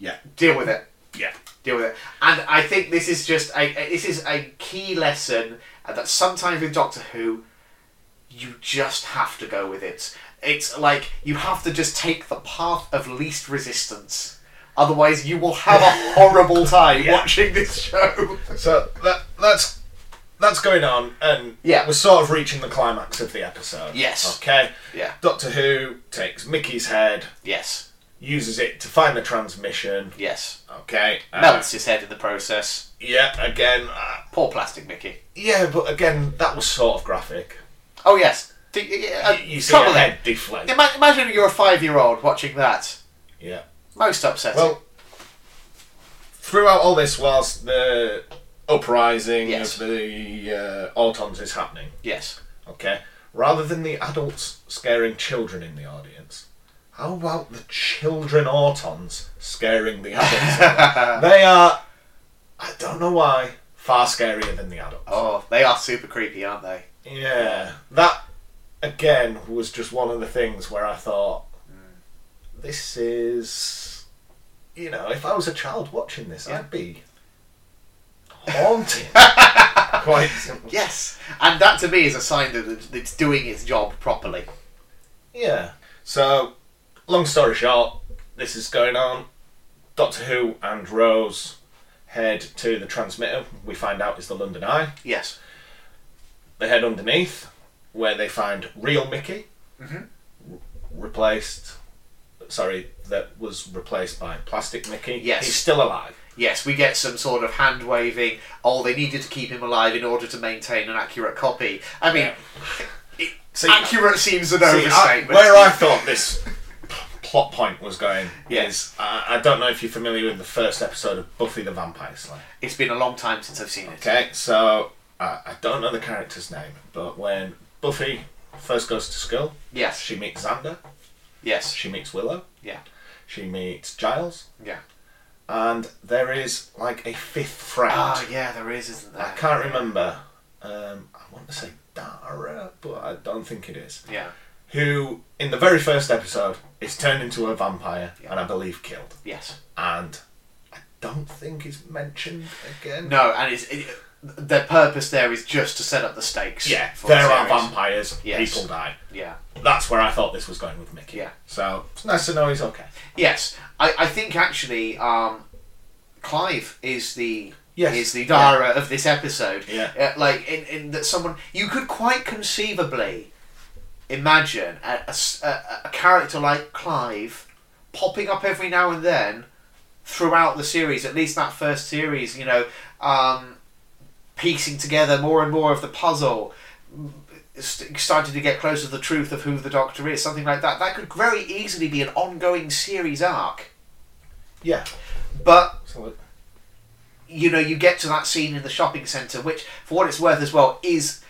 Speaker 2: Yeah.
Speaker 1: Deal with it.
Speaker 2: Yeah.
Speaker 1: Deal with it. And I think this is just a a- this is a key lesson uh, that sometimes with Doctor Who, you just have to go with it. It's like you have to just take the path of least resistance. Otherwise, you will have a horrible time watching this show.
Speaker 2: So that that's that's going on, and
Speaker 1: Yeah.
Speaker 2: we're sort of reaching the climax of the episode.
Speaker 1: Yes.
Speaker 2: Okay.
Speaker 1: Yeah.
Speaker 2: Doctor Who takes Mickey's head,
Speaker 1: Yes.
Speaker 2: uses it to find the transmission.
Speaker 1: Yes.
Speaker 2: Okay. uh,
Speaker 1: Melts his head in the process.
Speaker 2: Yeah. Again. Uh,
Speaker 1: Poor plastic Mickey.
Speaker 2: yeah, but again, that was sort of graphic.
Speaker 1: Oh yes. D- y- uh,
Speaker 2: you see
Speaker 1: trouble
Speaker 2: a
Speaker 1: then.
Speaker 2: head deflate.
Speaker 1: Ima- imagine you're a five-year-old watching that.
Speaker 2: Yeah.
Speaker 1: Most upsetting.
Speaker 2: Well, throughout all this, whilst the uprising
Speaker 1: Yes.
Speaker 2: of the uh, Autons is happening,
Speaker 1: yes.
Speaker 2: Okay. Rather than the adults scaring children in the audience, how about the children Autons scaring the adults? they are, I don't know why, far scarier than the adults.
Speaker 1: Oh, they are super creepy, aren't they?
Speaker 2: Yeah. That, again, was just one of the things where I thought, this is. You know, if I was a child watching this, I'd be haunted. quite simple.
Speaker 1: Yes, and that to me is a sign that it- it's doing its job properly.
Speaker 2: Yeah. So, long story short, this is going on. Doctor Who and Rose head to the transmitter. We find out is the London Eye.
Speaker 1: Yes.
Speaker 2: They head underneath, where they find real Mickey,
Speaker 1: Mm-hmm.
Speaker 2: re- replaced. Sorry, that was replaced by plastic Mickey.
Speaker 1: Yes.
Speaker 2: he's still alive.
Speaker 1: Yes, we get some sort of hand waving. Oh, they needed to keep him alive in order to maintain an accurate copy. I mean, it,
Speaker 2: See-
Speaker 1: accurate seems an
Speaker 2: See, I,
Speaker 1: overstatement.
Speaker 2: where I thought this p- plot point was going
Speaker 1: Yes.
Speaker 2: is I, I don't know if you're familiar with the first episode of Buffy the Vampire Slayer.
Speaker 1: It's been a long time since I've seen it.
Speaker 2: Okay, so I, I don't know the character's name, but when Buffy first goes to school,
Speaker 1: Yes.
Speaker 2: she meets Xander,
Speaker 1: Yes.
Speaker 2: she meets Willow,
Speaker 1: Yeah.
Speaker 2: she meets Giles,
Speaker 1: Yeah.
Speaker 2: and there is like a fifth friend.
Speaker 1: Ah, yeah, there is, isn't there?
Speaker 2: I can't remember. Um, I want to say Dara, but I don't think it is.
Speaker 1: Yeah.
Speaker 2: Who, in the very first episode, is turned into a vampire
Speaker 1: Yeah.
Speaker 2: and I believe killed.
Speaker 1: Yes.
Speaker 2: And I don't think is mentioned again.
Speaker 1: No, and it's it, their purpose there is just to set up the stakes.
Speaker 2: Yeah,
Speaker 1: for the
Speaker 2: there are
Speaker 1: series.
Speaker 2: vampires.
Speaker 1: Yes.
Speaker 2: People die.
Speaker 1: Yeah.
Speaker 2: That's where I thought this was going with Mickey.
Speaker 1: Yeah.
Speaker 2: So it's nice to know he's okay.
Speaker 1: Yes, I, I think actually, um, Clive is the
Speaker 2: Yes.
Speaker 1: is the Dara of this episode.
Speaker 2: Yeah.
Speaker 1: Uh, like in, in that someone you could quite conceivably imagine a, a s- a- a character like Clive popping up every now and then throughout the series, at least that first series. You know, um, piecing together more and more of the puzzle. st- Starting to get closer to the truth of who the Doctor is, something like that. That could very easily be an ongoing series arc.
Speaker 2: Yeah.
Speaker 1: But
Speaker 2: Absolutely.
Speaker 1: you know, you get to that scene in the shopping centre, which, for what it's worth as well, is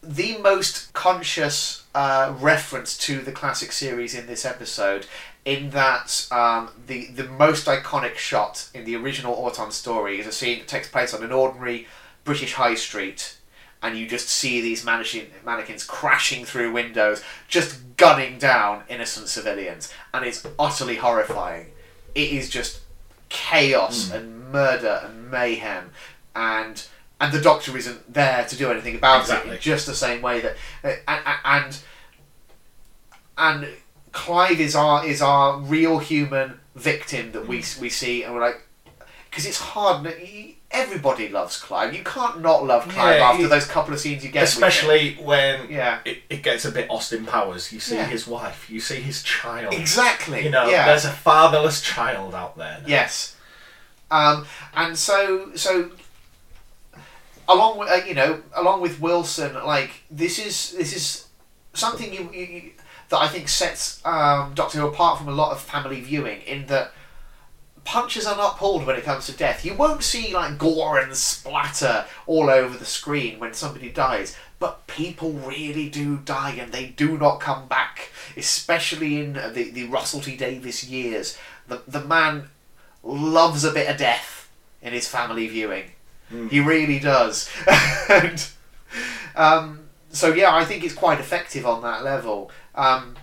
Speaker 1: the most conscious uh, reference to the classic series in this episode. In that um, the the most iconic shot in the original Autumn story is a scene that takes place on an ordinary British high street, and you just see these mannequin, mannequins crashing through windows, just gunning down innocent civilians, and it's utterly horrifying. It is just chaos and murder and mayhem and and the doctor isn't there to do anything about it
Speaker 2: Exactly.
Speaker 1: in just the same way that uh, and and, and Clive is our is our real human victim that we
Speaker 2: Mm.
Speaker 1: we see and we're like because it's hard n- everybody loves Clive you can't not love Clive
Speaker 2: Yeah,
Speaker 1: after
Speaker 2: he-
Speaker 1: those couple of scenes you get with him.
Speaker 2: Especially when
Speaker 1: Yeah.
Speaker 2: it, it gets a bit Austin Powers. You see
Speaker 1: Yeah.
Speaker 2: his wife, you see his child.
Speaker 1: exactly
Speaker 2: You know,
Speaker 1: yeah.
Speaker 2: there's a fatherless child out there. now.
Speaker 1: Yes, um, and so so along with uh, you know along with Wilson, like this is this is something you, you, you that I think sets um, Doctor Who apart from a lot of family viewing in that punches are not pulled when it comes to death. You won't see like gore and splatter all over the screen when somebody dies, but people really do die and they do not come back, especially in the, the Russell T Davis years. The, the man loves a bit of death in his family viewing. He really does. and, um, so, yeah, I think it's quite effective on that level. Um,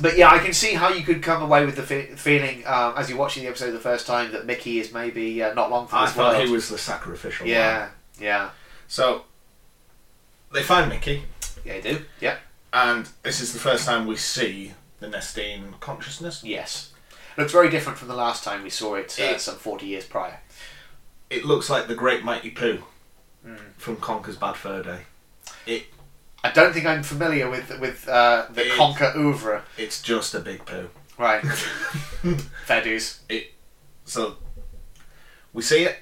Speaker 1: but yeah, I can see how you could come away with the fe- feeling um, as you're watching the episode the first time that Mickey is maybe uh, not long for
Speaker 2: I
Speaker 1: this
Speaker 2: thought
Speaker 1: world.
Speaker 2: he was the sacrificial lamb.
Speaker 1: yeah, yeah,
Speaker 2: So they find Mickey,
Speaker 1: yeah, you do. Yeah,
Speaker 2: and this is the first time we see the Nestine consciousness.
Speaker 1: yes. Looks very different from the last time we saw it, uh,
Speaker 2: It-
Speaker 1: some forty years prior.
Speaker 2: It looks like the Great Mighty Pooh
Speaker 1: Hmm.
Speaker 2: from Conker's Bad Fur Day.
Speaker 1: I don't think I'm familiar with with uh, the
Speaker 2: It-
Speaker 1: Conquer Ouvre.
Speaker 2: It's just a big poo.
Speaker 1: Right, fair dues.
Speaker 2: So we see it.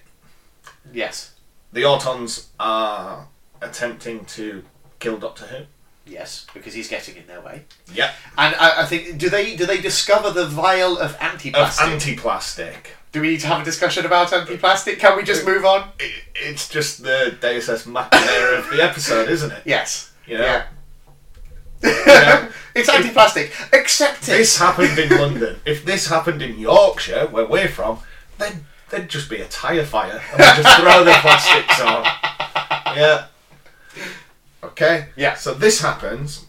Speaker 1: Yes,
Speaker 2: The Autons are attempting to kill Doctor Who.
Speaker 1: yes, because he's getting in their way.
Speaker 2: Yep.
Speaker 1: And I, I think do they do they discover the vial of
Speaker 2: Of
Speaker 1: antiplastic?
Speaker 2: anti-plastic.
Speaker 1: do we need to have a discussion about antiplastic? Can we just move on?
Speaker 2: It- It's just the Deus Ex Machina of the episode, isn't it?
Speaker 1: Yes.
Speaker 2: You know?
Speaker 1: Yeah.
Speaker 2: Yeah.
Speaker 1: it's anti-plastic. Accept it.
Speaker 2: This happened in London. If this happened in Yorkshire, where we're from, then there'd just be a tyre fire and we'd just throw the plastics on. Yeah. Okay.
Speaker 1: Yeah.
Speaker 2: So this happens,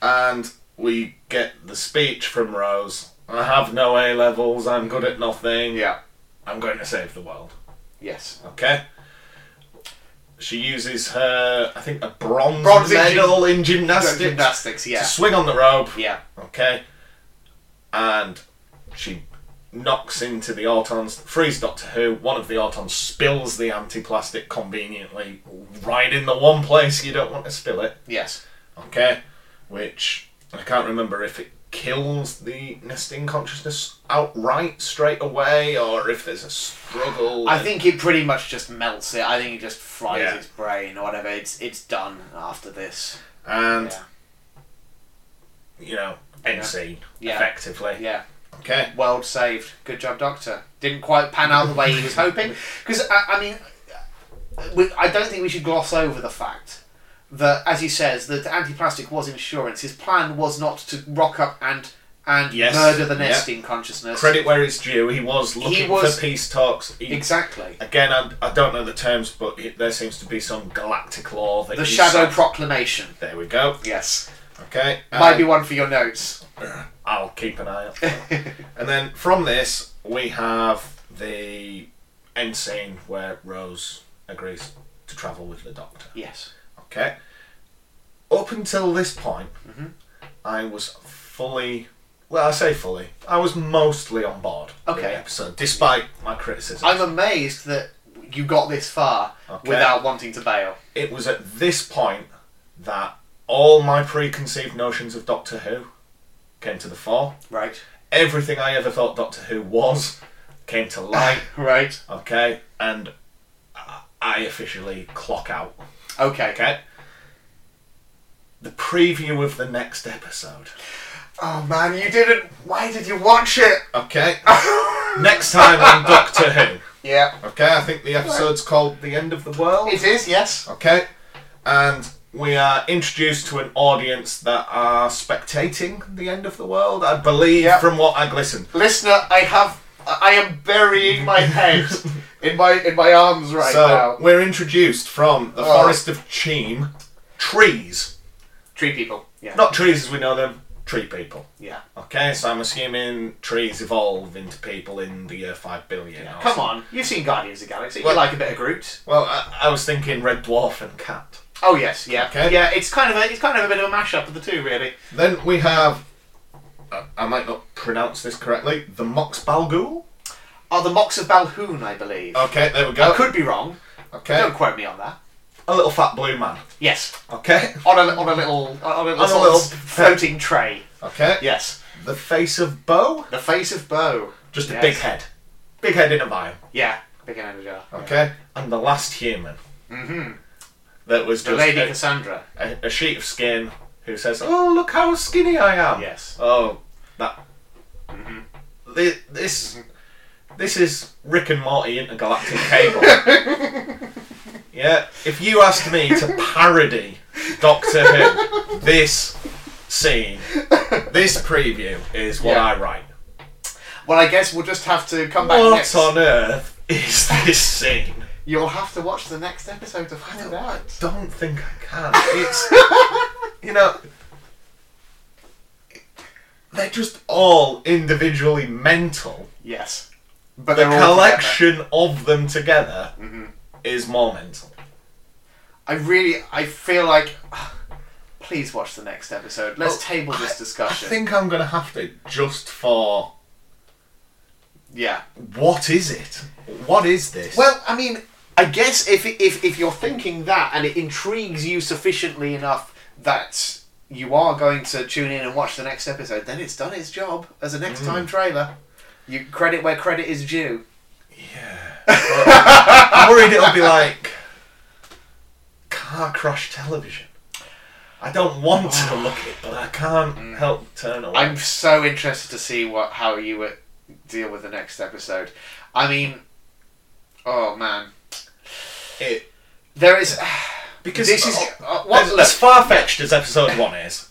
Speaker 2: and we get the speech from Rose. I have no A levels. I'm good at nothing.
Speaker 1: Yeah.
Speaker 2: I'm going to save the world.
Speaker 1: Yes.
Speaker 2: Okay. She uses her, I think, a bronze,
Speaker 1: Bronze in
Speaker 2: medal in, gymnastics,
Speaker 1: Gymnastics,
Speaker 2: to
Speaker 1: yeah.
Speaker 2: swing on the rope.
Speaker 1: Yeah.
Speaker 2: Okay. And she knocks into the Autons, frees Doctor Who. One of the Autons spills the antiplastic conveniently, right in the one place you don't want to spill it.
Speaker 1: Yes.
Speaker 2: Okay. Which I can't remember if it kills the nesting consciousness outright straight away or if there's a struggle.
Speaker 1: I think it pretty much just melts it. I think it just fries
Speaker 2: Yeah.
Speaker 1: its brain or whatever. It's it's done after this.
Speaker 2: And,
Speaker 1: Yeah.
Speaker 2: you know, NC,
Speaker 1: Yeah.
Speaker 2: effectively.
Speaker 1: Yeah.
Speaker 2: Okay.
Speaker 1: World saved. Good job, Doctor. Didn't quite pan out the way he was hoping. Because, I, I mean, we, I don't think we should gloss over the fact that, as he says, that anti-plastic was insurance. His plan was not to rock up and and
Speaker 2: Yes.
Speaker 1: murder the
Speaker 2: Yeah.
Speaker 1: nesting consciousness.
Speaker 2: Credit where it's due. He was looking
Speaker 1: was-
Speaker 2: for peace talks. He-
Speaker 1: Exactly.
Speaker 2: Again, I, I don't know the terms, but it, there seems to be some galactic law that
Speaker 1: The
Speaker 2: he
Speaker 1: Shadow
Speaker 2: signed.
Speaker 1: Proclamation.
Speaker 2: there we go.
Speaker 1: Yes.
Speaker 2: Okay.
Speaker 1: Might
Speaker 2: and-
Speaker 1: be one for your notes.
Speaker 2: I'll keep an eye out. for that. and then from this, we have the end scene where Rose agrees to travel with the Doctor.
Speaker 1: Yes.
Speaker 2: Okay. Up until this point,
Speaker 1: Mm-hmm.
Speaker 2: I was fully. Well, I say fully. I was mostly on board with
Speaker 1: Okay.
Speaker 2: the episode, despite my criticism.
Speaker 1: I'm amazed that you got this far
Speaker 2: Okay.
Speaker 1: without wanting to bail.
Speaker 2: It was at this point that all my preconceived notions of Doctor Who came to the fore.
Speaker 1: Right.
Speaker 2: Everything I ever thought Doctor Who was came to light.
Speaker 1: Right.
Speaker 2: Okay, and I- I officially clock out.
Speaker 1: Okay.
Speaker 2: Okay. The preview of the next episode.
Speaker 1: Oh man, you didn't. Why did you watch it?
Speaker 2: Okay. next time on Doctor Who.
Speaker 1: Yeah.
Speaker 2: Okay, I think the episode's called The End of the World.
Speaker 1: It is, yes.
Speaker 2: Okay. And we are introduced to an audience that are spectating the end of the world, I believe,
Speaker 1: Yep.
Speaker 2: from what I glistened.
Speaker 1: Listener, I have I am burying my head in my in my arms right
Speaker 2: so
Speaker 1: now. Oh.
Speaker 2: we're introduced from the forest of Cheam, trees.
Speaker 1: Tree people. Yeah.
Speaker 2: Not trees as we know them, tree people.
Speaker 1: Yeah.
Speaker 2: Okay, so I'm assuming trees evolve into people in the year 5 billion. or
Speaker 1: Come
Speaker 2: something.
Speaker 1: on, you've seen Guardians of the Galaxy.
Speaker 2: Well-
Speaker 1: you like a bit of Groot.
Speaker 2: Well, I, I was thinking red dwarf and cat.
Speaker 1: Oh yes, yeah,
Speaker 2: Okay.
Speaker 1: yeah. It's kind of a it's kind of a bit of a mashup of the two, really.
Speaker 2: Then we have. I, I might not pronounce this correctly. The Mox Balgul?
Speaker 1: Are the Mox of Balhoun, I believe.
Speaker 2: Okay, there we go.
Speaker 1: I could be wrong.
Speaker 2: Okay.
Speaker 1: Don't quote me on that.
Speaker 2: A little fat blue man.
Speaker 1: Yes,
Speaker 2: Okay.
Speaker 1: on a on a little on a little,
Speaker 2: On a
Speaker 1: sort
Speaker 2: little-
Speaker 1: of floating tray.
Speaker 2: Okay.
Speaker 1: Yes,
Speaker 2: The face of Bo?
Speaker 1: the face of Bo.
Speaker 2: Just a
Speaker 1: Yes.
Speaker 2: big head. Big head in a vial.
Speaker 1: Yeah, big energy jar.
Speaker 2: Okay. And the last human. Mm-hmm. That was
Speaker 1: The
Speaker 2: just
Speaker 1: Lady
Speaker 2: a,
Speaker 1: Cassandra.
Speaker 2: a, a sheet of skin who says, Oh, look how skinny I am.
Speaker 1: Yes.
Speaker 2: Oh, that.
Speaker 1: Mm-hmm.
Speaker 2: Thi- This. This is Rick and Morty intergalactic cable. yeah, if you asked me to parody Doctor Who, this scene, this preview is what
Speaker 1: Yeah.
Speaker 2: I write.
Speaker 1: Well, I guess we'll just have to come back
Speaker 2: what
Speaker 1: next.
Speaker 2: on earth is this scene?
Speaker 1: You'll have to watch the next episode to find out.
Speaker 2: Don't think I can. It's you know they're just all individually mental.
Speaker 1: Yes, but
Speaker 2: The
Speaker 1: they're all
Speaker 2: collection of them together is more mental.
Speaker 1: together. I really, I feel like. Please watch the next episode. Let's table this discussion.
Speaker 2: Oh, I think I'm gonna have to just for
Speaker 1: yeah.
Speaker 2: what is it? What is this?
Speaker 1: Well, I mean, I guess if if if you're thinking that and it intrigues you sufficiently enough that you are going to tune in and watch the next episode, then it's done its job as a next time trailer. You credit where credit is due.
Speaker 2: I'm worried it'll be like car crash television. I don't want to look it, but I can't help turn away.
Speaker 1: I'm so interested to see what how you would deal with the next episode. I mean, oh man,
Speaker 2: it
Speaker 1: there is
Speaker 2: Because oh,
Speaker 1: This is- uh, what-
Speaker 2: as,
Speaker 1: look-
Speaker 2: far fetched as episode one is,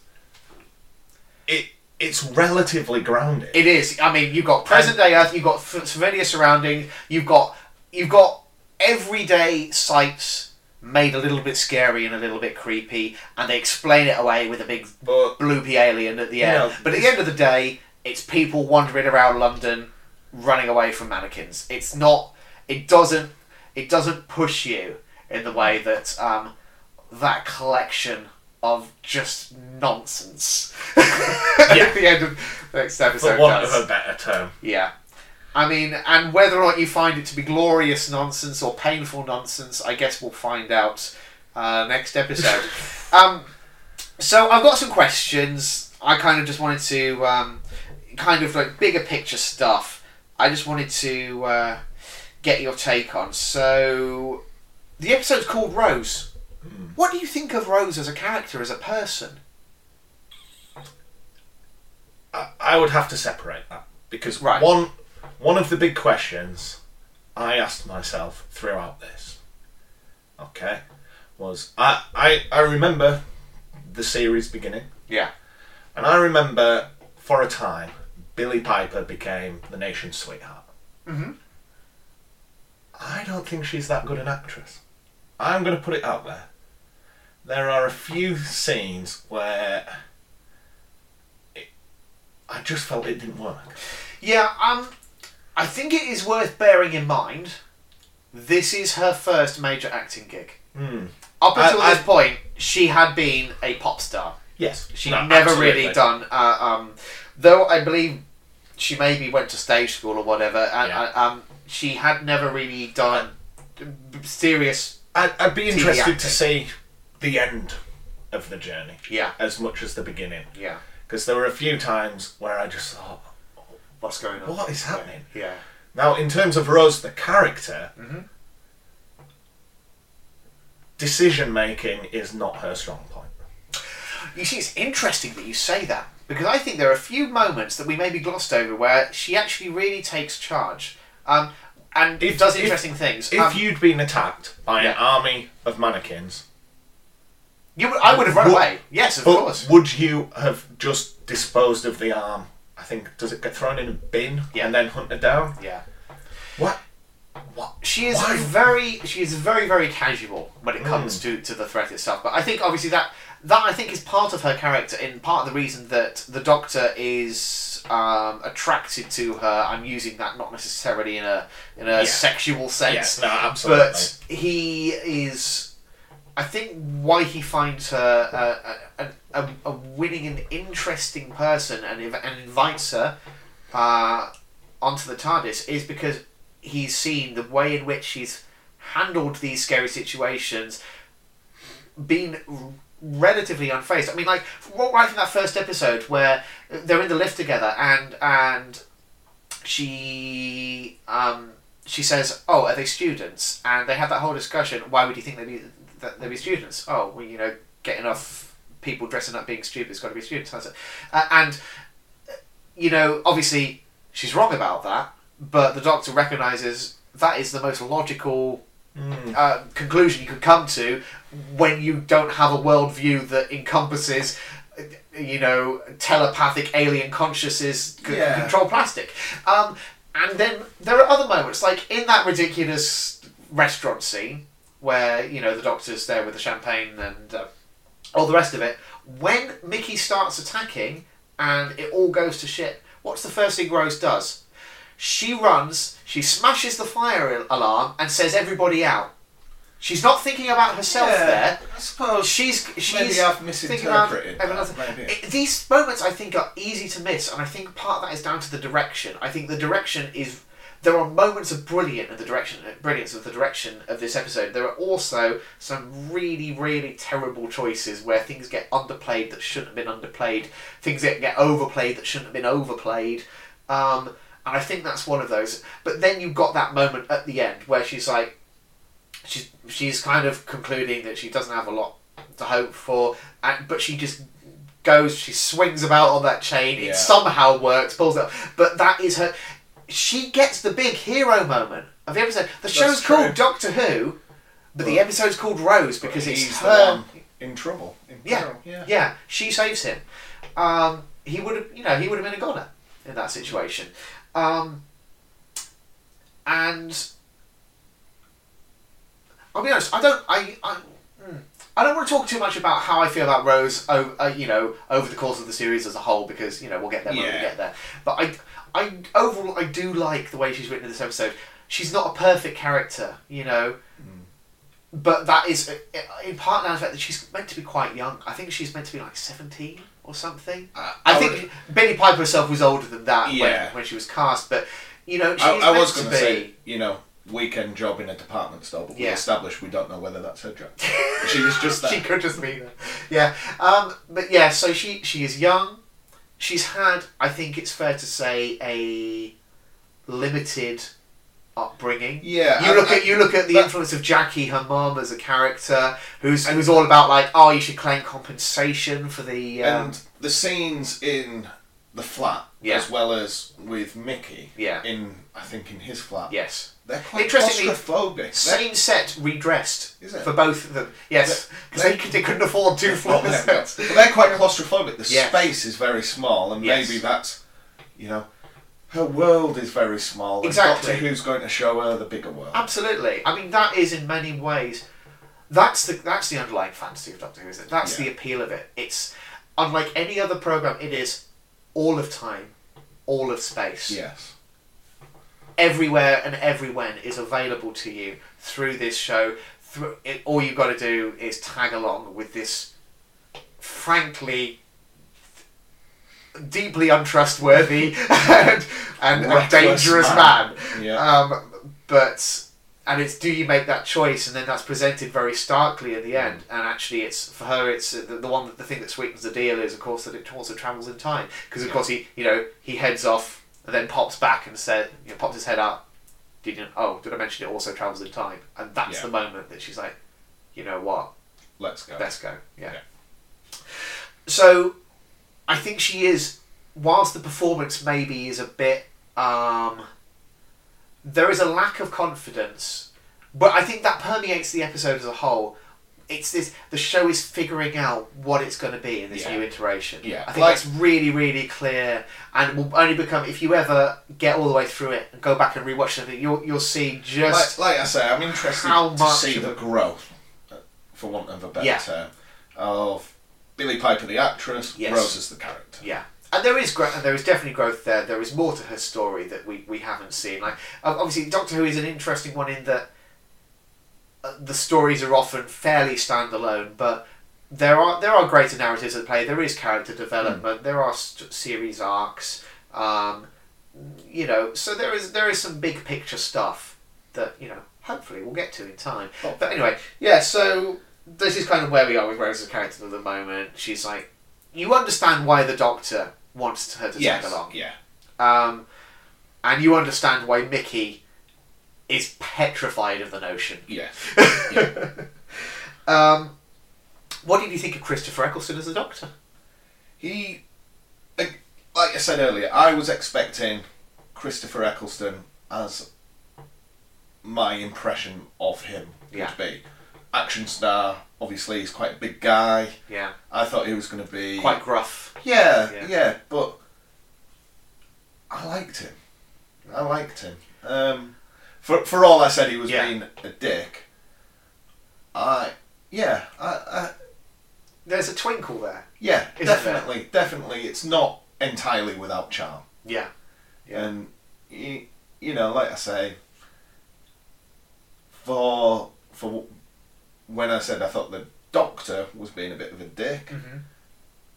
Speaker 2: it it's relatively grounded.
Speaker 1: it is. I mean, you've got present day Earth, you've got f- familiar surroundings, you've got you've got everyday sights made a little bit scary and a little bit creepy, and they explain it away with a big
Speaker 2: but
Speaker 1: bloopy alien at the end.
Speaker 2: Yeah.
Speaker 1: but at the end of the day, it's people wandering around London, running away from mannequins. It's not. It doesn't. It doesn't push you. in the way that um, that collection of just nonsense at the end of the next episode
Speaker 4: For want
Speaker 1: does.
Speaker 4: of a better term.
Speaker 1: Yeah. I mean, and whether or not you find it to be glorious nonsense or painful nonsense, I guess we'll find out uh, next episode. um, so I've got some questions. I kind of just wanted to, um, kind of like bigger picture stuff. I just wanted to uh, get your take on. So the episode's called Rose. What do you think of Rose as a character, as a person?
Speaker 4: I, I would have to separate that because
Speaker 1: Right.
Speaker 4: one one of the big questions I asked myself throughout this, okay, was I I, I remember the series beginning.
Speaker 1: Yeah.
Speaker 4: And I remember for a time, Billy Piper became the nation's sweetheart.
Speaker 1: Mhm.
Speaker 4: I don't think she's that good an actress. I'm going to put it out there. There are a few scenes where it, I just felt it didn't work.
Speaker 1: Yeah, um, I think it is worth bearing in mind. This is her first major acting gig.
Speaker 4: Hmm.
Speaker 1: Up
Speaker 4: I-
Speaker 1: until
Speaker 4: I-
Speaker 1: this point, she had been a pop star.
Speaker 4: Yes,
Speaker 1: She
Speaker 4: no,
Speaker 1: never
Speaker 4: absolutely.
Speaker 1: really done. Uh, um, though I believe she maybe went to stage school or whatever, and
Speaker 4: Yeah.
Speaker 1: uh, um, she had never really done b- serious.
Speaker 4: I'd, I'd be
Speaker 1: TV
Speaker 4: interested
Speaker 1: acting.
Speaker 4: to see the end of the journey
Speaker 1: Yeah,
Speaker 4: as much as the beginning,
Speaker 1: yeah.
Speaker 4: because there were a few times where I just thought,
Speaker 1: What's going on?
Speaker 4: "What is happening?"
Speaker 1: Yeah,
Speaker 4: Now, in terms of Rose, the character,
Speaker 1: Mhm.
Speaker 4: decision making is not her strong point.
Speaker 1: you see, it's interesting that you say that because I think there are a few moments that we maybe glossed over where she actually really takes charge. Um, and
Speaker 4: If-
Speaker 1: does
Speaker 4: if-
Speaker 1: interesting things.
Speaker 4: If
Speaker 1: Um,
Speaker 4: you'd been attacked by
Speaker 1: Yeah.
Speaker 4: an army of mannequins,
Speaker 1: You would, I would have run
Speaker 4: Would-
Speaker 1: away. Yes, of
Speaker 4: but
Speaker 1: course.
Speaker 4: would you have just disposed of the arm? I think does it get thrown in a bin
Speaker 1: Yeah.
Speaker 4: and then hunted down?
Speaker 1: Yeah.
Speaker 4: What?
Speaker 1: She is
Speaker 4: Why- Mm.
Speaker 1: very she is very very casual when it comes to, to the threat itself. But I think obviously that that I think is part of her character and part of the reason that the Doctor is um, attracted to her. I'm using that not necessarily in a in
Speaker 4: Yeah.
Speaker 1: a sexual sense,
Speaker 4: Yes, no, absolutely.
Speaker 1: but he is. I think why he finds her a, a, a, a winning and interesting person and inv- and invites her uh, onto the TARDIS is because he's seen the way in which she's handled these scary situations, been r- relatively unfazed. I mean, like what right from that first episode where they're in the lift together and and she um, she says, "Oh, are they students?" And they have that whole discussion. Why would you think they'd be that they'd be students? Oh, well, you know, get enough people dressing up being stupid. It's got to be students, has it? Uh, and uh, you know, obviously, she's wrong about that. But the doctor recognizes that is the most logical
Speaker 4: Mm.
Speaker 1: uh, conclusion you could come to when you don't have a worldview that encompasses, uh, you know, telepathic alien consciences c-
Speaker 2: Yeah.
Speaker 1: control plastic. Um, and then there are other moments, like in that ridiculous restaurant scene where, you know, the doctor's there with the champagne and uh, all the rest of it. When Mickey starts attacking and it all goes to shit, what's the first thing Rose does? She runs, she smashes the fire al- alarm, and says everybody out. She's not thinking about herself
Speaker 2: Yeah,
Speaker 1: there.
Speaker 2: I suppose
Speaker 1: She's she's
Speaker 2: maybe I've
Speaker 1: thinking about
Speaker 2: misinterpreted.
Speaker 1: everyone
Speaker 2: that,
Speaker 1: else.
Speaker 2: maybe.
Speaker 1: It- these moments I think are easy to miss, and I think part of that is down to the direction. I think the direction is there are moments of brilliant in the direction uh, brilliance of the direction of this episode. There are also some really, really terrible choices where things get underplayed that shouldn't have been underplayed, things that get overplayed that shouldn't have been overplayed. Um, and I think that's one of those. But then you've got that moment at the end where she's like, she's she's kind of concluding that she doesn't have a lot to hope for, and, but she just goes, she swings about on that chain.
Speaker 3: Yeah.
Speaker 1: It somehow works, pulls it up. But that is her. She gets the big hero moment of the episode. The show's
Speaker 2: true.
Speaker 1: called Doctor Who, but the episode's called Rose because it's
Speaker 2: he's the
Speaker 1: her.
Speaker 2: one in trouble. In
Speaker 1: uh, Yeah.
Speaker 2: peril, yeah.
Speaker 1: Yeah, she saves him. Um, he would have, you know, he would have been a goner in that situation. Um, and I'll be honest, I don't, I, I, mm, I don't want to talk too much about how I feel about Rose, over, uh, you know, over the course of the series as a whole, because you know we'll get there when we
Speaker 2: Yeah.
Speaker 1: get there. But I, I overall, I do like the way she's written in this episode. She's not a perfect character, you know. but that is uh, in part now the fact that she's meant to be quite young. I think she's meant to be like seventeen or something.
Speaker 2: I,
Speaker 1: I,
Speaker 2: Uh, I
Speaker 1: think Billy Piper herself was older than that
Speaker 2: Yeah.
Speaker 1: when, when she was cast, but you know, she's
Speaker 2: I, I
Speaker 1: meant
Speaker 2: was
Speaker 1: to
Speaker 2: going
Speaker 1: be.
Speaker 2: to say, you know, weekend job in a department store, but we
Speaker 1: Yeah.
Speaker 2: established we don't know whether that's her job. she was just there.
Speaker 1: She could just be there. Yeah. Um, but yeah, so she she is young. She's had, I think it's fair to say, a limited upbringing.
Speaker 2: Yeah,
Speaker 1: You
Speaker 2: I-
Speaker 1: look
Speaker 2: I-
Speaker 1: at you look at the
Speaker 2: that-
Speaker 1: influence of Jackie, her mom, as a character who's who's all about like, oh, you should claim compensation for the um,
Speaker 2: And the scenes in the flat,
Speaker 1: Yeah.
Speaker 2: as well as with Mickey,
Speaker 1: Yeah.
Speaker 2: in I think in his flat,
Speaker 1: yes,
Speaker 2: they're quite
Speaker 1: Interestingly,
Speaker 2: claustrophobic.
Speaker 1: same set redressed
Speaker 2: Is it?
Speaker 1: for both of them. Yes, because they, could- they couldn't afford two
Speaker 2: They're,
Speaker 1: floor
Speaker 2: well, they're,
Speaker 1: sets.
Speaker 2: but they're quite claustrophobic. The
Speaker 1: Yes.
Speaker 2: space is very small, and
Speaker 1: Yes.
Speaker 2: maybe that's, you know, her world is very small. and
Speaker 1: Exactly.
Speaker 2: Doctor Who's going to show her the bigger world.
Speaker 1: Absolutely. I mean, that is in many ways. That's the that's the underlying fantasy of Doctor Who, is it? That's
Speaker 2: Yeah.
Speaker 1: the appeal of it. It's unlike any other program. It is all of time, all of space,
Speaker 2: yes.
Speaker 1: everywhere and every when is available to you through this show. Through it, all you've got to do is tag along with this, frankly. Deeply untrustworthy and, and, and
Speaker 2: Reckless
Speaker 1: dangerous
Speaker 2: man.
Speaker 1: man.
Speaker 2: Yeah.
Speaker 1: Um, but and it's do you make that choice, and then that's presented very starkly at the
Speaker 2: Mm.
Speaker 1: end. And actually, it's for her, it's uh, the, the one that the thing that sweetens the deal is, of course, that it also travels in time because, of course, he you know he heads off and then pops back and said, you know, pops his head up. Did you? Oh, did I mention it also travels in time? And that's
Speaker 2: Yeah.
Speaker 1: the moment that she's like, you know what,
Speaker 2: Let's go.
Speaker 1: Let's go. Yeah.
Speaker 2: Yeah.
Speaker 1: So, I think she is. Whilst the performance maybe is a bit, um, there is a lack of confidence, but I think that permeates the episode as a whole. It's this. The show is figuring out what it's going to be in this
Speaker 2: Yeah.
Speaker 1: new iteration.
Speaker 2: Yeah.
Speaker 1: I think
Speaker 2: Like-
Speaker 1: that's really, really clear, and will only become if you ever get all the way through it and go back and rewatch it. You'll you'll see just
Speaker 2: like, like I say, I'm interested
Speaker 1: how
Speaker 2: to
Speaker 1: much
Speaker 2: see
Speaker 1: of
Speaker 2: the growth, uh, for want of a better
Speaker 1: Yeah.
Speaker 2: term, of Billy Piper the actress,
Speaker 1: Yes.
Speaker 2: Rose as the character.
Speaker 1: Yeah, and there is growth, and there is definitely growth there. There is more to her story that we, we haven't seen. Like ob- obviously, Doctor Who is an interesting one in that uh, the stories are often fairly standalone, but there are there are greater narratives at play. There is character development. There are st- series arcs. Um, you know, so there is there is some big picture stuff that you know hopefully we'll get to in time.
Speaker 2: Oh.
Speaker 1: But anyway, yeah. So this is kind of where we are with Rose's character at the moment. She's like, you understand why the Doctor wants her to
Speaker 2: Yes.
Speaker 1: tag along,
Speaker 2: Yeah.
Speaker 1: um, and you understand why Mickey is petrified of the notion.
Speaker 2: Yeah.
Speaker 1: Um, what did you think of Christopher Eccleston as the Doctor?
Speaker 2: He, like like I said earlier, I was expecting Christopher Eccleston as my impression of him
Speaker 1: Yeah.
Speaker 2: would be. Action star, obviously, he's quite a big guy.
Speaker 1: Yeah,
Speaker 2: I thought he was going to be.
Speaker 1: quite gruff.
Speaker 2: Yeah,
Speaker 1: Yeah.
Speaker 2: yeah, but I liked him. I liked him. Um, for for all I said, he was
Speaker 1: Yeah.
Speaker 2: being a dick. I yeah, I, I
Speaker 1: There's a twinkle there.
Speaker 2: yeah,
Speaker 1: Isn't there?
Speaker 2: definitely, definitely, it's not entirely without charm.
Speaker 1: Yeah, Yeah.
Speaker 2: And you, you know, like I say, for for when I said I thought the Doctor was being a bit of a dick,
Speaker 1: Mhm.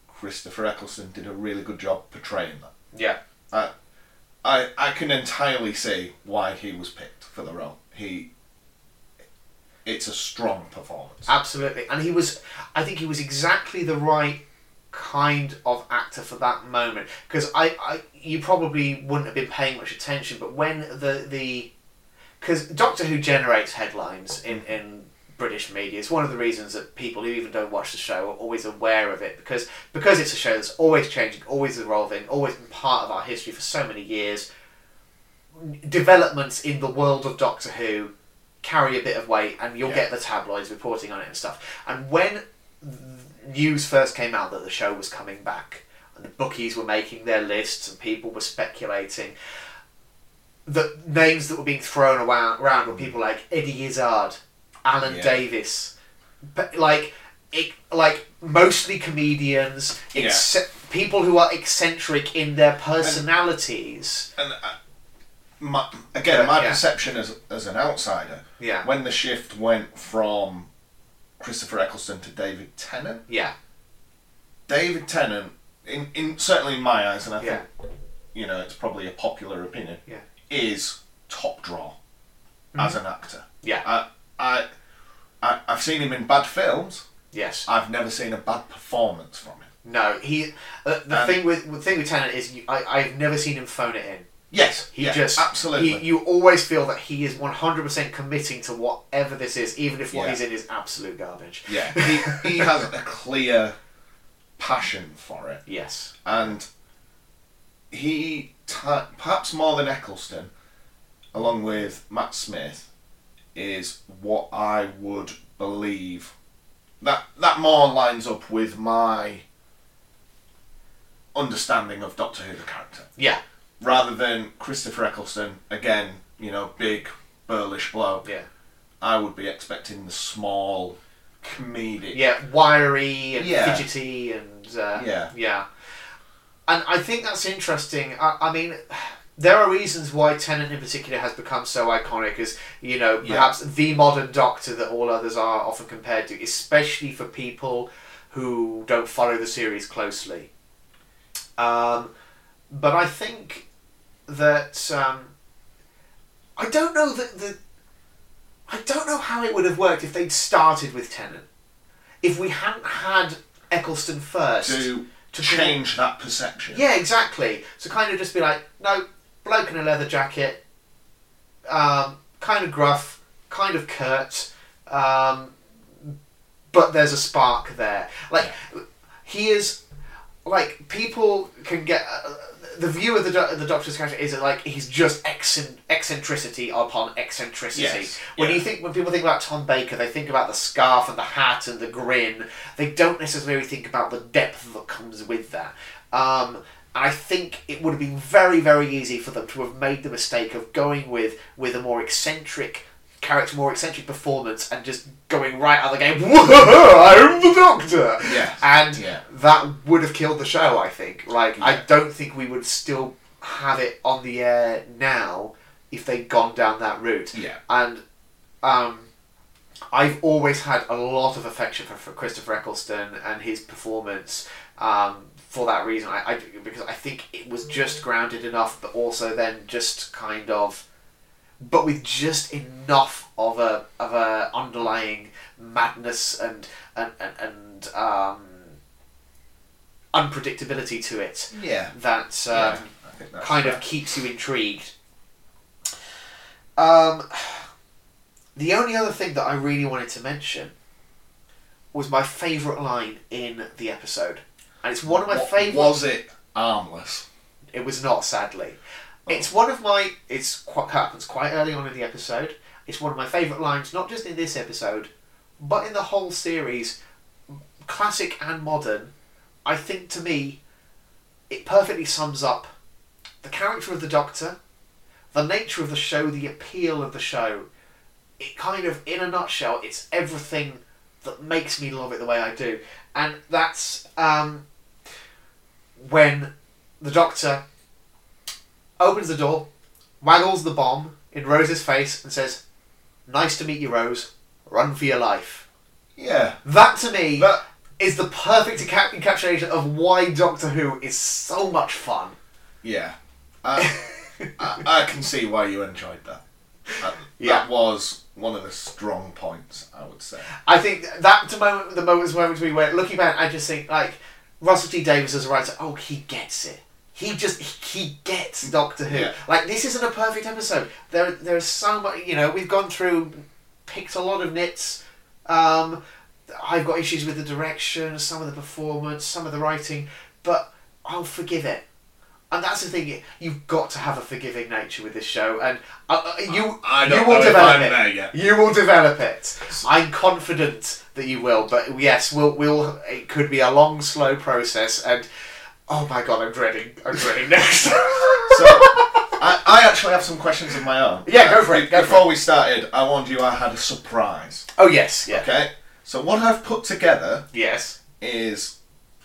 Speaker 2: Christopher Eccleston did a really good job portraying that.
Speaker 1: yeah,
Speaker 2: I, I can entirely see why he was picked for the role. He, it's a strong performance.
Speaker 1: absolutely. And he was, I think he was exactly the right kind of actor for that moment because I, I, you probably wouldn't have been paying much attention, but when the the, because Doctor Who generates headlines in in British media. It's one of the reasons that people who even don't watch the show are always aware of it because because it's a show that's always changing, always evolving, always been part of our history for so many years. Developments in the world of Doctor Who carry a bit of weight, and you'll
Speaker 2: Yeah.
Speaker 1: get the tabloids reporting on it and stuff. And when th- news first came out that the show was coming back, and the bookies were making their lists, and people were speculating. The names that were being thrown around, around were people like Eddie Izzard, Alan
Speaker 2: Mm. Yeah.
Speaker 1: Davis, but like it, like mostly comedians,
Speaker 2: Yeah.
Speaker 1: exce- people who are eccentric in their personalities.
Speaker 2: and I, uh, my, again, my
Speaker 1: Yeah.
Speaker 2: perception as as an outsider,
Speaker 1: Yeah.
Speaker 2: when the shift went from Christopher Eccleston to David Tennant,
Speaker 1: Yeah.
Speaker 2: David Tennant, in, in certainly in my eyes, and I
Speaker 1: Yeah.
Speaker 2: think you know it's probably a popular opinion,
Speaker 1: Yeah. Mm-hmm.
Speaker 2: is top draw as an actor.
Speaker 1: Yeah.
Speaker 2: I, I, I, I've seen him in bad films.
Speaker 1: Yes.
Speaker 2: I've never seen a bad performance from him.
Speaker 1: No. He. Uh, the
Speaker 2: Um,
Speaker 1: thing with the thing with Tennant is you, I I've never seen him phone it in.
Speaker 2: Yes,
Speaker 1: He
Speaker 2: yeah,
Speaker 1: just
Speaker 2: absolutely.
Speaker 1: He, you always feel that he is one hundred percent committing to whatever this is, even if what
Speaker 2: Yeah.
Speaker 1: he's in is absolute garbage.
Speaker 2: yeah, he, he has a clear passion for it.
Speaker 1: Yes.
Speaker 2: and he ta perhaps more than Eccleston, along with Matt Smith, is what I would believe. That that more lines up with my understanding of Doctor Who the character,
Speaker 1: Yeah.
Speaker 2: rather than Christopher Eccleston again. You know, big burlish bloke.
Speaker 1: Yeah.
Speaker 2: I would be expecting the small comedic.
Speaker 1: yeah, wiry and
Speaker 2: Yeah.
Speaker 1: fidgety and uh,
Speaker 2: Yeah.
Speaker 1: yeah. And I think that's interesting. I, I mean, there are reasons why Tennant in particular has become so iconic as you know
Speaker 2: Yeah.
Speaker 1: perhaps the modern Doctor that all others are often compared to, especially for people who don't follow the series closely. Um, but I think that um, I don't know that the I don't know how it would have worked if they'd started with Tennant. If we hadn't had Eccleston first
Speaker 2: To,
Speaker 1: to
Speaker 2: change that perception.
Speaker 1: yeah, exactly. So kind of just be like, no, bloke in a leather jacket, um, kind of gruff, kind of curt, um, but there's a spark there. Like he is, like people can get. Uh, the view of the, do- the Doctor's character is that, like he's just eccen- eccentricity upon eccentricity.
Speaker 2: Yes,
Speaker 1: When
Speaker 2: yeah.
Speaker 1: you think when people think about Tom Baker, they think about the scarf and the hat and the grin. They don't necessarily think about the depth that comes with that. Um, and I think it would have been very, very easy for them to have made the mistake of going with with a more eccentric character, more eccentric performance, and just going right out of the game. Whoa, I'm the Doctor.
Speaker 2: Yes,
Speaker 1: And
Speaker 2: yeah.
Speaker 1: that would have killed the show. I think. Like I don't think we would still have it on the air now if they'd gone down that route.
Speaker 2: Yeah.
Speaker 1: And um, I've always had a lot of affection for, for Christopher Eccleston and his performance. Um, for that reason, I, I because I think it was just grounded enough, but also then just kind of, but with just enough of a of a underlying madness and and and, and um, unpredictability to it
Speaker 2: Yeah.
Speaker 1: that um,
Speaker 2: Yeah, I think that's
Speaker 1: kind
Speaker 2: fair.
Speaker 1: of keeps you intrigued. Um, the only other thing that I really wanted to mention was my favourite line in the episode, and it's one of my
Speaker 2: What-
Speaker 1: favourite.
Speaker 2: Was it armless?
Speaker 1: It was not, sadly. It's one of my. It's quite happens quite early on in the episode. It's one of my favourite lines, not just in this episode, but in the whole series, classic and modern. I think to me, it perfectly sums up the character of the Doctor, the nature of the show, the appeal of the show. It kind of, in a nutshell, it's everything that makes me love it the way I do, and that's um, when the Doctor opens the door, waggles the bomb in Rose's face, and says, "Nice to meet you, Rose. Run for your life."
Speaker 2: Yeah.
Speaker 1: That to me is
Speaker 2: That-
Speaker 1: the perfect enca- encapsulation of why Doctor Who is so much fun.
Speaker 2: Yeah. I, I, I can see why you enjoyed that. Uh, That,
Speaker 1: Yeah.
Speaker 2: that was one of the strong points, I would say.
Speaker 1: I think that the moment, the moments, moments we were looking back, I just think like Russell T Davies as a writer. Oh, he gets it. He just he gets Doctor Who.
Speaker 2: Yeah.
Speaker 1: Like this isn't a perfect episode. There there's so much. You know, we've gone through, picked a lot of nits. Um, I've got issues with the direction, some of the performance, some of the writing, but I'll forgive it. And that's the thing. You've got to have a forgiving nature with this show, and uh, uh, you
Speaker 2: I don't
Speaker 1: you will
Speaker 2: know if
Speaker 1: develop
Speaker 2: I'm
Speaker 1: it.
Speaker 2: there yet.
Speaker 1: You will develop it. I'm confident that you will, but yes, we'll we'll. It could be a long, slow process, and oh my god, I'm dreading. I'm dreading next.
Speaker 2: So, I, I actually have some questions of my own.
Speaker 1: Yeah, go for it,
Speaker 2: Be-
Speaker 1: go for
Speaker 2: Before we started, I warned you I had a surprise.
Speaker 1: oh yes, yeah,
Speaker 2: Okay? So, what I've put together
Speaker 1: yes,
Speaker 2: is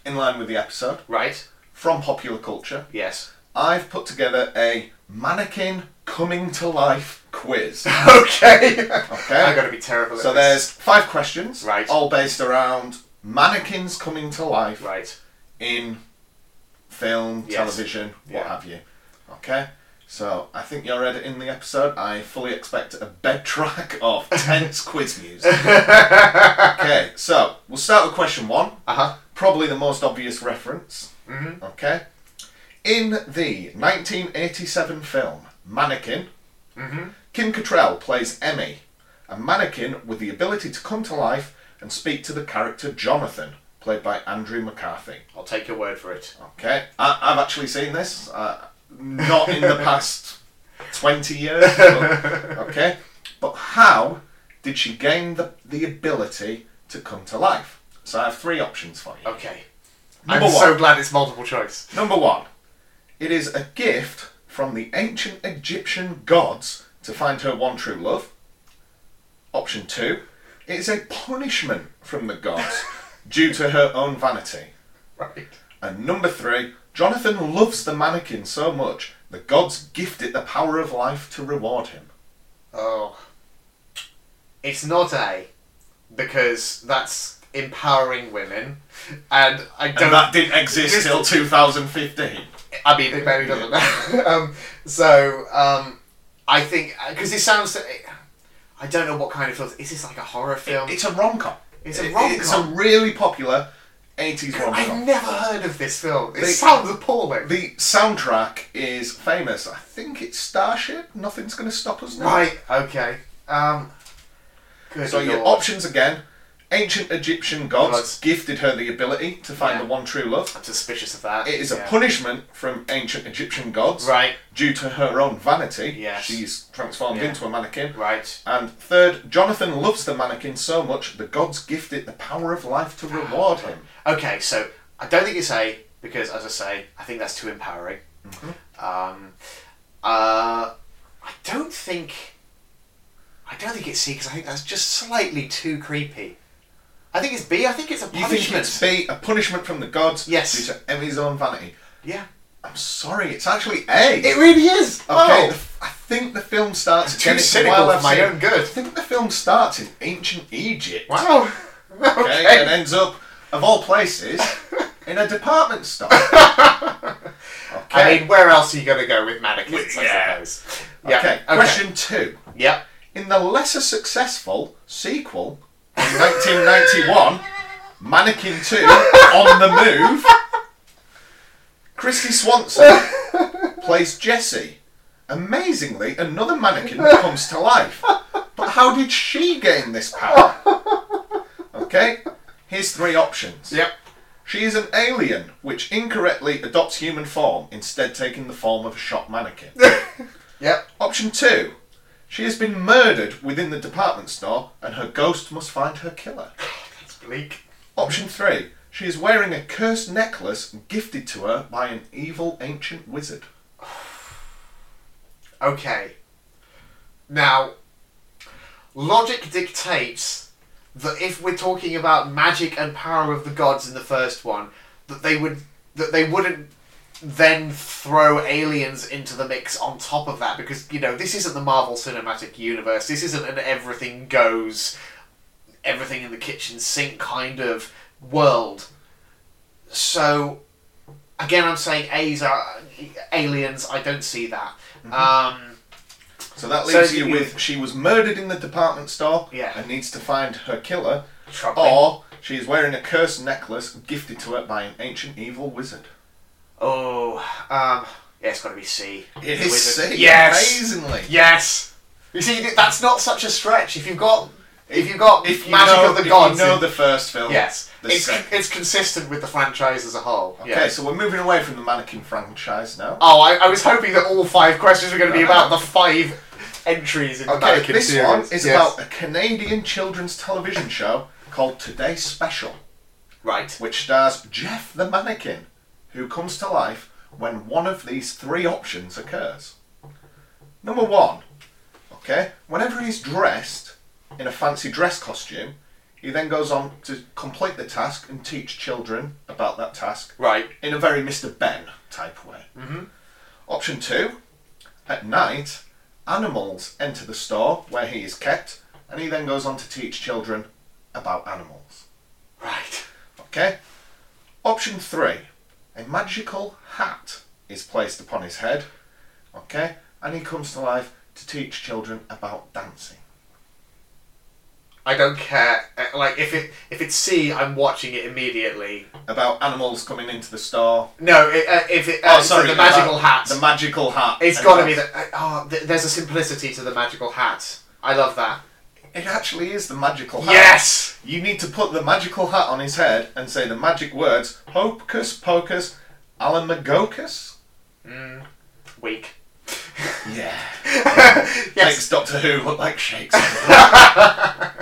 Speaker 2: in line with the episode
Speaker 1: right,
Speaker 2: from popular culture.
Speaker 1: yes,
Speaker 2: I've put together a mannequin coming to life quiz.
Speaker 1: Okay.
Speaker 2: Okay.
Speaker 1: I'm going to be terrible at
Speaker 2: So
Speaker 1: this.
Speaker 2: there's five questions,
Speaker 1: Right.
Speaker 2: All based around mannequins coming to life
Speaker 1: Right.
Speaker 2: in film,
Speaker 1: Yes.
Speaker 2: television, what
Speaker 1: Yeah.
Speaker 2: have you. Okay. So I think you're editing the episode. I fully expect a bed track of tense quiz music. okay. So we'll start with question one.
Speaker 1: Uh huh.
Speaker 2: Probably the most obvious reference.
Speaker 1: Mhm.
Speaker 2: Okay. In the 1987 film Mannequin,
Speaker 1: Mhm.
Speaker 2: Kim Cattrall plays Emmy, a mannequin with the ability to come to life and speak to the character Jonathan, played by Andrew McCarthy.
Speaker 1: I'll take your word for it.
Speaker 2: Okay, I, I've actually seen this, uh, not in the past 20 years. but- okay, but how did she gain the, the ability to come to life? So I have three options for you.
Speaker 1: Okay. I'm
Speaker 2: Number one.
Speaker 1: so glad it's multiple choice.
Speaker 2: Number one, it is a gift from the ancient Egyptian gods to find her one true love. Option two, it is a punishment from the gods due to her own vanity.
Speaker 1: Right.
Speaker 2: And number three, Jonathan loves the mannequin so much the gods gift it the power of life to reward him.
Speaker 1: Oh. It's not A, because that's empowering women, and I don't.
Speaker 2: And that didn't exist
Speaker 1: Just-
Speaker 2: till 2015.
Speaker 1: I mean, it barely doesn't. um, so um, I think because it sounds. I don't know what kind of film. Is this like a horror film?
Speaker 2: It's a rom com.
Speaker 1: It's a rom-com.
Speaker 2: It's a really popular 80s rom
Speaker 1: I've
Speaker 2: com.
Speaker 1: never heard of this film. It
Speaker 2: They-
Speaker 1: sounds appalling.
Speaker 2: The soundtrack is famous. I think it's Starship. Nothing's going to stop us now.
Speaker 1: right. Okay. Um. Good
Speaker 2: So your
Speaker 1: Lord.
Speaker 2: options again. Ancient Egyptian gods,
Speaker 1: Gods.
Speaker 2: gifted her the ability to find
Speaker 1: Yeah.
Speaker 2: the one true love.
Speaker 1: I'm suspicious of that.
Speaker 2: It is
Speaker 1: Yeah.
Speaker 2: a punishment from ancient Egyptian gods.
Speaker 1: Right.
Speaker 2: Due to her own vanity,
Speaker 1: Yes.
Speaker 2: she's transformed
Speaker 1: Yeah.
Speaker 2: into a mannequin.
Speaker 1: Right.
Speaker 2: And third, Jonathan loves the mannequin so much the gods gift it the power of life to reward him.
Speaker 1: Okay. So I don't think it's A because, as I say, I think that's too empowering.
Speaker 2: Mm-hmm.
Speaker 1: Um. Uh. I don't think. I don't think it's C because I think that's just slightly too creepy. I think it's B. I think it's a
Speaker 2: You
Speaker 1: punishment.
Speaker 2: think it's be a punishment from the gods
Speaker 1: Yes.
Speaker 2: due to Emmy's own vanity?
Speaker 1: yeah.
Speaker 2: I'm sorry, it's actually A.
Speaker 1: It really is.
Speaker 2: Okay,
Speaker 1: Oh.
Speaker 2: the f- I think the film starts.
Speaker 1: Too
Speaker 2: again, it's
Speaker 1: cynical
Speaker 2: while
Speaker 1: for
Speaker 2: I've
Speaker 1: my
Speaker 2: seen-
Speaker 1: own good.
Speaker 2: I think the film starts in ancient Egypt.
Speaker 1: Wow. Okay.
Speaker 2: Okay, and ends up, of all places, in a department store.
Speaker 1: I
Speaker 2: Okay.
Speaker 1: mean, where else are you going to go with mannequins?
Speaker 2: Well, yeah.
Speaker 1: I suppose. Yeah.
Speaker 2: okay. Question two.
Speaker 1: Yep.
Speaker 2: In the lesser successful sequel in 1991, Mannequin 2 on the Move, Christy Swanson plays Jessie. Amazingly, another mannequin comes to life. But how did she gain this power? Okay, here's three options.
Speaker 1: Yep.
Speaker 2: She is an alien which incorrectly adopts human form, instead taking the form of a shop mannequin.
Speaker 1: Yep.
Speaker 2: Option two, she has been murdered within the department store and her ghost must find her killer.
Speaker 1: That's bleak.
Speaker 2: Option three, she is wearing a cursed necklace gifted to her by an evil ancient wizard.
Speaker 1: Okay. Now, logic dictates that if we're talking about magic and power of the gods in the first one, that they would that they wouldn't then throw aliens into the mix on top of that because you know this isn't the Marvel Cinematic Universe. This isn't an everything goes, everything in the kitchen sink kind of world. So again, I'm saying A's are aliens. I don't see that. Um,
Speaker 2: So that
Speaker 1: So
Speaker 2: leaves
Speaker 1: you-
Speaker 2: you with she was murdered in the department store
Speaker 1: Yeah.
Speaker 2: and needs to find her killer,
Speaker 1: Troubling.
Speaker 2: or she is wearing a cursed necklace gifted to her by an ancient evil wizard.
Speaker 1: Oh, um, yeah, it's got to be C.
Speaker 2: It is
Speaker 1: Wizard.
Speaker 2: C,
Speaker 1: Yes.
Speaker 2: amazingly.
Speaker 1: Yes. You see, th- that's not such a stretch. If you've got, if you've got
Speaker 2: If you
Speaker 1: magic
Speaker 2: know,
Speaker 1: of the
Speaker 2: if
Speaker 1: gods,
Speaker 2: you know
Speaker 1: in-
Speaker 2: the first film,
Speaker 1: yes,
Speaker 2: the
Speaker 1: it's,
Speaker 2: second.
Speaker 1: it's consistent with the franchise as a whole.
Speaker 2: Okay,
Speaker 1: Yes.
Speaker 2: so we're moving away from the mannequin franchise now.
Speaker 1: Oh, I, I was hoping that all five questions were going to be
Speaker 2: No, no,
Speaker 1: about the five entries in the
Speaker 2: Okay,
Speaker 1: Mannequin
Speaker 2: this
Speaker 1: series.
Speaker 2: one
Speaker 1: Yes.
Speaker 2: is about a Canadian children's television show called Today Special,
Speaker 1: right.
Speaker 2: which stars Jeff the mannequin, who comes to life when one of these three options occurs. Number one, okay, whenever he's dressed in a fancy dress costume, he then goes on to complete the task and teach children about that task
Speaker 1: Right. Mm-hmm.
Speaker 2: in a very Mr. Ben type way. Option two, At night, animals enter the store where he is kept, and he then goes on to teach children about animals.
Speaker 1: Right.
Speaker 2: Okay? Option three a magical hat is placed upon his head, okay, and he comes to life to teach children about dancing.
Speaker 1: I don't care. Uh, Like if it if it's C, I'm watching it immediately.
Speaker 2: About animals coming into the store.
Speaker 1: No, it, uh, if it uh, so the magical
Speaker 2: about-
Speaker 1: hat.
Speaker 2: The magical hat.
Speaker 1: It's
Speaker 2: And
Speaker 1: got to be that.
Speaker 2: that's-
Speaker 1: Oh, th- there's a simplicity to the magical hat. I love that.
Speaker 2: It actually is the magical hat.
Speaker 1: Yes.
Speaker 2: You need to put the magical hat on his head and say the magic words Hocus Pocus Alamagocus?
Speaker 1: Weak.
Speaker 2: Yeah.
Speaker 1: yes.
Speaker 2: Makes Doctor Who look like Shakespeare.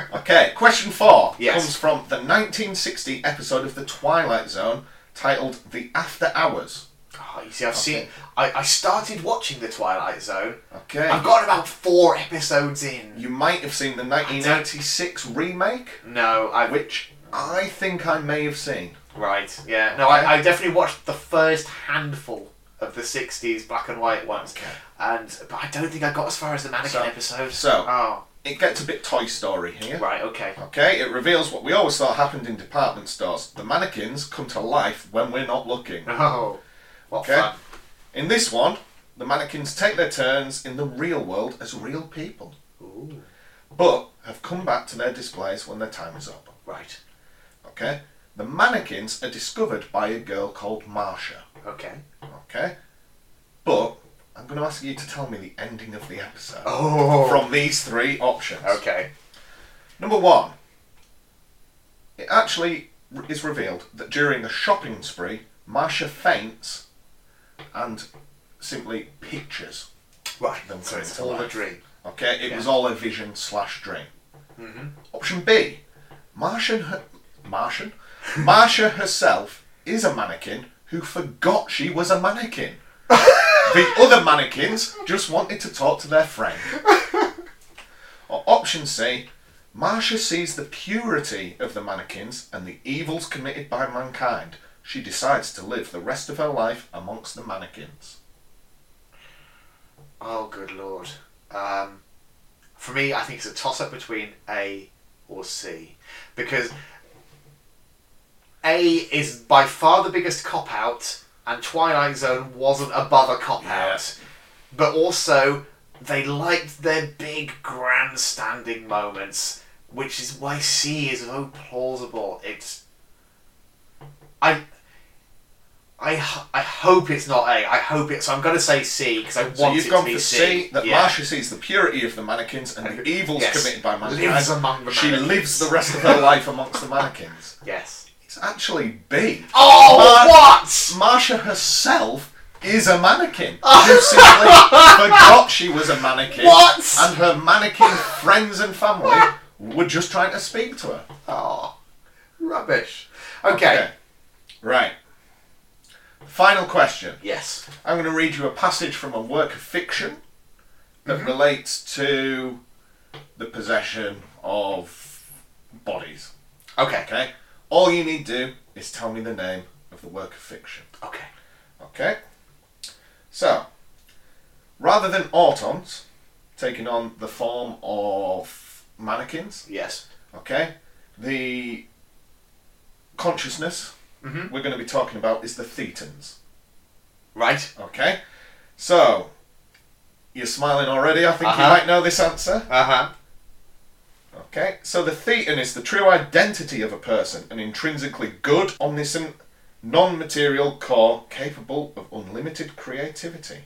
Speaker 2: okay, question four
Speaker 1: Yes.
Speaker 2: comes from the 1960 episode of The Twilight Zone titled The After Hours.
Speaker 1: Oh, you see, I've seen. I, I started watching The Twilight Zone.
Speaker 2: Okay.
Speaker 1: I've got about four episodes in.
Speaker 2: you might have seen the 1986 remake,
Speaker 1: No, I
Speaker 2: which I think I may have seen.
Speaker 1: right. Yeah. No, I, I definitely watched the first handful of the '60s black and white ones, and but I don't think I got as far as the mannequin
Speaker 2: So-
Speaker 1: episode.
Speaker 2: so-
Speaker 1: Oh.
Speaker 2: It gets a bit Toy Story here.
Speaker 1: Right. Okay.
Speaker 2: Okay, it reveals what we always thought happened in department stores. The mannequins come to life when we're not looking.
Speaker 1: Oh. What
Speaker 2: Okay.
Speaker 1: fun.
Speaker 2: In this one, the mannequins take their turns in the real world as real people,
Speaker 1: Ooh.
Speaker 2: but have come back to their displays when their time is up.
Speaker 1: Right.
Speaker 2: Okay? The mannequins are discovered by a girl called Marsha.
Speaker 1: Okay.
Speaker 2: Okay? But I'm going to ask you to tell me the ending of the episode
Speaker 1: Oh.
Speaker 2: from these three options.
Speaker 1: Okay.
Speaker 2: Number one, it actually r- is revealed that during a shopping spree, Marsha faints and simpally pictures.
Speaker 1: Right.
Speaker 2: Them
Speaker 1: So
Speaker 2: coming
Speaker 1: it's
Speaker 2: to
Speaker 1: all a
Speaker 2: life.
Speaker 1: dream.
Speaker 2: Okay, it
Speaker 1: Yeah.
Speaker 2: was all a vision slash dream. Option B, Martian, her- Martian, Marsha herself is a mannequin who forgot she was a mannequin. the other mannequins just wanted to talk to their friend. Or option C, Marsha sees the purity of the mannequins and the evils committed by mankind. She decides to live the rest of her life amongst the mannequins.
Speaker 1: Oh, good lord. Um, for me, I think it's a toss up between A or C. Because A is by far the biggest cop out, and Twilight Zone wasn't above a cop out. But also, they liked their big grandstanding moments, which is why C is so plausible. It's. I. I, h- I hope it's not A. I hope it. So I'm going to say C because I
Speaker 2: So
Speaker 1: want
Speaker 2: you've
Speaker 1: it
Speaker 2: gone
Speaker 1: to be
Speaker 2: for
Speaker 1: C.
Speaker 2: C, that
Speaker 1: Yeah.
Speaker 2: Marsha sees the purity of the mannequins and the evils
Speaker 1: Yes.
Speaker 2: committed by mankind.
Speaker 1: Lives among the
Speaker 2: she
Speaker 1: mannequins.
Speaker 2: lives the rest of her life amongst the mannequins.
Speaker 1: Yes.
Speaker 2: It's actually B.
Speaker 1: Oh,
Speaker 2: Mar-
Speaker 1: what?
Speaker 2: Marsha herself is a mannequin who simply forgot she was a mannequin.
Speaker 1: What?
Speaker 2: And her mannequin friends and family were just trying to speak to her.
Speaker 1: Oh, rubbish. Okay.
Speaker 2: Right. Final question.
Speaker 1: Yes.
Speaker 2: I'm going to read you a passage from a work of fiction that relates to the possession of bodies.
Speaker 1: Okay.
Speaker 2: Okay? All you need to do is tell me the name of the work of fiction.
Speaker 1: Okay.
Speaker 2: Okay? So, rather than autons taking on the form of mannequins,
Speaker 1: Yes.
Speaker 2: okay, the consciousness
Speaker 1: Mhm.
Speaker 2: we're going to be talking about is the thetans.
Speaker 1: Right.
Speaker 2: Okay, so you're smiling already. I think you
Speaker 1: Uh-huh.
Speaker 2: might know this answer.
Speaker 1: Uh huh.
Speaker 2: Okay, so the thetan is the true identity of a person, an intrinsically good, omniscient, non material core capable of unlimited creativity.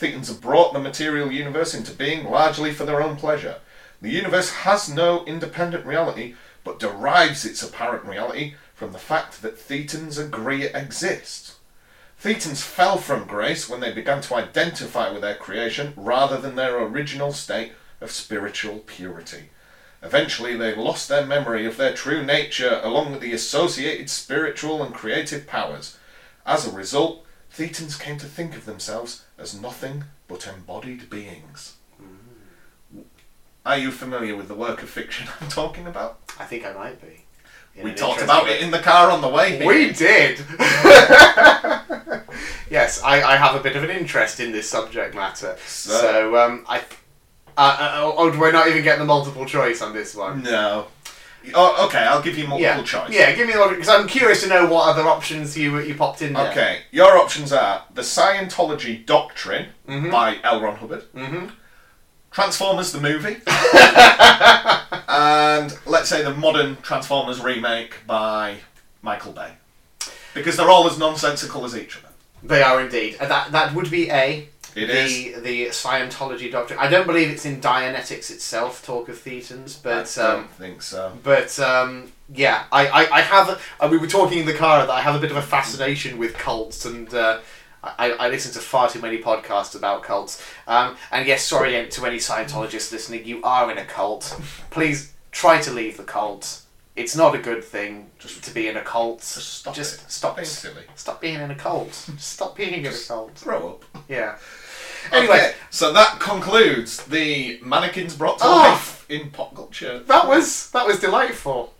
Speaker 2: Thetans have brought the material universe into being largely for their own pleasure. The universe has no independent reality, but derives its apparent reality from the fact that Thetans agree it exists. Thetans fell from grace when they began to identify with their creation rather than their original state of spiritual purity. Eventually, they lost their memory of their true nature along with the associated spiritual and creative powers. As a result, Thetans came to think of themselves as nothing but embodied beings. Are you familiar with the work of fiction I'm talking about?
Speaker 1: I think I might be. In
Speaker 2: we
Speaker 1: an
Speaker 2: talked
Speaker 1: interesting
Speaker 2: about
Speaker 1: way.
Speaker 2: it in the car on the way here.
Speaker 1: We did. yes, I, I have a bit of an interest in this subject matter. So,
Speaker 2: So-
Speaker 1: um, I. Uh, uh, oh, do I not even get the multiple choice on this one?
Speaker 2: No. Oh, okay, I'll give you multiple
Speaker 1: yeah.
Speaker 2: choice.
Speaker 1: Yeah, give me the because I'm curious to know what other options you you popped in there.
Speaker 2: Okay, your options are The Scientology Doctrine
Speaker 1: Mhm.
Speaker 2: by L. Ron Hubbard,
Speaker 1: Mm-hmm.
Speaker 2: Transformers the movie, and let's say the modern Transformers remake by Michael Bay. Because they're all as nonsensical as each other.
Speaker 1: They are indeed. Uh, That that would be a
Speaker 2: It
Speaker 1: the
Speaker 2: is.
Speaker 1: the Scientology doctrine. I don't believe it's in Dianetics itself, Talk of Thetans, but
Speaker 2: I
Speaker 1: um,
Speaker 2: don't think so.
Speaker 1: But um, yeah, I, I, I have. Uh, we were talking in the car that I have a bit of a fascination with cults, and uh, I, I listen to far too many podcasts about cults. Um, and yes, sorry to any Scientologists listening, you are in a cult. Please try to leave the cult. It's not a good thing
Speaker 2: Just-
Speaker 1: to be in a cult. Just
Speaker 2: stop it.
Speaker 1: stop.
Speaker 2: Being silly.
Speaker 1: Stop being in a cult. Just stop being in a cult.
Speaker 2: Throw up.
Speaker 1: Yeah. Anyway,
Speaker 2: Okay, so that concludes the mannequins brought to
Speaker 1: Oh.
Speaker 2: life in pop culture.
Speaker 1: that was that was delightful.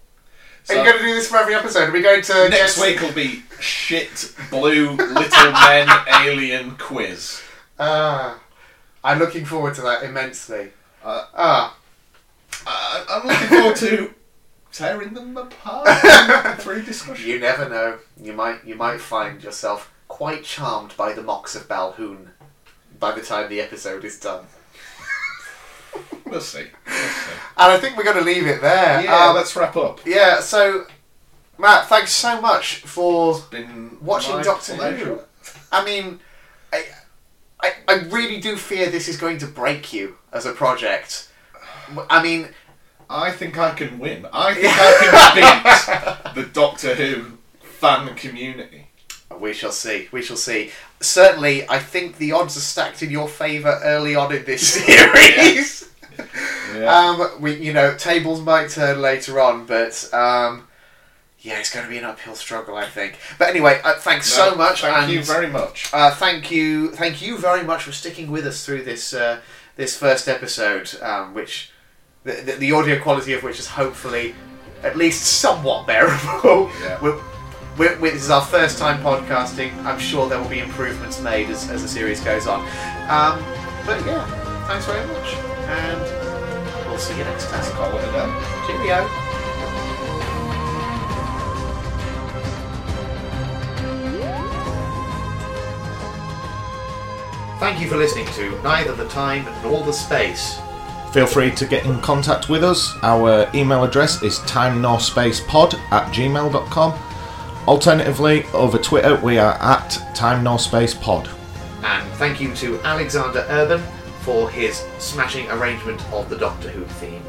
Speaker 2: So-
Speaker 1: Are you going to do this for every episode? Are we going to
Speaker 2: Next
Speaker 1: get-
Speaker 2: week will be shit blue little men alien quiz.
Speaker 1: Ah, I'm looking forward to that immensely.
Speaker 2: Uh,
Speaker 1: ah,
Speaker 2: I I'm looking forward to tearing them apart through discussion.
Speaker 1: you never know. You might you might find yourself quite charmed by the mocks of Balhoun by the time the episode is done.
Speaker 2: We'll see. We'll see.
Speaker 1: And I think we're going to leave it there.
Speaker 2: Yeah,
Speaker 1: Um,
Speaker 2: Ah, let's wrap up.
Speaker 1: yeah. So, Matt, thanks so much for
Speaker 2: Been
Speaker 1: watching
Speaker 2: my
Speaker 1: Doctor Who.
Speaker 2: pleasure.
Speaker 1: I mean, I, I, I really do fear this is going to break you as a project. I mean,
Speaker 2: I think I can win. I think I can beat the Doctor Who fan community.
Speaker 1: We shall see. We shall see. Certainly, I think the odds are stacked in your favour early on in this series.
Speaker 2: Uh,
Speaker 1: Um, we, you know, tables might turn later on, but um, yeah, it's going to be an uphill struggle, I think. But anyway, uh, thanks
Speaker 2: No,
Speaker 1: so much.
Speaker 2: Thank
Speaker 1: and,
Speaker 2: you very much.
Speaker 1: uh, thank you, thank you very much for sticking with us through this uh, this first episode, um, which the, the, the audio quality of which is hopefully at least somewhat bearable.
Speaker 2: Yeah.
Speaker 1: We're, we're, we this is our first time podcasting. I'm sure there will be improvements made as, as the series goes on. Um, but yeah, thanks very much, and we'll see you next time.
Speaker 2: Call it a day.
Speaker 1: Cheerio. Thank you for listening to Neither the Time Nor the Space.
Speaker 5: Feel free to get in contact with us. Our email address is timenorspacepod at gmail.com. Alternatively, over Twitter, we are at timenorspacepod.
Speaker 1: And thank you to Alexander Urban for his smashing arrangement of the Doctor Who theme.